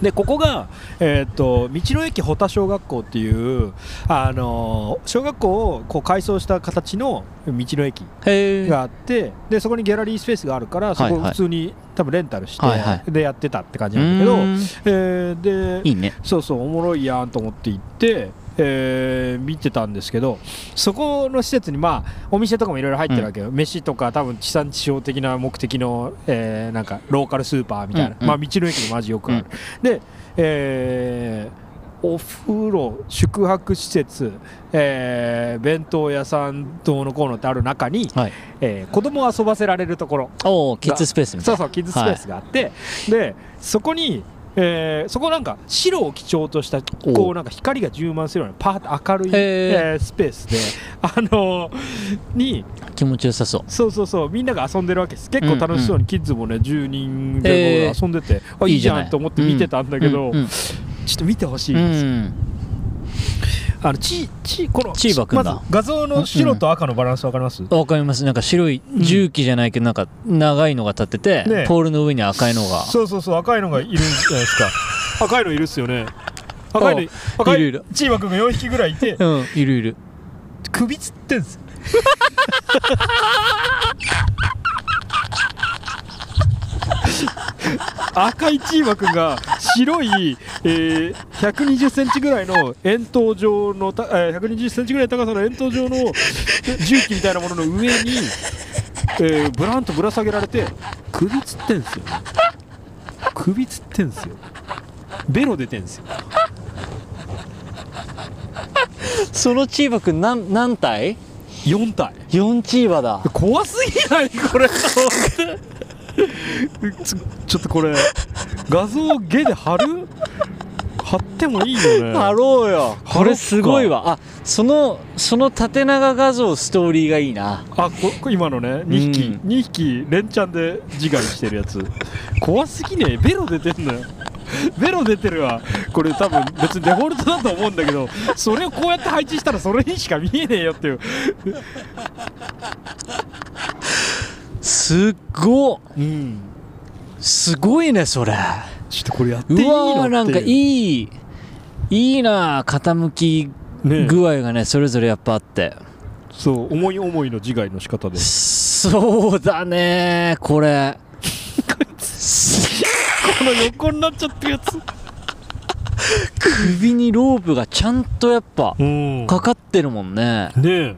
Speaker 4: でここが、えー、と道の駅保田小学校っていう、あのー小学校をこう改装した形の道の駅
Speaker 5: へえ
Speaker 4: があってでそこにギャラリースペースがあるからそ
Speaker 5: はい
Speaker 4: こ
Speaker 5: はい
Speaker 4: 普通に多分レンタルして、
Speaker 5: はいは
Speaker 4: でやってたって感じなんだけど、えーで
Speaker 5: いいね
Speaker 4: そうそうおもろいやんと思って行って、えー見てたんですけどそこの施設にまあお店とかもいろいろ入ってるわけよ、飯とか多分地産地消的な目的の、えーなんかローカルスーパーみたいな、
Speaker 5: うんうん
Speaker 4: まあ道の駅にマジよくある、で、えーお風呂宿泊施設、えー弁当屋さんどうのこうのってある中に、
Speaker 5: はい
Speaker 4: えー子供を遊ばせられるところ
Speaker 5: おおキッズスペースみた
Speaker 4: そ
Speaker 5: いうな
Speaker 4: そうキッズスペースがあって、でそこに、えーそこなんか白を基調とした
Speaker 5: おう
Speaker 4: こうなんか光が充満するようなパーッと明るい、
Speaker 5: へー
Speaker 4: えースペースで、 あのーに
Speaker 5: 気持ちよさそう
Speaker 4: そうそうそうみんなが遊んでるわけです結構楽しそうにキッズもね10人で
Speaker 5: へ
Speaker 4: も
Speaker 5: ー
Speaker 4: 遊んでて、あいいじゃんと思って見てたんだけど、
Speaker 5: うんうん
Speaker 4: ちょっと見てほしい
Speaker 5: うん
Speaker 4: です、
Speaker 5: ん
Speaker 4: あのちちこの
Speaker 5: チーバくんだ
Speaker 4: まず画像の白と赤のバランスわかります、
Speaker 5: わかりますなんか白い重機じゃないけどなんか長いのが立ってて、
Speaker 4: ね
Speaker 5: ポールの上に赤いのが
Speaker 4: そうそうそう赤いのがいるんじゃないですか赤いのいるっすよね赤いの
Speaker 5: あ
Speaker 4: 赤い
Speaker 5: いるいる
Speaker 4: チーバくんが4匹ぐらいいて
Speaker 5: うんいるいる
Speaker 4: 首つってんす よ赤いチーバくんが白い、えー、120センチぐらいの円筒状のた、えー、120センチぐらいの高さの円筒状の重機みたいなものの上に、えー、ブランとぶら下げられて首つってんすよ首つってんすよベロ出てんすよ
Speaker 5: そのチーバくんなん何体
Speaker 4: 4体
Speaker 5: ?4 チーバ だ
Speaker 4: 怖すぎないこれちょちょっとこれ画像をゲで貼る貼ってもいいよね
Speaker 5: 貼ろうよ
Speaker 4: 貼ろっか
Speaker 5: これすごいわあそのその縦長画像ストーリーがいいな
Speaker 4: あここ今のね2匹、
Speaker 5: うん
Speaker 4: 2匹連チャンで自害してるやつ怖すぎねえベロ出てんのよベロ出てるわこれ多分別にデフォルトだと思うんだけどそれをこうやって配置したらそれにしか見えねえよっていう
Speaker 5: すっご
Speaker 4: うん
Speaker 5: すごいねそれ
Speaker 4: ちょっとこれやってい
Speaker 5: う
Speaker 4: いのって
Speaker 5: わーなんか
Speaker 4: い
Speaker 5: いいいいな傾き
Speaker 4: ねえ
Speaker 5: 具合がねそれぞれやっぱあって
Speaker 4: そう思い思いの自害の仕方で
Speaker 5: そうだねこれ
Speaker 4: この横になっちゃってるやつ
Speaker 5: 首にロープがちゃんとやっぱ
Speaker 4: うん
Speaker 5: かかってるもんね
Speaker 4: ねえ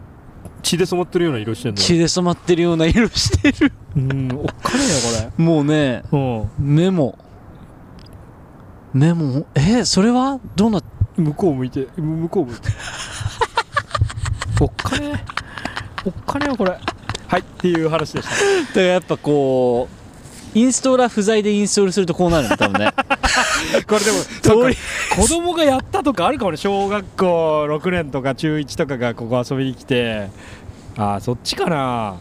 Speaker 4: 血で染まってるような色してんだよ
Speaker 5: 血で染まってるような色してる
Speaker 4: うんおっかねえな
Speaker 5: もうね
Speaker 4: こ
Speaker 5: 目も目もえそれはどうなっ
Speaker 4: れうん向こう向いて向こう向いて おっかねえおっかねえよこれはいっていう話でした
Speaker 5: だからやっぱこうインストーラー不在でインストールするとこうなるんだ多分ね
Speaker 4: これでも
Speaker 5: とり
Speaker 4: そっか 子供がやったとかあるかもね小学校6年とか中1とかがここ遊びに来てああそっちかな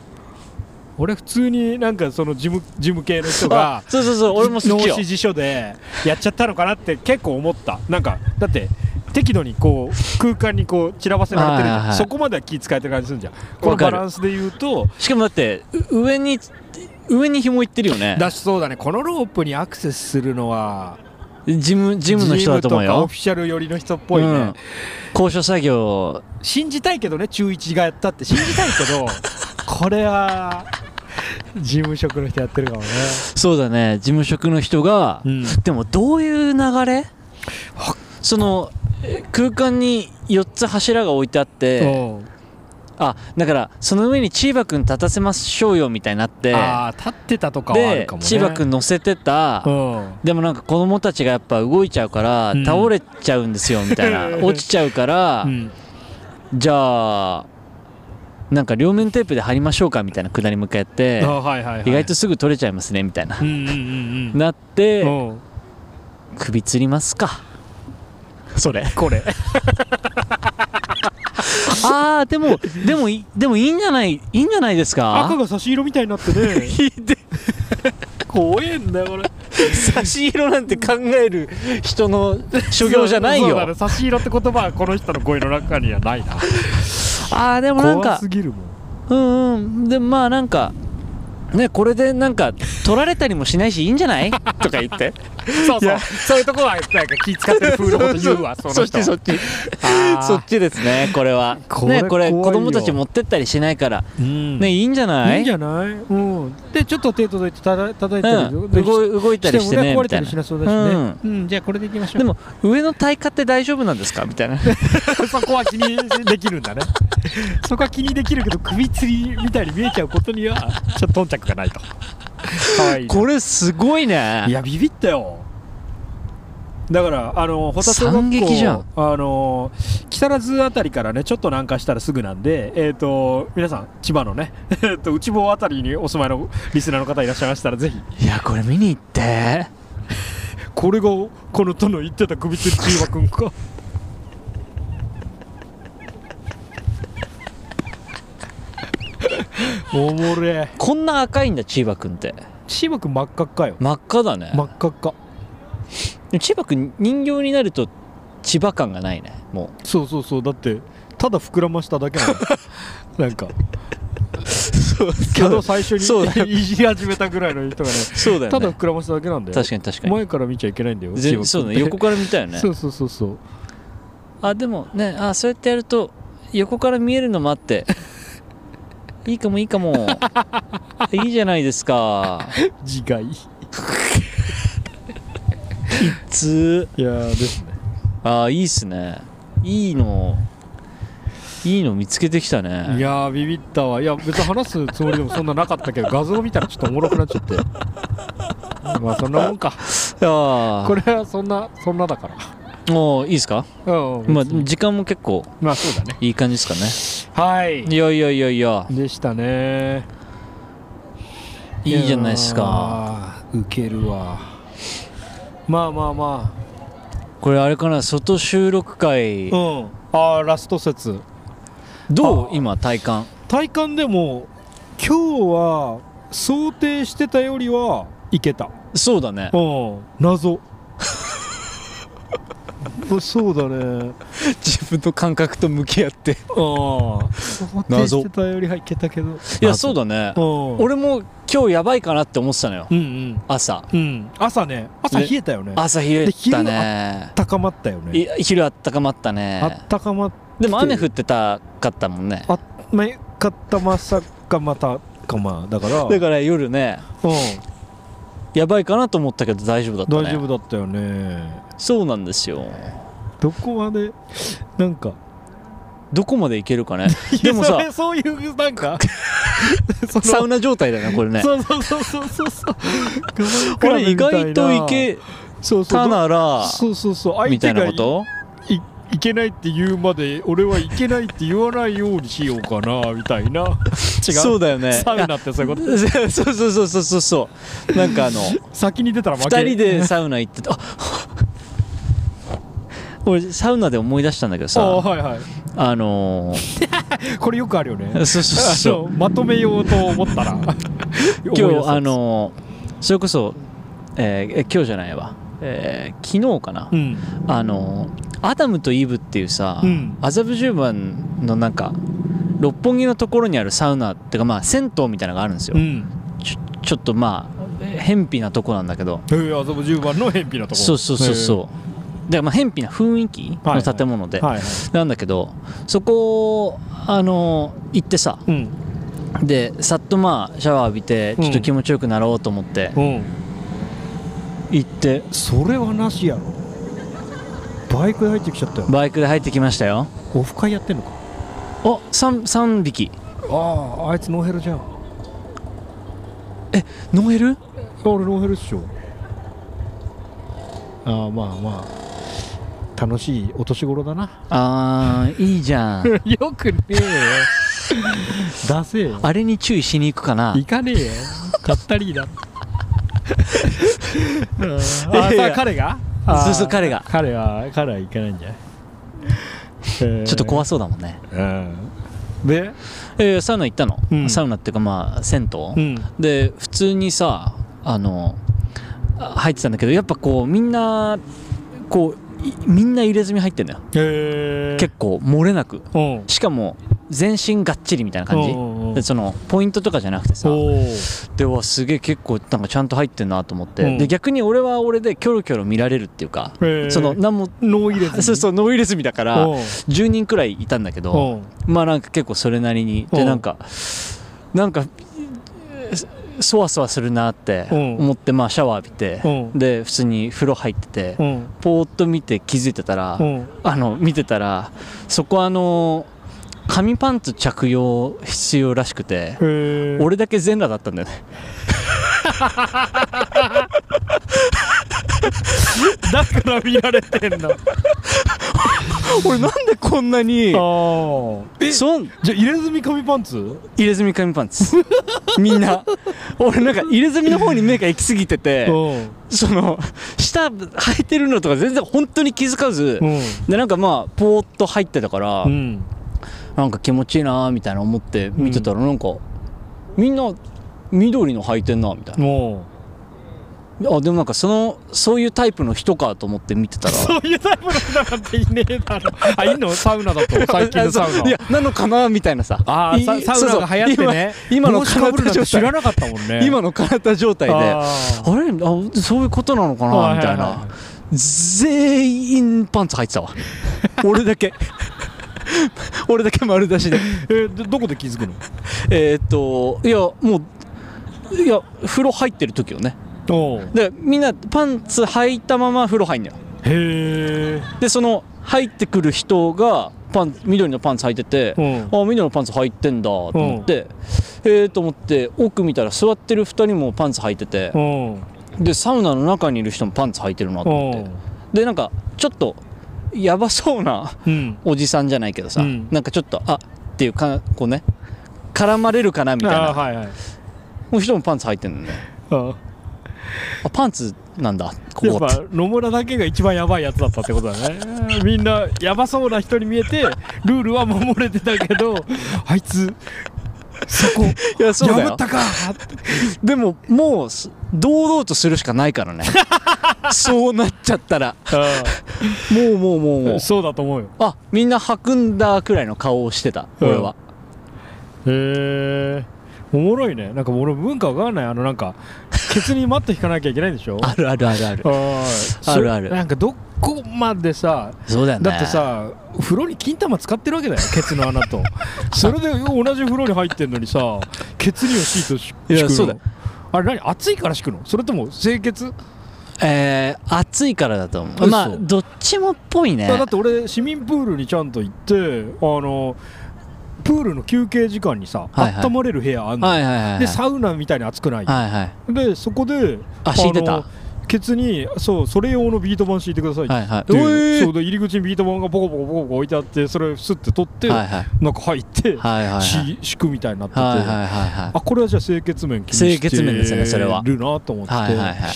Speaker 4: 俺普通になんかその事務事務系の人が
Speaker 5: あそうそうそう俺も好き
Speaker 4: 脳
Speaker 5: よ
Speaker 4: 死辞書でやっちゃったのかなって結構思ったなんかだって適度にこう空間にこう散らばせられてるじゃん
Speaker 5: はいはいはい
Speaker 4: そこまでは気使えてる感じするんじゃんこの
Speaker 5: わか
Speaker 4: バ
Speaker 5: る
Speaker 4: ランスで言うと
Speaker 5: しかもだってう上に上に紐いってるよね
Speaker 4: だしそうだねこのロープにアクセスするのは
Speaker 5: ジムジムの人だと思う
Speaker 4: ジムかオ
Speaker 5: よ
Speaker 4: フィシャル寄りの人っぽいね、
Speaker 5: うん高所作業
Speaker 4: 信じたいけどね中1がやったって信じたいけ どこれは事務職の人やってるかもね
Speaker 5: そうだね事務職の人が、
Speaker 4: うん
Speaker 5: でもどういう流れそのえ空間に4つ柱が置いてあって
Speaker 4: おう
Speaker 5: あだからその上にチーバくん立たせましょうよみたいになって
Speaker 4: ああ立ってたとかはある
Speaker 5: で
Speaker 4: かもね
Speaker 5: チーバくん乗せてた
Speaker 4: うん
Speaker 5: でもなんか子供たちがやっぱ動いちゃうから
Speaker 4: うん
Speaker 5: 倒れちゃうんですよみたいな 落ちちゃうから
Speaker 4: うん
Speaker 5: じゃあなんか両面テープで貼りましょうかみたいなくだり向かって
Speaker 4: あはいはい、はい、
Speaker 5: 意外とすぐ取れちゃいますねみたいな
Speaker 4: うんうんうんうん
Speaker 5: なって
Speaker 4: おう
Speaker 5: 首吊りますかそれ
Speaker 4: これ
Speaker 5: ああでもでもいでもいいんじゃないいいんじゃないです
Speaker 4: 赤
Speaker 5: か
Speaker 4: が差し色みたいになってね怖えんだよこれ
Speaker 5: 差し色なんて考える人の所業じゃない
Speaker 4: そうだ
Speaker 5: よ
Speaker 4: ね差し色って言葉はこの人の声の中にはないな
Speaker 5: ああでもなん
Speaker 4: 怖
Speaker 5: か
Speaker 4: すぎるもん
Speaker 5: うんうんでもまあなんかねこれでなんか取られたりもしないしいいんじゃないとか言って
Speaker 4: そうそうそういうとこはなんか気使ってる風のこと言うわその人
Speaker 5: そっちそっち
Speaker 4: あー
Speaker 5: そっちですねこれは
Speaker 4: これ
Speaker 5: ねこれ
Speaker 4: 怖いよ
Speaker 5: 子供たち持ってったりしないから
Speaker 4: うん
Speaker 5: ねいいんじゃない
Speaker 4: いいんじゃないうんでちょっと手届いてたた叩いて
Speaker 5: う
Speaker 4: る
Speaker 5: ん、動い動いたりしてね
Speaker 4: も壊
Speaker 5: み
Speaker 4: れた
Speaker 5: たい
Speaker 4: り
Speaker 5: な
Speaker 4: しなそうだしね
Speaker 5: う
Speaker 4: うんじゃあこれでいきましょ
Speaker 5: で
Speaker 4: う
Speaker 5: も上の耐荷って大丈夫なんですかみ たいな
Speaker 4: そこは気にできるんだねそこは気にできるけど首吊りみたいに見えちゃうことにはちょっと頓着がないとかわいい
Speaker 5: これすごい
Speaker 4: い
Speaker 5: ね
Speaker 4: やビビったよだからあの保田小学校
Speaker 5: 惨劇じゃん
Speaker 4: あの木更津あたりからねちょっと南下したらすぐなんでえっ、と皆さん千葉のね えっと内房あたりにお住まいのリスナーの方いらっしゃいましたらぜひ
Speaker 5: いやこれ見に行って
Speaker 4: これがこの殿言ってた首吊り千葉君 かおもれ
Speaker 5: こんな赤いんだ千葉くんって
Speaker 4: 千葉君真っ赤っかよ
Speaker 5: 真っ赤だね、
Speaker 4: 真っ赤っか
Speaker 5: 千葉くん人形になると千葉感がないねも
Speaker 4: そうそうそうだってただ膨らましただ けなのなんか
Speaker 5: うそう
Speaker 4: けど最初
Speaker 5: そうだよ
Speaker 4: にい じり始めたぐらいの人がね
Speaker 5: そうだよね
Speaker 4: ただ膨らましただけなんだよ
Speaker 5: 確かに確かに
Speaker 4: 前から見ちゃいけないんだよ
Speaker 5: ぜそうだね横
Speaker 4: か
Speaker 5: から見たよね
Speaker 4: そうそうそうそう
Speaker 5: あでもねあそうやってやると横から見えるのもあって いいかもいいかもいいじゃないですか
Speaker 4: 自害い
Speaker 5: つ
Speaker 4: やーですね
Speaker 5: ーあーいいっすねいいのいいの見つけてきたね
Speaker 4: いやービビったわいや別に話すつもりでもそんななかったけど画像見たらちょっとおもろくなっち ゃってまあそんなもんか
Speaker 5: あ
Speaker 4: これはそんなそんなだから
Speaker 5: れもういいですか
Speaker 4: うん、
Speaker 5: まあ
Speaker 4: 別に
Speaker 5: 時間も結構
Speaker 4: まあそうだね
Speaker 5: いい感じです
Speaker 4: はい
Speaker 5: かねいやいやいやいや
Speaker 4: でしたね
Speaker 5: いいじゃないですか
Speaker 4: ウケるわまあまあま
Speaker 5: これあれかな外収録会
Speaker 4: あうんああラスト説
Speaker 5: どう
Speaker 4: あ
Speaker 5: 今体感
Speaker 4: 体感でも今日は想定してたよりはいけた
Speaker 5: そうだね
Speaker 4: うん謎うん そうだね
Speaker 5: 自分の感覚と向き合って
Speaker 4: ああ想定
Speaker 5: 謎
Speaker 4: してたよりはいけたけど
Speaker 5: いやそうだね
Speaker 4: うん
Speaker 5: 俺も今日やばいかなって思ってたのよ
Speaker 4: うんうん
Speaker 5: 朝
Speaker 4: うん朝ね朝
Speaker 5: ね
Speaker 4: 冷えたよねあっ
Speaker 5: 朝冷えたね
Speaker 4: たかまったよ
Speaker 5: い
Speaker 4: ね
Speaker 5: 昼あったかまったね
Speaker 4: あったかまっ
Speaker 5: でも雨降ってたかったもんね
Speaker 4: あまかったまさかまたかまだから
Speaker 5: だから夜ね
Speaker 4: うん
Speaker 5: やばいかなと思ったけど大丈夫だった
Speaker 4: 大
Speaker 5: ね
Speaker 4: 丈夫だったよね
Speaker 5: そうなんですよ
Speaker 4: どこまでなんか
Speaker 5: どこまでいけるかねでもさ
Speaker 4: いやそれそういうなんか その
Speaker 5: サウナ状態だよねこれね
Speaker 4: そうそうそうそうそうそう
Speaker 5: これ意外といけ
Speaker 4: そうそう
Speaker 5: たなら
Speaker 4: そうそうそう相手が
Speaker 5: みたいなこと
Speaker 4: いいけないって言うまで俺はいけないって言わないようにしようかなみたいな違う
Speaker 5: そうだよ ね
Speaker 4: サウナってそう いうこと
Speaker 5: そうそうそうそうそうそうなんかあの
Speaker 4: 先に出たら負け
Speaker 5: 2人でサウナ行ってたあ俺サウナで思い出したんだけど
Speaker 4: ああ
Speaker 5: さ
Speaker 4: はいはい
Speaker 5: あのー
Speaker 4: これよくあるよね
Speaker 5: そうそうそう
Speaker 4: あのまとめようと思った ら思い出
Speaker 5: 今
Speaker 4: す
Speaker 5: 日あのそれこそ、えーえ今日じゃないわ、えー昨日かな、
Speaker 4: うん
Speaker 5: あのアダムとイブっていうさ
Speaker 4: うん
Speaker 5: 麻布、十番のなんか六本木のところにあるサウナっていうかまあ銭湯みたいなのがあるんですよ、
Speaker 4: うん
Speaker 5: ちょちょっとまあ偏僻なとこなんだけど
Speaker 4: えー、あそこ10番の偏僻なところ
Speaker 5: そうそうそうそうでまあ偏僻な雰囲気の建物で、
Speaker 4: えーはいはい
Speaker 5: なんだけどそこあの行ってさ
Speaker 4: うん
Speaker 5: でさっとまあシャワー浴びてちょっと気持ちよくなろうと思って
Speaker 4: うん
Speaker 5: 行って
Speaker 4: それはなしやろバイクで入ってきちゃったよ
Speaker 5: バイクで入ってきましたよ
Speaker 4: オフ会やってんのか
Speaker 5: お三 3, 匹
Speaker 4: あああいつノーヘルじゃん
Speaker 5: ノーヘル
Speaker 4: 俺ノーヘルっしょああまあまあ楽しいお年頃だな
Speaker 5: あーいいじゃん
Speaker 4: よくねえよ ダセえよ
Speaker 5: あれに注意しに行くかな
Speaker 4: 行かねえよかったりだあー
Speaker 5: いやいや
Speaker 4: あ彼が
Speaker 5: そうそう彼が
Speaker 4: 彼は彼は行かないんじゃないちょ
Speaker 5: ちょっと
Speaker 4: い
Speaker 5: 怖そうだもんね、
Speaker 4: で
Speaker 5: えーサウナ行ったの、
Speaker 4: うん
Speaker 5: サウナっていうかまあ銭湯、
Speaker 4: うん
Speaker 5: で普通にさあのあ入ってたんだけどやっぱこうみんなこういみんな入れ墨入ってんだよ
Speaker 4: え
Speaker 5: 結構漏れなく
Speaker 4: 構
Speaker 5: しかも全身がっちりみたいな感じでそのポイントとかじゃなくてさ
Speaker 4: おー
Speaker 5: でうわすげえ結構なんかちゃんと入ってんなと思って、
Speaker 4: うん
Speaker 5: で逆に俺は俺でキョロキョロ見られるっていうか、
Speaker 4: へー
Speaker 5: その何も
Speaker 4: 脳入れずに
Speaker 5: そうそうノー入れ墨だから
Speaker 4: おう
Speaker 5: 10人くらいいたんだけど
Speaker 4: うん
Speaker 5: まあなんか結構それなりに
Speaker 4: う
Speaker 5: で
Speaker 4: ん
Speaker 5: なんかなんかそわそわするなって
Speaker 4: うん
Speaker 5: 思ってまあシャワー浴びて
Speaker 4: うん
Speaker 5: で普通に風呂入ってて
Speaker 4: うん
Speaker 5: ポーッと見て気づいてたら
Speaker 4: うん
Speaker 5: あの見てたらそこあの紙パンツ着用必要らしくて
Speaker 4: へー
Speaker 5: 俺だけ全裸だったんだよね
Speaker 4: だから見られてんのあ
Speaker 5: 俺なんでこんなに
Speaker 4: ーえ
Speaker 5: そん
Speaker 4: じゃあ入れ墨紙パンツ
Speaker 5: 入れ墨紙パンツみ んな俺なんか入れ墨の方に目が行き過ぎてて
Speaker 4: うん
Speaker 5: その下履いてるのとか全然本当に気づかず、
Speaker 4: うん
Speaker 5: でなんかまあポーッと入ってたから、
Speaker 4: うん
Speaker 5: なんか気持ちいいなーみたいな思って見てたらなんか、みんな緑の履いてんなみたいな、
Speaker 4: も
Speaker 5: あでもなんかそのそういうタイプの人かと思って見てたら
Speaker 4: うそういうタイプの人なんていねえだろあいんのサウナだ と最近のサウ
Speaker 5: い
Speaker 4: ナ
Speaker 5: やなのかなみたいなさ
Speaker 4: あ
Speaker 5: い
Speaker 4: ーササウナが流行ってね
Speaker 5: そうそう今今の
Speaker 4: 帽子かぶる
Speaker 5: 体
Speaker 4: なん
Speaker 5: 状
Speaker 4: て知ら
Speaker 5: 態
Speaker 4: なかったもんね
Speaker 5: 今の体状態であれあそういうことなのかな
Speaker 4: あー
Speaker 5: みたい
Speaker 4: はいはい
Speaker 5: な
Speaker 4: は
Speaker 5: 全員パンツ履いて たわ俺だけ俺だけ丸出しで
Speaker 4: えーでどこで気づくの
Speaker 5: えーっといやもういや風呂入ってる時よね
Speaker 4: お
Speaker 5: でみんなパンツ履いたまま風呂入んのよ
Speaker 4: へえ
Speaker 5: でその入ってくる人がパン緑のパンツ履いてて、
Speaker 4: うん
Speaker 5: あ緑のパンツ履いてんだと思って、えーと思って奥見たら座ってる2人もパンツ履いてて
Speaker 4: う、んうん
Speaker 5: でサウナの中にいる人もパンツ履いてるなと思って、でなんかちょっとやばそうな
Speaker 4: うん
Speaker 5: おじさんじゃないけどさ、
Speaker 4: うん
Speaker 5: なんかちょっとあっていうかこうね絡まれるかなみたい
Speaker 4: あー
Speaker 5: な
Speaker 4: はいはい
Speaker 5: もう人もパンツ履いてるのね
Speaker 4: あー
Speaker 5: あパンツなんだこ
Speaker 4: やっ
Speaker 5: こって
Speaker 4: ぱ野村だけが一番やばいやつだったってことだねみんなやばそうな人に見えてルールは守れてたけどあいつそこ
Speaker 5: いや そうだ
Speaker 4: 破
Speaker 5: よ
Speaker 4: った か
Speaker 5: でももうす堂々とするしかな いからねそうなっちゃったらもうもうもうも う
Speaker 4: そうだと思うよ
Speaker 5: あみんな吐くんだくらいの顔をしてた
Speaker 4: うん
Speaker 5: 俺は、
Speaker 4: へえおもろいねなんか俺文化わかんないあのなんかケツにマット引かなきゃいけないんでしょ
Speaker 5: あるあるあるある
Speaker 4: あ
Speaker 5: あるある
Speaker 4: なんかどこまでさ
Speaker 5: そうだよね
Speaker 4: だってさ風呂に金玉使ってるわけだ よケツの穴とそれで同じ風呂に入ってんのにさケツにはシートし
Speaker 5: いや
Speaker 4: 敷くの
Speaker 5: そうだよ
Speaker 4: あれ何暑いから敷くのそれとも清潔、
Speaker 5: えー、暑いからだと思う
Speaker 4: 嘘
Speaker 5: まあどっちもっぽいね
Speaker 4: だって俺市民プールにちゃんと行ってあのプールの休憩時間にさ、
Speaker 5: はいはい
Speaker 4: 温まれる部屋あんの、
Speaker 5: はいはいはいはい
Speaker 4: でサウナみたいに暑くない、
Speaker 5: はいはい
Speaker 4: でそこで
Speaker 5: あ
Speaker 4: の
Speaker 5: 敷いてた
Speaker 4: ケツにそうそれ用のビート板敷いてくださいって
Speaker 5: はいはい
Speaker 4: って
Speaker 5: おえー
Speaker 4: そうで入り口にビート板がボコボコボコボコ置いてあってそれスッて取って、
Speaker 5: はいはい
Speaker 4: なんか入って、
Speaker 5: はいはいはい
Speaker 4: し敷くみたいになってて、
Speaker 5: はいはいはいはい
Speaker 4: あこれはじゃあ清潔面気にして
Speaker 5: 清潔面ですねそれは
Speaker 4: るなと思って、
Speaker 5: はいはいは
Speaker 4: だ
Speaker 5: い
Speaker 4: か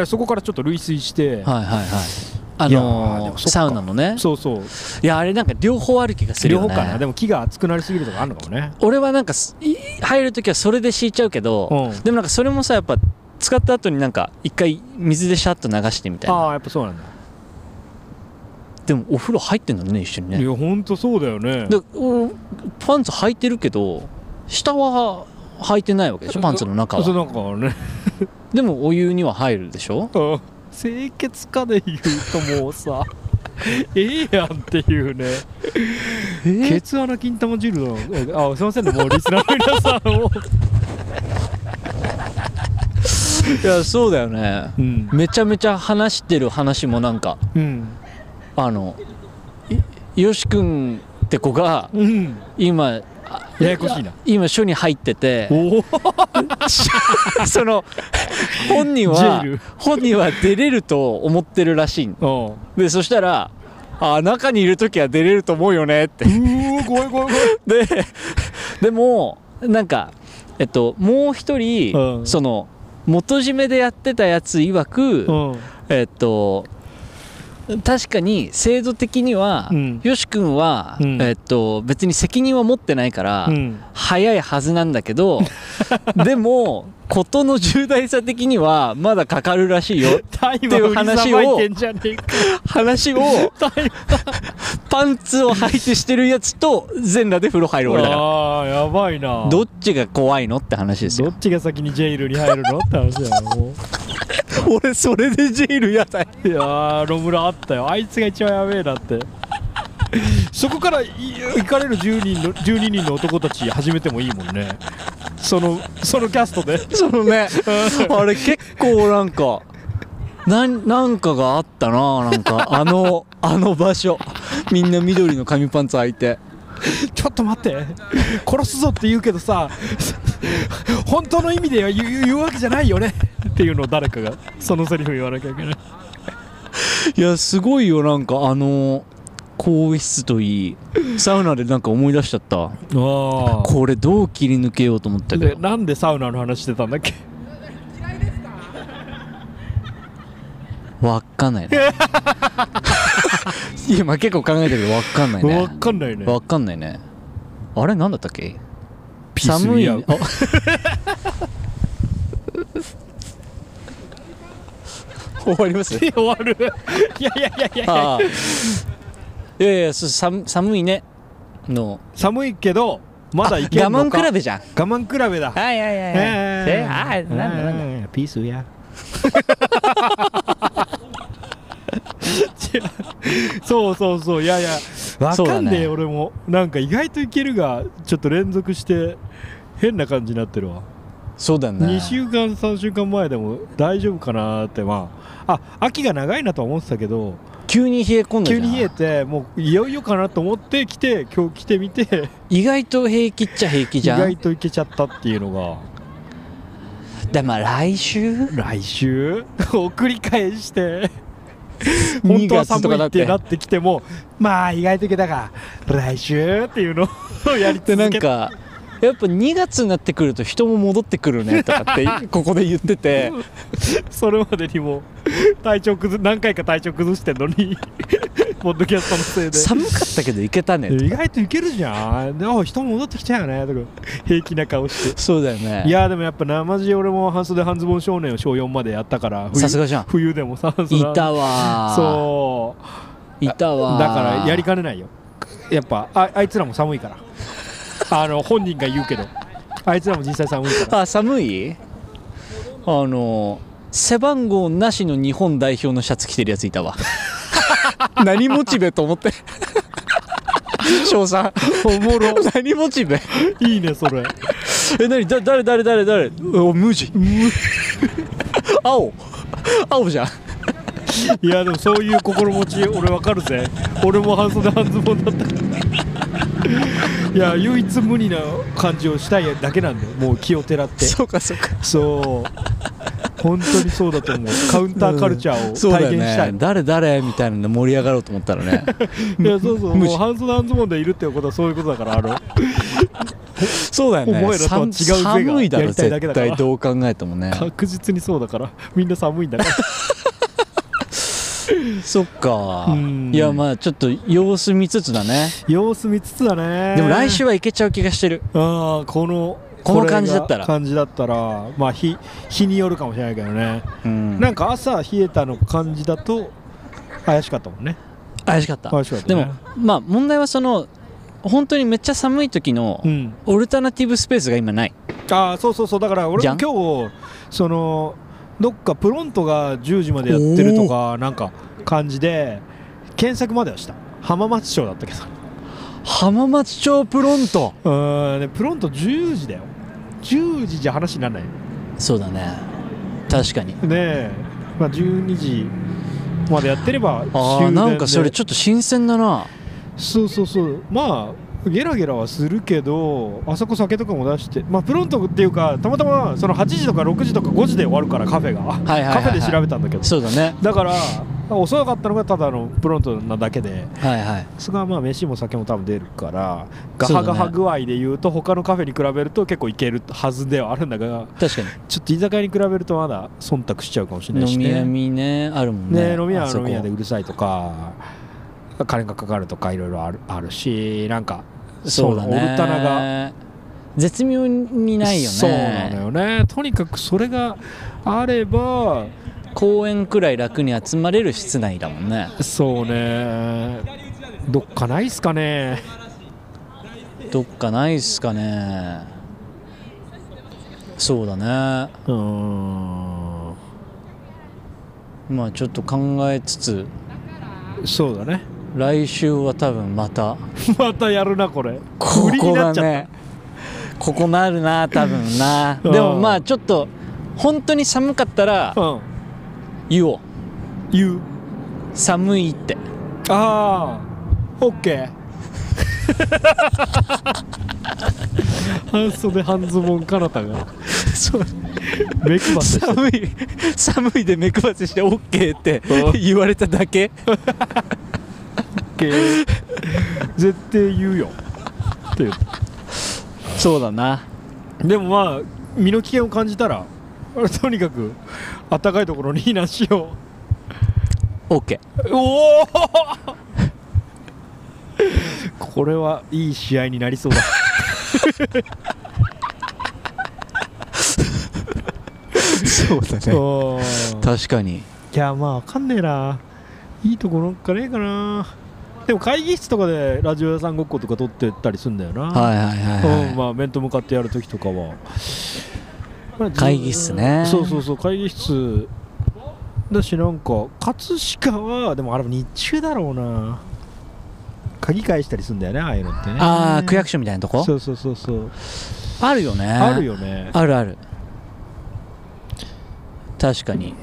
Speaker 4: らそこからちょっと類推して、
Speaker 5: はいはいはいあ
Speaker 4: いやーで
Speaker 5: の
Speaker 4: もそっ
Speaker 5: ー、
Speaker 4: か
Speaker 5: サウナのね
Speaker 4: そうそう
Speaker 5: いやあれなんか両方ある気がする
Speaker 4: 両
Speaker 5: よね
Speaker 4: 方かなでも木が熱くなりすぎるとかあるのかもね
Speaker 5: 俺はなんかすい入る時はそれで敷いちゃうけど、
Speaker 4: うん
Speaker 5: でもなんかそれもさやっぱ使った後になんか一回水でシャッと流してみたいな
Speaker 4: ああやっぱそうなんだ、
Speaker 5: でもお風呂入ってんのね一緒に
Speaker 4: い
Speaker 5: ね
Speaker 4: やほんとそうだよね
Speaker 5: でおパンツ履いてるけど下は履いてないわけでしょパンツの中
Speaker 4: そう
Speaker 5: は
Speaker 4: なんかね
Speaker 5: でもお湯には入るでし ょ
Speaker 4: うん清潔かで言うともうさ ええやんっていうねケツ穴金玉汁のあすいませんねもうリスナーの皆さんを、
Speaker 5: いやそうだよね
Speaker 4: うん
Speaker 5: めちゃめちゃ話してる話もなんか
Speaker 4: うん
Speaker 5: あのいよしくんって子が
Speaker 4: うん、
Speaker 5: 今あ
Speaker 4: ややこしいな
Speaker 5: 今署に入ってて
Speaker 4: おお
Speaker 5: その本人
Speaker 4: ジェ
Speaker 5: は
Speaker 4: イル
Speaker 5: 本人は出れると思ってるらしいん
Speaker 4: おう
Speaker 5: でそしたら「あ中にいる時は出れると思うよね」って
Speaker 4: お怖い怖い怖い
Speaker 5: ででもなんかえっともう一人、
Speaker 4: うん
Speaker 5: その元締めでやってたやつ曰く、
Speaker 4: うん
Speaker 5: えっと確かに制度的には、
Speaker 4: うん
Speaker 5: よし君は、
Speaker 4: うん
Speaker 5: えっと、別に責任は持ってないから、
Speaker 4: うん
Speaker 5: 早いはずなんだ けどでも事の重大さ的にはまだかかるらしいよ
Speaker 4: タイ
Speaker 5: マー
Speaker 4: を
Speaker 5: 売り
Speaker 4: 売り
Speaker 5: さ
Speaker 4: さ
Speaker 5: ば
Speaker 4: ば
Speaker 5: い
Speaker 4: い
Speaker 5: て
Speaker 4: て
Speaker 5: ん
Speaker 4: んじゃねえか
Speaker 5: 話をパンツを履いてしてるやつと全裸で風呂入る俺だか
Speaker 4: ああやばいな
Speaker 5: らどっちが怖いのって話です
Speaker 4: ど
Speaker 5: よ
Speaker 4: っちが先にジェイルに入るのって話だよも
Speaker 5: 俺それでジェイルやだ
Speaker 4: ういやーロムラあったよあいつが一番やべえなってそこからい行かれる10人の12人の男たち始めてもいいもんねそのそのキャストで
Speaker 5: そのね あれ結構なんかなんなんかがあったななんかあ のあの場所みんな緑の紙パンツ履いて
Speaker 4: ちょっと待って殺すぞって言うけどさ本当の意味では言う言うわけじゃないよねっていうのを誰かがそのセリフ言わなきゃいけない
Speaker 5: いやすごいよなんかあの更衣室といいサウナでなんか思い出しちゃった
Speaker 4: あ
Speaker 5: これどう切り抜けようと思ったけ
Speaker 4: で
Speaker 5: ど
Speaker 4: なんでサウナの話してたんだっけ
Speaker 5: わっかん ないねいやまあ結構考えてるけどわっかんないね
Speaker 4: わかんないね
Speaker 5: わかんないねあれなんだったっけ
Speaker 4: ピース
Speaker 5: 寒い
Speaker 4: リア
Speaker 5: あ
Speaker 4: ウ
Speaker 5: 終わります
Speaker 4: 終わる いやいやいやいやいや
Speaker 5: ああいやいやそう寒寒いねの
Speaker 4: 寒いけどまだいけ
Speaker 5: 我
Speaker 4: るのか
Speaker 5: 慢比べじゃん
Speaker 4: 我慢比べだ
Speaker 5: はいはいはいはいえあーなんだなんだ
Speaker 4: だピースや そうそうそういやいやわ
Speaker 5: そう
Speaker 4: か
Speaker 5: だ
Speaker 4: んねえ
Speaker 5: ね
Speaker 4: 俺もなんか意外といけるがちょっと連続して変な感じになってるわ
Speaker 5: そうだね
Speaker 4: 2週間3週間前でも大丈夫かなーってまああ秋が長いなとは思ってたけど
Speaker 5: 急に冷え込んだじゃ
Speaker 4: 急
Speaker 5: ん
Speaker 4: に冷えてもういよいよかなと思って来て今日来てみて
Speaker 5: 意外と平気っちゃ平気
Speaker 4: 意
Speaker 5: じゃん
Speaker 4: 外といけちゃったっていうのが
Speaker 5: でまあ来週
Speaker 4: 来週 を繰り返して
Speaker 5: 2
Speaker 4: 本当は
Speaker 5: 月
Speaker 4: 寒
Speaker 5: とか
Speaker 4: い
Speaker 5: だっ
Speaker 4: っててなってきてもまあ意外といけたから来週っていうのを やり
Speaker 5: で
Speaker 4: 続
Speaker 5: なん
Speaker 4: け
Speaker 5: かやっぱ2月になってくると人も戻ってくるねとかってここで言ってて
Speaker 4: それまでにも体調崩何回か体調崩してんの にポッドキャストのせいで。
Speaker 5: 寒かったけどいけたねと
Speaker 4: 意外といけるじゃんでも人戻ってきたよねとか平気な顔して
Speaker 5: そうだよね
Speaker 4: いやーでもやっぱ生地俺も半袖半ズボン少年を小4までやったから冬
Speaker 5: さすがじゃん
Speaker 4: 冬でもさ
Speaker 5: いたわー
Speaker 4: そう
Speaker 5: いたわー
Speaker 4: だからやりかねないよやっぱああいつらも寒いからあの本人が言うけどあいつらも実際寒いから
Speaker 5: あ寒いあの背番号なしの日本代表のシャツ着てるやついた わ何モチベと思って翔さんおもろ何モチベ
Speaker 4: いいねそれ
Speaker 5: え何だ誰誰誰誰お無地青青じゃん
Speaker 4: いやでもそういう心持ち俺わかるぜ俺も半袖半ズボンだったいや唯一無二な感じをしたいだけなんだよもう気をてらって
Speaker 5: そうかそうか
Speaker 4: そう本当にそうだと思うカウンターカルチャー
Speaker 5: そ
Speaker 4: を
Speaker 5: うだ
Speaker 4: 体
Speaker 5: よ
Speaker 4: 現したい、
Speaker 5: ね誰誰みたいなの盛り上がろうと思ったらね
Speaker 4: いやそうそう
Speaker 5: 無
Speaker 4: も
Speaker 5: 視
Speaker 4: う半袖半ズボンでいるってことはそういうことだからあの
Speaker 5: そうだよね
Speaker 4: お前らとは違うぜが
Speaker 5: 寒寒いだ
Speaker 4: や
Speaker 5: ろ
Speaker 4: りたいだけだ
Speaker 5: 絶
Speaker 4: から
Speaker 5: 対どう考えてもね
Speaker 4: 確実にそうだからみんな寒いんだから
Speaker 5: そっか
Speaker 4: うん
Speaker 5: いやまあちょっと様子見つつだね
Speaker 4: 様子見つつだね
Speaker 5: でも来週はいけちゃう気がしてる
Speaker 4: ああこの
Speaker 5: この
Speaker 4: れが
Speaker 5: 感じだったら
Speaker 4: 感じだったらまあ日日によるかもしれないけどね
Speaker 5: うん
Speaker 4: なんか朝冷えたの感じだと怪しかったもんね
Speaker 5: 怪しかった
Speaker 4: 怪しかった
Speaker 5: で
Speaker 4: ね
Speaker 5: もまあ問題はその本当にめっちゃ寒い時の
Speaker 4: うん
Speaker 5: オルタナティブスペースが今ない
Speaker 4: ああそうそうそうだから俺
Speaker 5: じゃ
Speaker 4: も
Speaker 5: ん
Speaker 4: 今日そのどっかプロントが10時までやってるとかなんか感じで検索まではした浜松町だったけど
Speaker 5: 浜松町プロント
Speaker 4: うーんでプロント10時だよ10時じゃ話にならないね
Speaker 5: そうだね確かに
Speaker 4: え、まあ、12時までやってれば
Speaker 5: あ
Speaker 4: 終
Speaker 5: あ
Speaker 4: 電
Speaker 5: なんかそれ
Speaker 4: で
Speaker 5: ちょっと新鮮だな
Speaker 4: そうそうそうまあゲラゲラはするけどあそこ酒とかも出してまあプロントっていうかたまたまその8時とか6時とか5時で終わるからカフェが、
Speaker 5: いはいはい
Speaker 4: カフェで調べたんだけど
Speaker 5: そうだね
Speaker 4: だから遅かったのがただのプロントなだけで
Speaker 5: はいはい
Speaker 4: そこはまあ飯も酒も多分出るからガ
Speaker 5: そう
Speaker 4: ハ
Speaker 5: だね
Speaker 4: ガハ具合で言うと他のカフェに比べると結構いけるはずではあるんだが
Speaker 5: 確か
Speaker 4: ちょっと居酒屋に比べるとまだ忖度しちゃうかもしれない
Speaker 5: に
Speaker 4: し
Speaker 5: 飲み
Speaker 4: ね
Speaker 5: 屋みねあるもんね
Speaker 4: ね飲み屋
Speaker 5: あ
Speaker 4: は
Speaker 5: そ
Speaker 4: 飲
Speaker 5: こ
Speaker 4: み屋でうるさいとか金がかかるとかいろいろあるあるしなんか
Speaker 5: そうだ
Speaker 4: オ
Speaker 5: ね
Speaker 4: ルタナが
Speaker 5: 絶妙にないよね
Speaker 4: そうなのよねとにかくそれがあれば
Speaker 5: 公園くらい楽に集まれる室内だもんね
Speaker 4: そうねどっかないっすかね
Speaker 5: どっかないっすかねそうだね
Speaker 4: うーん
Speaker 5: まあちょっと考えつつ
Speaker 4: そうだね
Speaker 5: 来週は多分また
Speaker 4: またやるなこれ
Speaker 5: こ
Speaker 4: 売り
Speaker 5: こ
Speaker 4: にな
Speaker 5: が
Speaker 4: っちゃった
Speaker 5: ねここなるな多分な
Speaker 4: うん
Speaker 5: でもまあちょっと本当に寒かったら
Speaker 4: うん
Speaker 5: 言おう
Speaker 4: 言う
Speaker 5: 寒 いって
Speaker 4: ああオッケー 半袖半ズボンかなたが
Speaker 5: そう
Speaker 4: 目くばせして
Speaker 5: 寒い寒いで目配せして OK って言われただけ
Speaker 4: け絶対言うよって言う
Speaker 5: そうだな
Speaker 4: でもまあ身の危険を感じたらとにかく暖かいところに避難しよ
Speaker 5: OK
Speaker 4: うおおこれはいい試合になりそうだ
Speaker 5: そうだ
Speaker 4: おー
Speaker 5: 確かに
Speaker 4: いやまあわかんねえないいところなんかねえかなでも会議室とかでラジオ屋さんごっことか撮ってたりすんだよな
Speaker 5: はいはいはい、はい
Speaker 4: うん、まあ面と向かってやるときとかは、まあ
Speaker 5: 会議室ね
Speaker 4: そうそうそう会議室だしなんか葛飾はでもあれも日中だろうな鍵返したりすんだよねああいうのってね
Speaker 5: ああ区役所みたいなとこ
Speaker 4: そうそうそうそう
Speaker 5: あるよね
Speaker 4: あるよね
Speaker 5: あるある確かに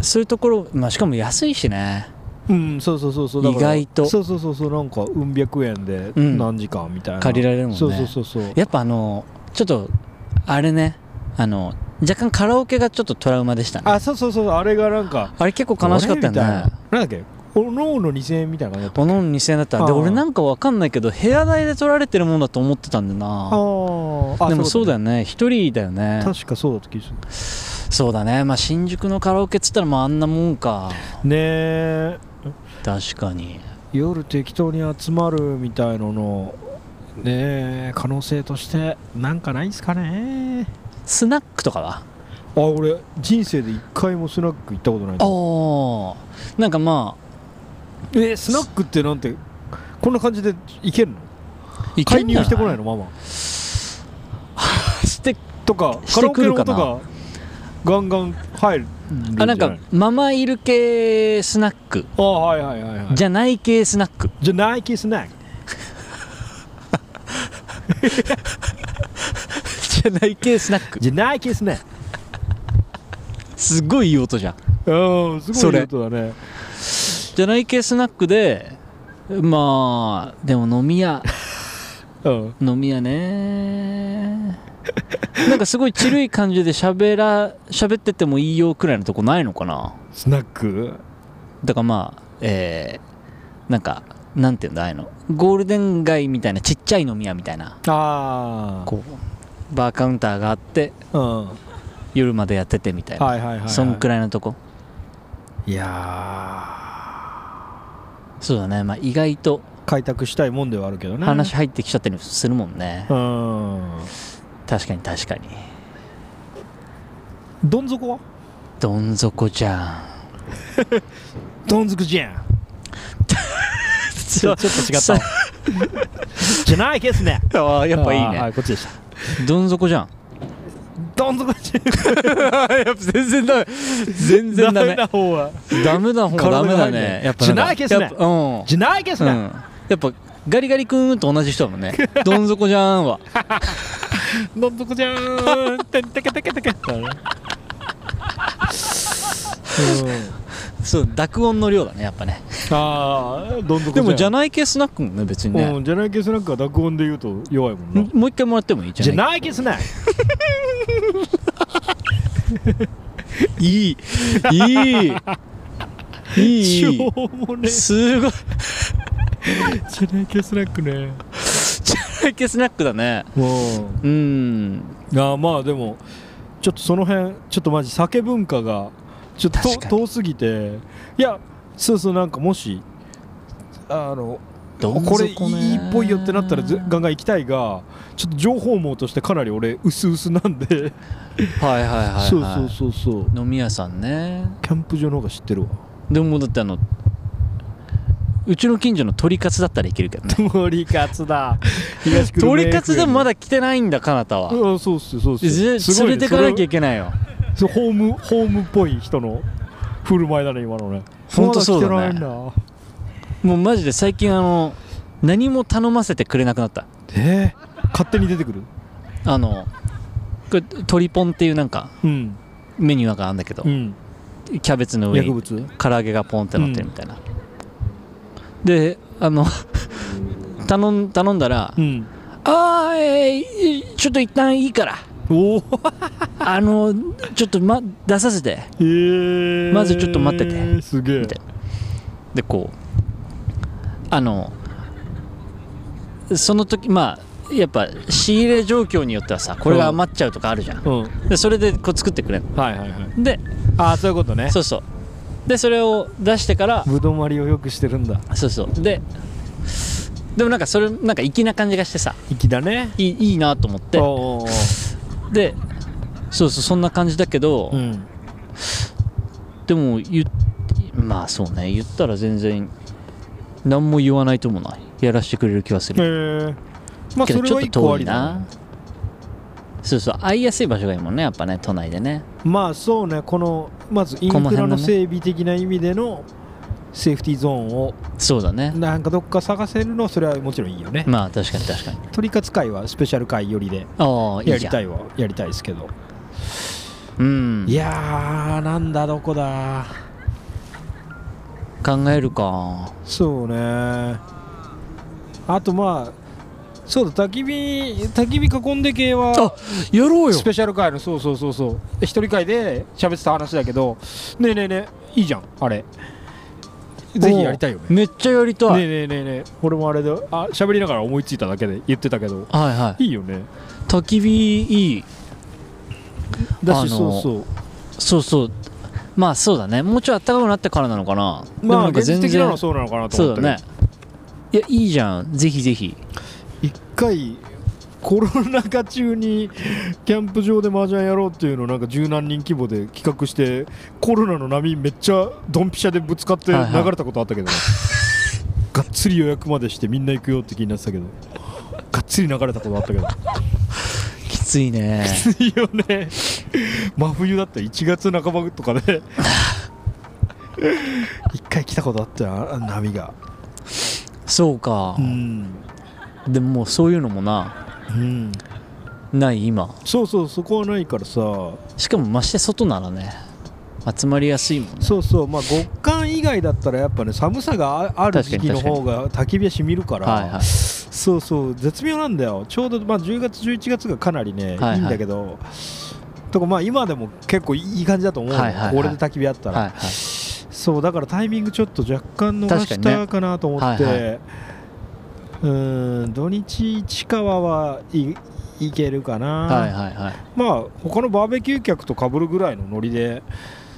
Speaker 5: そういうところ、まあ、しかも安いしね
Speaker 4: うんそうそうそうそうだから
Speaker 5: 意外と
Speaker 4: そうそうそうそうなんかうん百円で
Speaker 5: うん
Speaker 4: 何時間みたいな、
Speaker 5: 借りられるもんね
Speaker 4: そうそうそうそう
Speaker 5: やっぱあのちょっとあれねあの若干カラオケがちょっとトラウマでしたねあ
Speaker 4: あそうそうそうあれがなんか
Speaker 5: れ結構悲しかったよね
Speaker 4: あれみたいななんだっけおのおの2000円みたいな感じだった
Speaker 5: おのおの2000円だったで
Speaker 4: あー
Speaker 5: 俺なんかわかんないけど部屋代で取られてるもんだと思ってたんだ
Speaker 4: あ
Speaker 5: な
Speaker 4: ーあ
Speaker 5: でもそうだよ
Speaker 4: ね
Speaker 5: ね一人だよね
Speaker 4: 確かそうだった気がする
Speaker 5: そうだねまあ新宿のカラオケっつったらまああんなもんか
Speaker 4: ねえ
Speaker 5: 確かに
Speaker 4: 夜適当に集まるみたいののねえ可能性としてなんかないんすかね
Speaker 5: スナックとか
Speaker 4: あ
Speaker 5: は
Speaker 4: 俺人生で一回もスナック行ったことないんだ
Speaker 5: ああなんかま
Speaker 4: えスナックってなんてこんな感じで行けるの
Speaker 5: あいけ
Speaker 4: 介
Speaker 5: んじゃ
Speaker 4: 入してこない
Speaker 5: の
Speaker 4: のマ マ
Speaker 5: して
Speaker 4: とか
Speaker 5: し
Speaker 4: カ
Speaker 5: て
Speaker 4: ラオ
Speaker 5: く
Speaker 4: ケ
Speaker 5: る
Speaker 4: の
Speaker 5: かな
Speaker 4: 音がガンガン入るじゃい
Speaker 5: あなんかママいる系スナック
Speaker 4: あはいはいはいはい
Speaker 5: じゃない系スナッ ク
Speaker 4: じゃあナイキスナック
Speaker 5: じゃない系スナック
Speaker 4: じゃないケースね
Speaker 5: すっごいいい音じゃん
Speaker 4: うんすごいことだね
Speaker 5: じゃない系スナックでまあでも飲み屋
Speaker 4: うん
Speaker 5: 飲み屋ねなんかすごいチルい感じで喋ら喋っててもいいよくらいのとこないのかな
Speaker 4: スナック
Speaker 5: だからまあえー、なんかなんていうんだああいうのゴールデン街みたいなちっちゃい飲み屋みたいな
Speaker 4: あ
Speaker 5: こうバーカウンターがあって
Speaker 4: あうんは
Speaker 5: 夜までやっててみたい
Speaker 4: い
Speaker 5: な、
Speaker 4: はいはい、はい、
Speaker 5: そんくらいのとこ
Speaker 4: いや
Speaker 5: そうだねまあ意外と
Speaker 4: ー開拓したいもんではあるけどね
Speaker 5: 話入ってきちゃったりするもんね、
Speaker 4: うん
Speaker 5: 確かに確かに
Speaker 4: どん底は
Speaker 5: どん底じゃん
Speaker 4: どん底じゃん
Speaker 5: ちょっと違
Speaker 4: ったわじゃないケースね
Speaker 5: た やっぱいい
Speaker 4: あーは
Speaker 5: ね
Speaker 4: いこっちでした
Speaker 5: どん底じゃん
Speaker 4: どん底じゃん
Speaker 5: 全然ダメ全然 ダメ
Speaker 4: な方は
Speaker 5: ダメな方がダメだねやっぱな
Speaker 4: じゃない
Speaker 5: んか
Speaker 4: ですね
Speaker 5: やっぱうん
Speaker 4: じゃないケース
Speaker 5: う
Speaker 4: ね、
Speaker 5: ん、やっぱガリガリ君と同じ人だも んねどん底じゃんは
Speaker 4: どん底じゃーんてんてけてけてけ
Speaker 5: そう濁音の量だねやっぱね
Speaker 4: ああどん底
Speaker 5: でもじゃ
Speaker 4: な
Speaker 5: ない系スナックもね別に
Speaker 4: う
Speaker 5: ね、
Speaker 4: んじゃないケースなんか濁音で言うと弱いもんな
Speaker 5: もう一回もらってもいいじ
Speaker 4: じ
Speaker 5: ゃ
Speaker 4: ゃ
Speaker 5: ない
Speaker 4: ないケースね
Speaker 5: いいいい い
Speaker 4: し
Speaker 5: い
Speaker 4: ょうもね
Speaker 5: すごい
Speaker 4: じゃないケースナックね
Speaker 5: じゃない系スナックだね
Speaker 4: う
Speaker 5: うん
Speaker 4: んああまあでもちょっとその辺ちょっとマジ酒文化がちょっ
Speaker 5: 確か
Speaker 4: と
Speaker 5: に
Speaker 4: 遠すぎていやそうそうなんかもしあの
Speaker 5: どん
Speaker 4: これい
Speaker 5: 底ね
Speaker 4: いっぽいよってなったらずガンガン行きたいがちょっと情報網としてかなり俺薄々なんで
Speaker 5: はいはいはい、はい、
Speaker 4: そうそうそうそう
Speaker 5: 飲み屋さんね
Speaker 4: キャンプ場の方が知ってるわ
Speaker 5: でももうだってあのうちの近所の鳥カツだったらいけるけど ね
Speaker 4: 鳥カツ だ東久留米
Speaker 5: 鳥カツでもま
Speaker 4: だ
Speaker 5: だ来てないんだかなたは、
Speaker 4: うんそうっすそうっ
Speaker 5: えぜ
Speaker 4: すす
Speaker 5: 連れてかなきゃい
Speaker 4: け
Speaker 5: けないよ
Speaker 4: そうホームホームっぽい人の振る舞いだね今のね
Speaker 5: ほんとそうだね
Speaker 4: ま来てないんだ
Speaker 5: もうマジで最近あの何も頼ませてくれなくなった
Speaker 4: えー勝手に出てくる
Speaker 5: あのこれ鳥ポンっていうなんか
Speaker 4: うん
Speaker 5: メニューがあるんだけど、
Speaker 4: うん
Speaker 5: キャベツの上
Speaker 4: 薬
Speaker 5: に
Speaker 4: 物
Speaker 5: 唐揚げがポンってなってるみたいな、であの頼ん頼んだら「
Speaker 4: うん
Speaker 5: あーえーちょっと一旦いいから
Speaker 4: おお
Speaker 5: あのちょっと、ま、出させて
Speaker 4: えー
Speaker 5: まずちょっと待ってて
Speaker 4: すげえ
Speaker 5: みたい」でこうあのその時まあやっぱ仕入れ状況によってはさこれが余っちゃうとかあるじゃん、
Speaker 4: うん
Speaker 5: でそれでこう作ってくれる
Speaker 4: はいはいはい
Speaker 5: で
Speaker 4: ああそういうことね
Speaker 5: そうそうでそれを出してから
Speaker 4: ぶどまりをよくしてるんだ
Speaker 5: そうそうででもなんかそれなんか粋な感じがしてさ
Speaker 4: 粋だね
Speaker 5: いいいいなと思って
Speaker 4: おーおー
Speaker 5: でそうそうそんな感じだけど、
Speaker 4: おーうん
Speaker 5: でも言っまあそうね言ったら全然何も言わないともないやらしてくれる気はす
Speaker 4: え
Speaker 5: る、
Speaker 4: ーまあ
Speaker 5: け
Speaker 4: そ
Speaker 5: ど
Speaker 4: れ
Speaker 5: ちょ
Speaker 4: は
Speaker 5: っ
Speaker 4: 一
Speaker 5: と
Speaker 4: 個あ
Speaker 5: 遠い
Speaker 4: り
Speaker 5: な、
Speaker 4: だね
Speaker 5: そうそう会いやすい場所がいいもんねやっぱね都内でね
Speaker 4: まあそうねこのまずイン
Speaker 5: この
Speaker 4: フラ
Speaker 5: 辺
Speaker 4: の
Speaker 5: のね
Speaker 4: 整備的な意味でのセーフティーゾーンを
Speaker 5: そうだね
Speaker 4: なんかどっか探せるのはそれはもちろんいいよね
Speaker 5: まあ確かに確かに
Speaker 4: 鳥勝会はスペシャル会よりで
Speaker 5: ああい
Speaker 4: や
Speaker 5: いじ
Speaker 4: り
Speaker 5: ゃん
Speaker 4: たいはやりたいですけど
Speaker 5: うん
Speaker 4: いやーなんだどこだ
Speaker 5: 考えるか
Speaker 4: そうねあとまあそうだ焚き火焚き火囲んで系は
Speaker 5: やろ
Speaker 4: スペシャル会のそうそうそうそう一人会で喋ってた話だけどねえねえねえいいじゃんあれぜひやりたいよね
Speaker 5: めっちゃやりたい、
Speaker 4: ねえねえねえねえ俺もあれであ喋りながら思いついただけで言ってたけど
Speaker 5: はいはい
Speaker 4: いよね
Speaker 5: 焚き火いい
Speaker 4: だし、
Speaker 5: あの
Speaker 4: そうそう
Speaker 5: そうそうまあそうだねもうちょい暖かくなってからなのかな
Speaker 4: まあ
Speaker 5: でもなんか
Speaker 4: 現
Speaker 5: 全
Speaker 4: 実
Speaker 5: 然
Speaker 4: 的なのはそうなのかなと
Speaker 5: そ
Speaker 4: 思っ
Speaker 5: う
Speaker 4: て
Speaker 5: だねいやいいじゃんぜひぜひ
Speaker 4: 一回コロナ禍中にキャンプ場で麻雀やろうっていうのをなんか十何人規模で企画してコロナの波めっちゃドンピシャでぶつかって流
Speaker 5: はいはい
Speaker 4: れたことあったけどね、がっつり予約までしてみんな行くよって気になってたけどがっつり流れたことあったけど
Speaker 5: きついね
Speaker 4: いいよね真冬だったら1月半ばとかで一回来たことあったよあ波が
Speaker 5: そうか
Speaker 4: う、ん
Speaker 5: でももうそういうのもな
Speaker 4: うん
Speaker 5: ない今
Speaker 4: そうそうそこはないからさ
Speaker 5: しかもまして外ならね集まりやすいもん
Speaker 4: そうそうまあ極寒以外だったらやっぱね寒さがあある時期の
Speaker 5: 確かに
Speaker 4: 方
Speaker 5: 確
Speaker 4: が焚き火はしみるから、
Speaker 5: はいはい
Speaker 4: そうそう絶妙なんだよちょうど、まあ、10月11月がかなりね、
Speaker 5: はいはい
Speaker 4: いいんだけどとかまあ今でも結構いい感じだと思うの、
Speaker 5: はいはいはい
Speaker 4: これで焚き火あったら、
Speaker 5: はいはい
Speaker 4: そうだからタイミングちょっと若干逃し
Speaker 5: 確かに
Speaker 4: た
Speaker 5: ね
Speaker 4: かなと思って、
Speaker 5: はいは
Speaker 4: うーん土日市川はいいけるかな、
Speaker 5: はいはいはい
Speaker 4: まあ他のバーベキュー客とかぶるぐらいのノリで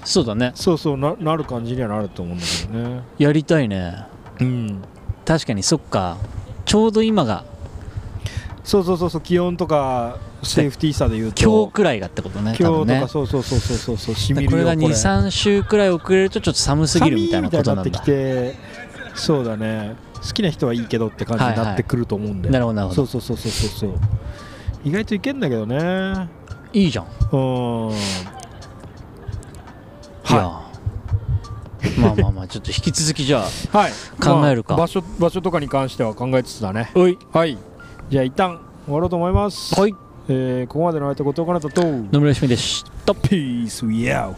Speaker 5: そうだね
Speaker 4: そうそうななる感じにはなると思うんだけどね
Speaker 5: やりたいね
Speaker 4: うん
Speaker 5: 確かにそっかちょうど今が
Speaker 4: そうそうそうそう気温とかセーフティーさで言うと
Speaker 5: 今日くらいがってことね
Speaker 4: 今
Speaker 5: 多
Speaker 4: 日と
Speaker 5: 分ね
Speaker 4: かそうそうそうそうそうそうしみ
Speaker 5: こ
Speaker 4: る
Speaker 5: れ
Speaker 4: よ
Speaker 5: が23週くらい遅れるとちょっと寒すぎるみたいなこと
Speaker 4: 寒
Speaker 5: なん
Speaker 4: み
Speaker 5: だ
Speaker 4: たいになってきてそうだね好きな人はいいけどって感じになってくると思うんで、
Speaker 5: なるほどなるほ
Speaker 4: そ
Speaker 5: ど
Speaker 4: うそうそうそうそうそう意外といけんだけどねう
Speaker 5: いいじゃん
Speaker 4: ーん
Speaker 5: いやまあまあまあちょっと引き続きじゃあ
Speaker 4: はい
Speaker 5: 考えるか
Speaker 4: まあ場所場所とかに関しては考えつつだね
Speaker 5: おい
Speaker 4: はいじゃあ一旦終わろうと思います
Speaker 5: はい
Speaker 4: えーここまでの相手後藤かなたと
Speaker 5: 野村よしみでした
Speaker 4: ピース e out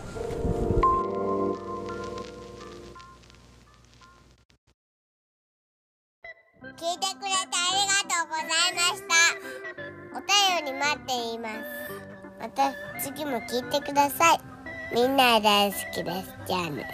Speaker 2: 聞いてくれてありがとうございましたお便り待っていますまた次も聞いてくださいみんな大好きですじゃあね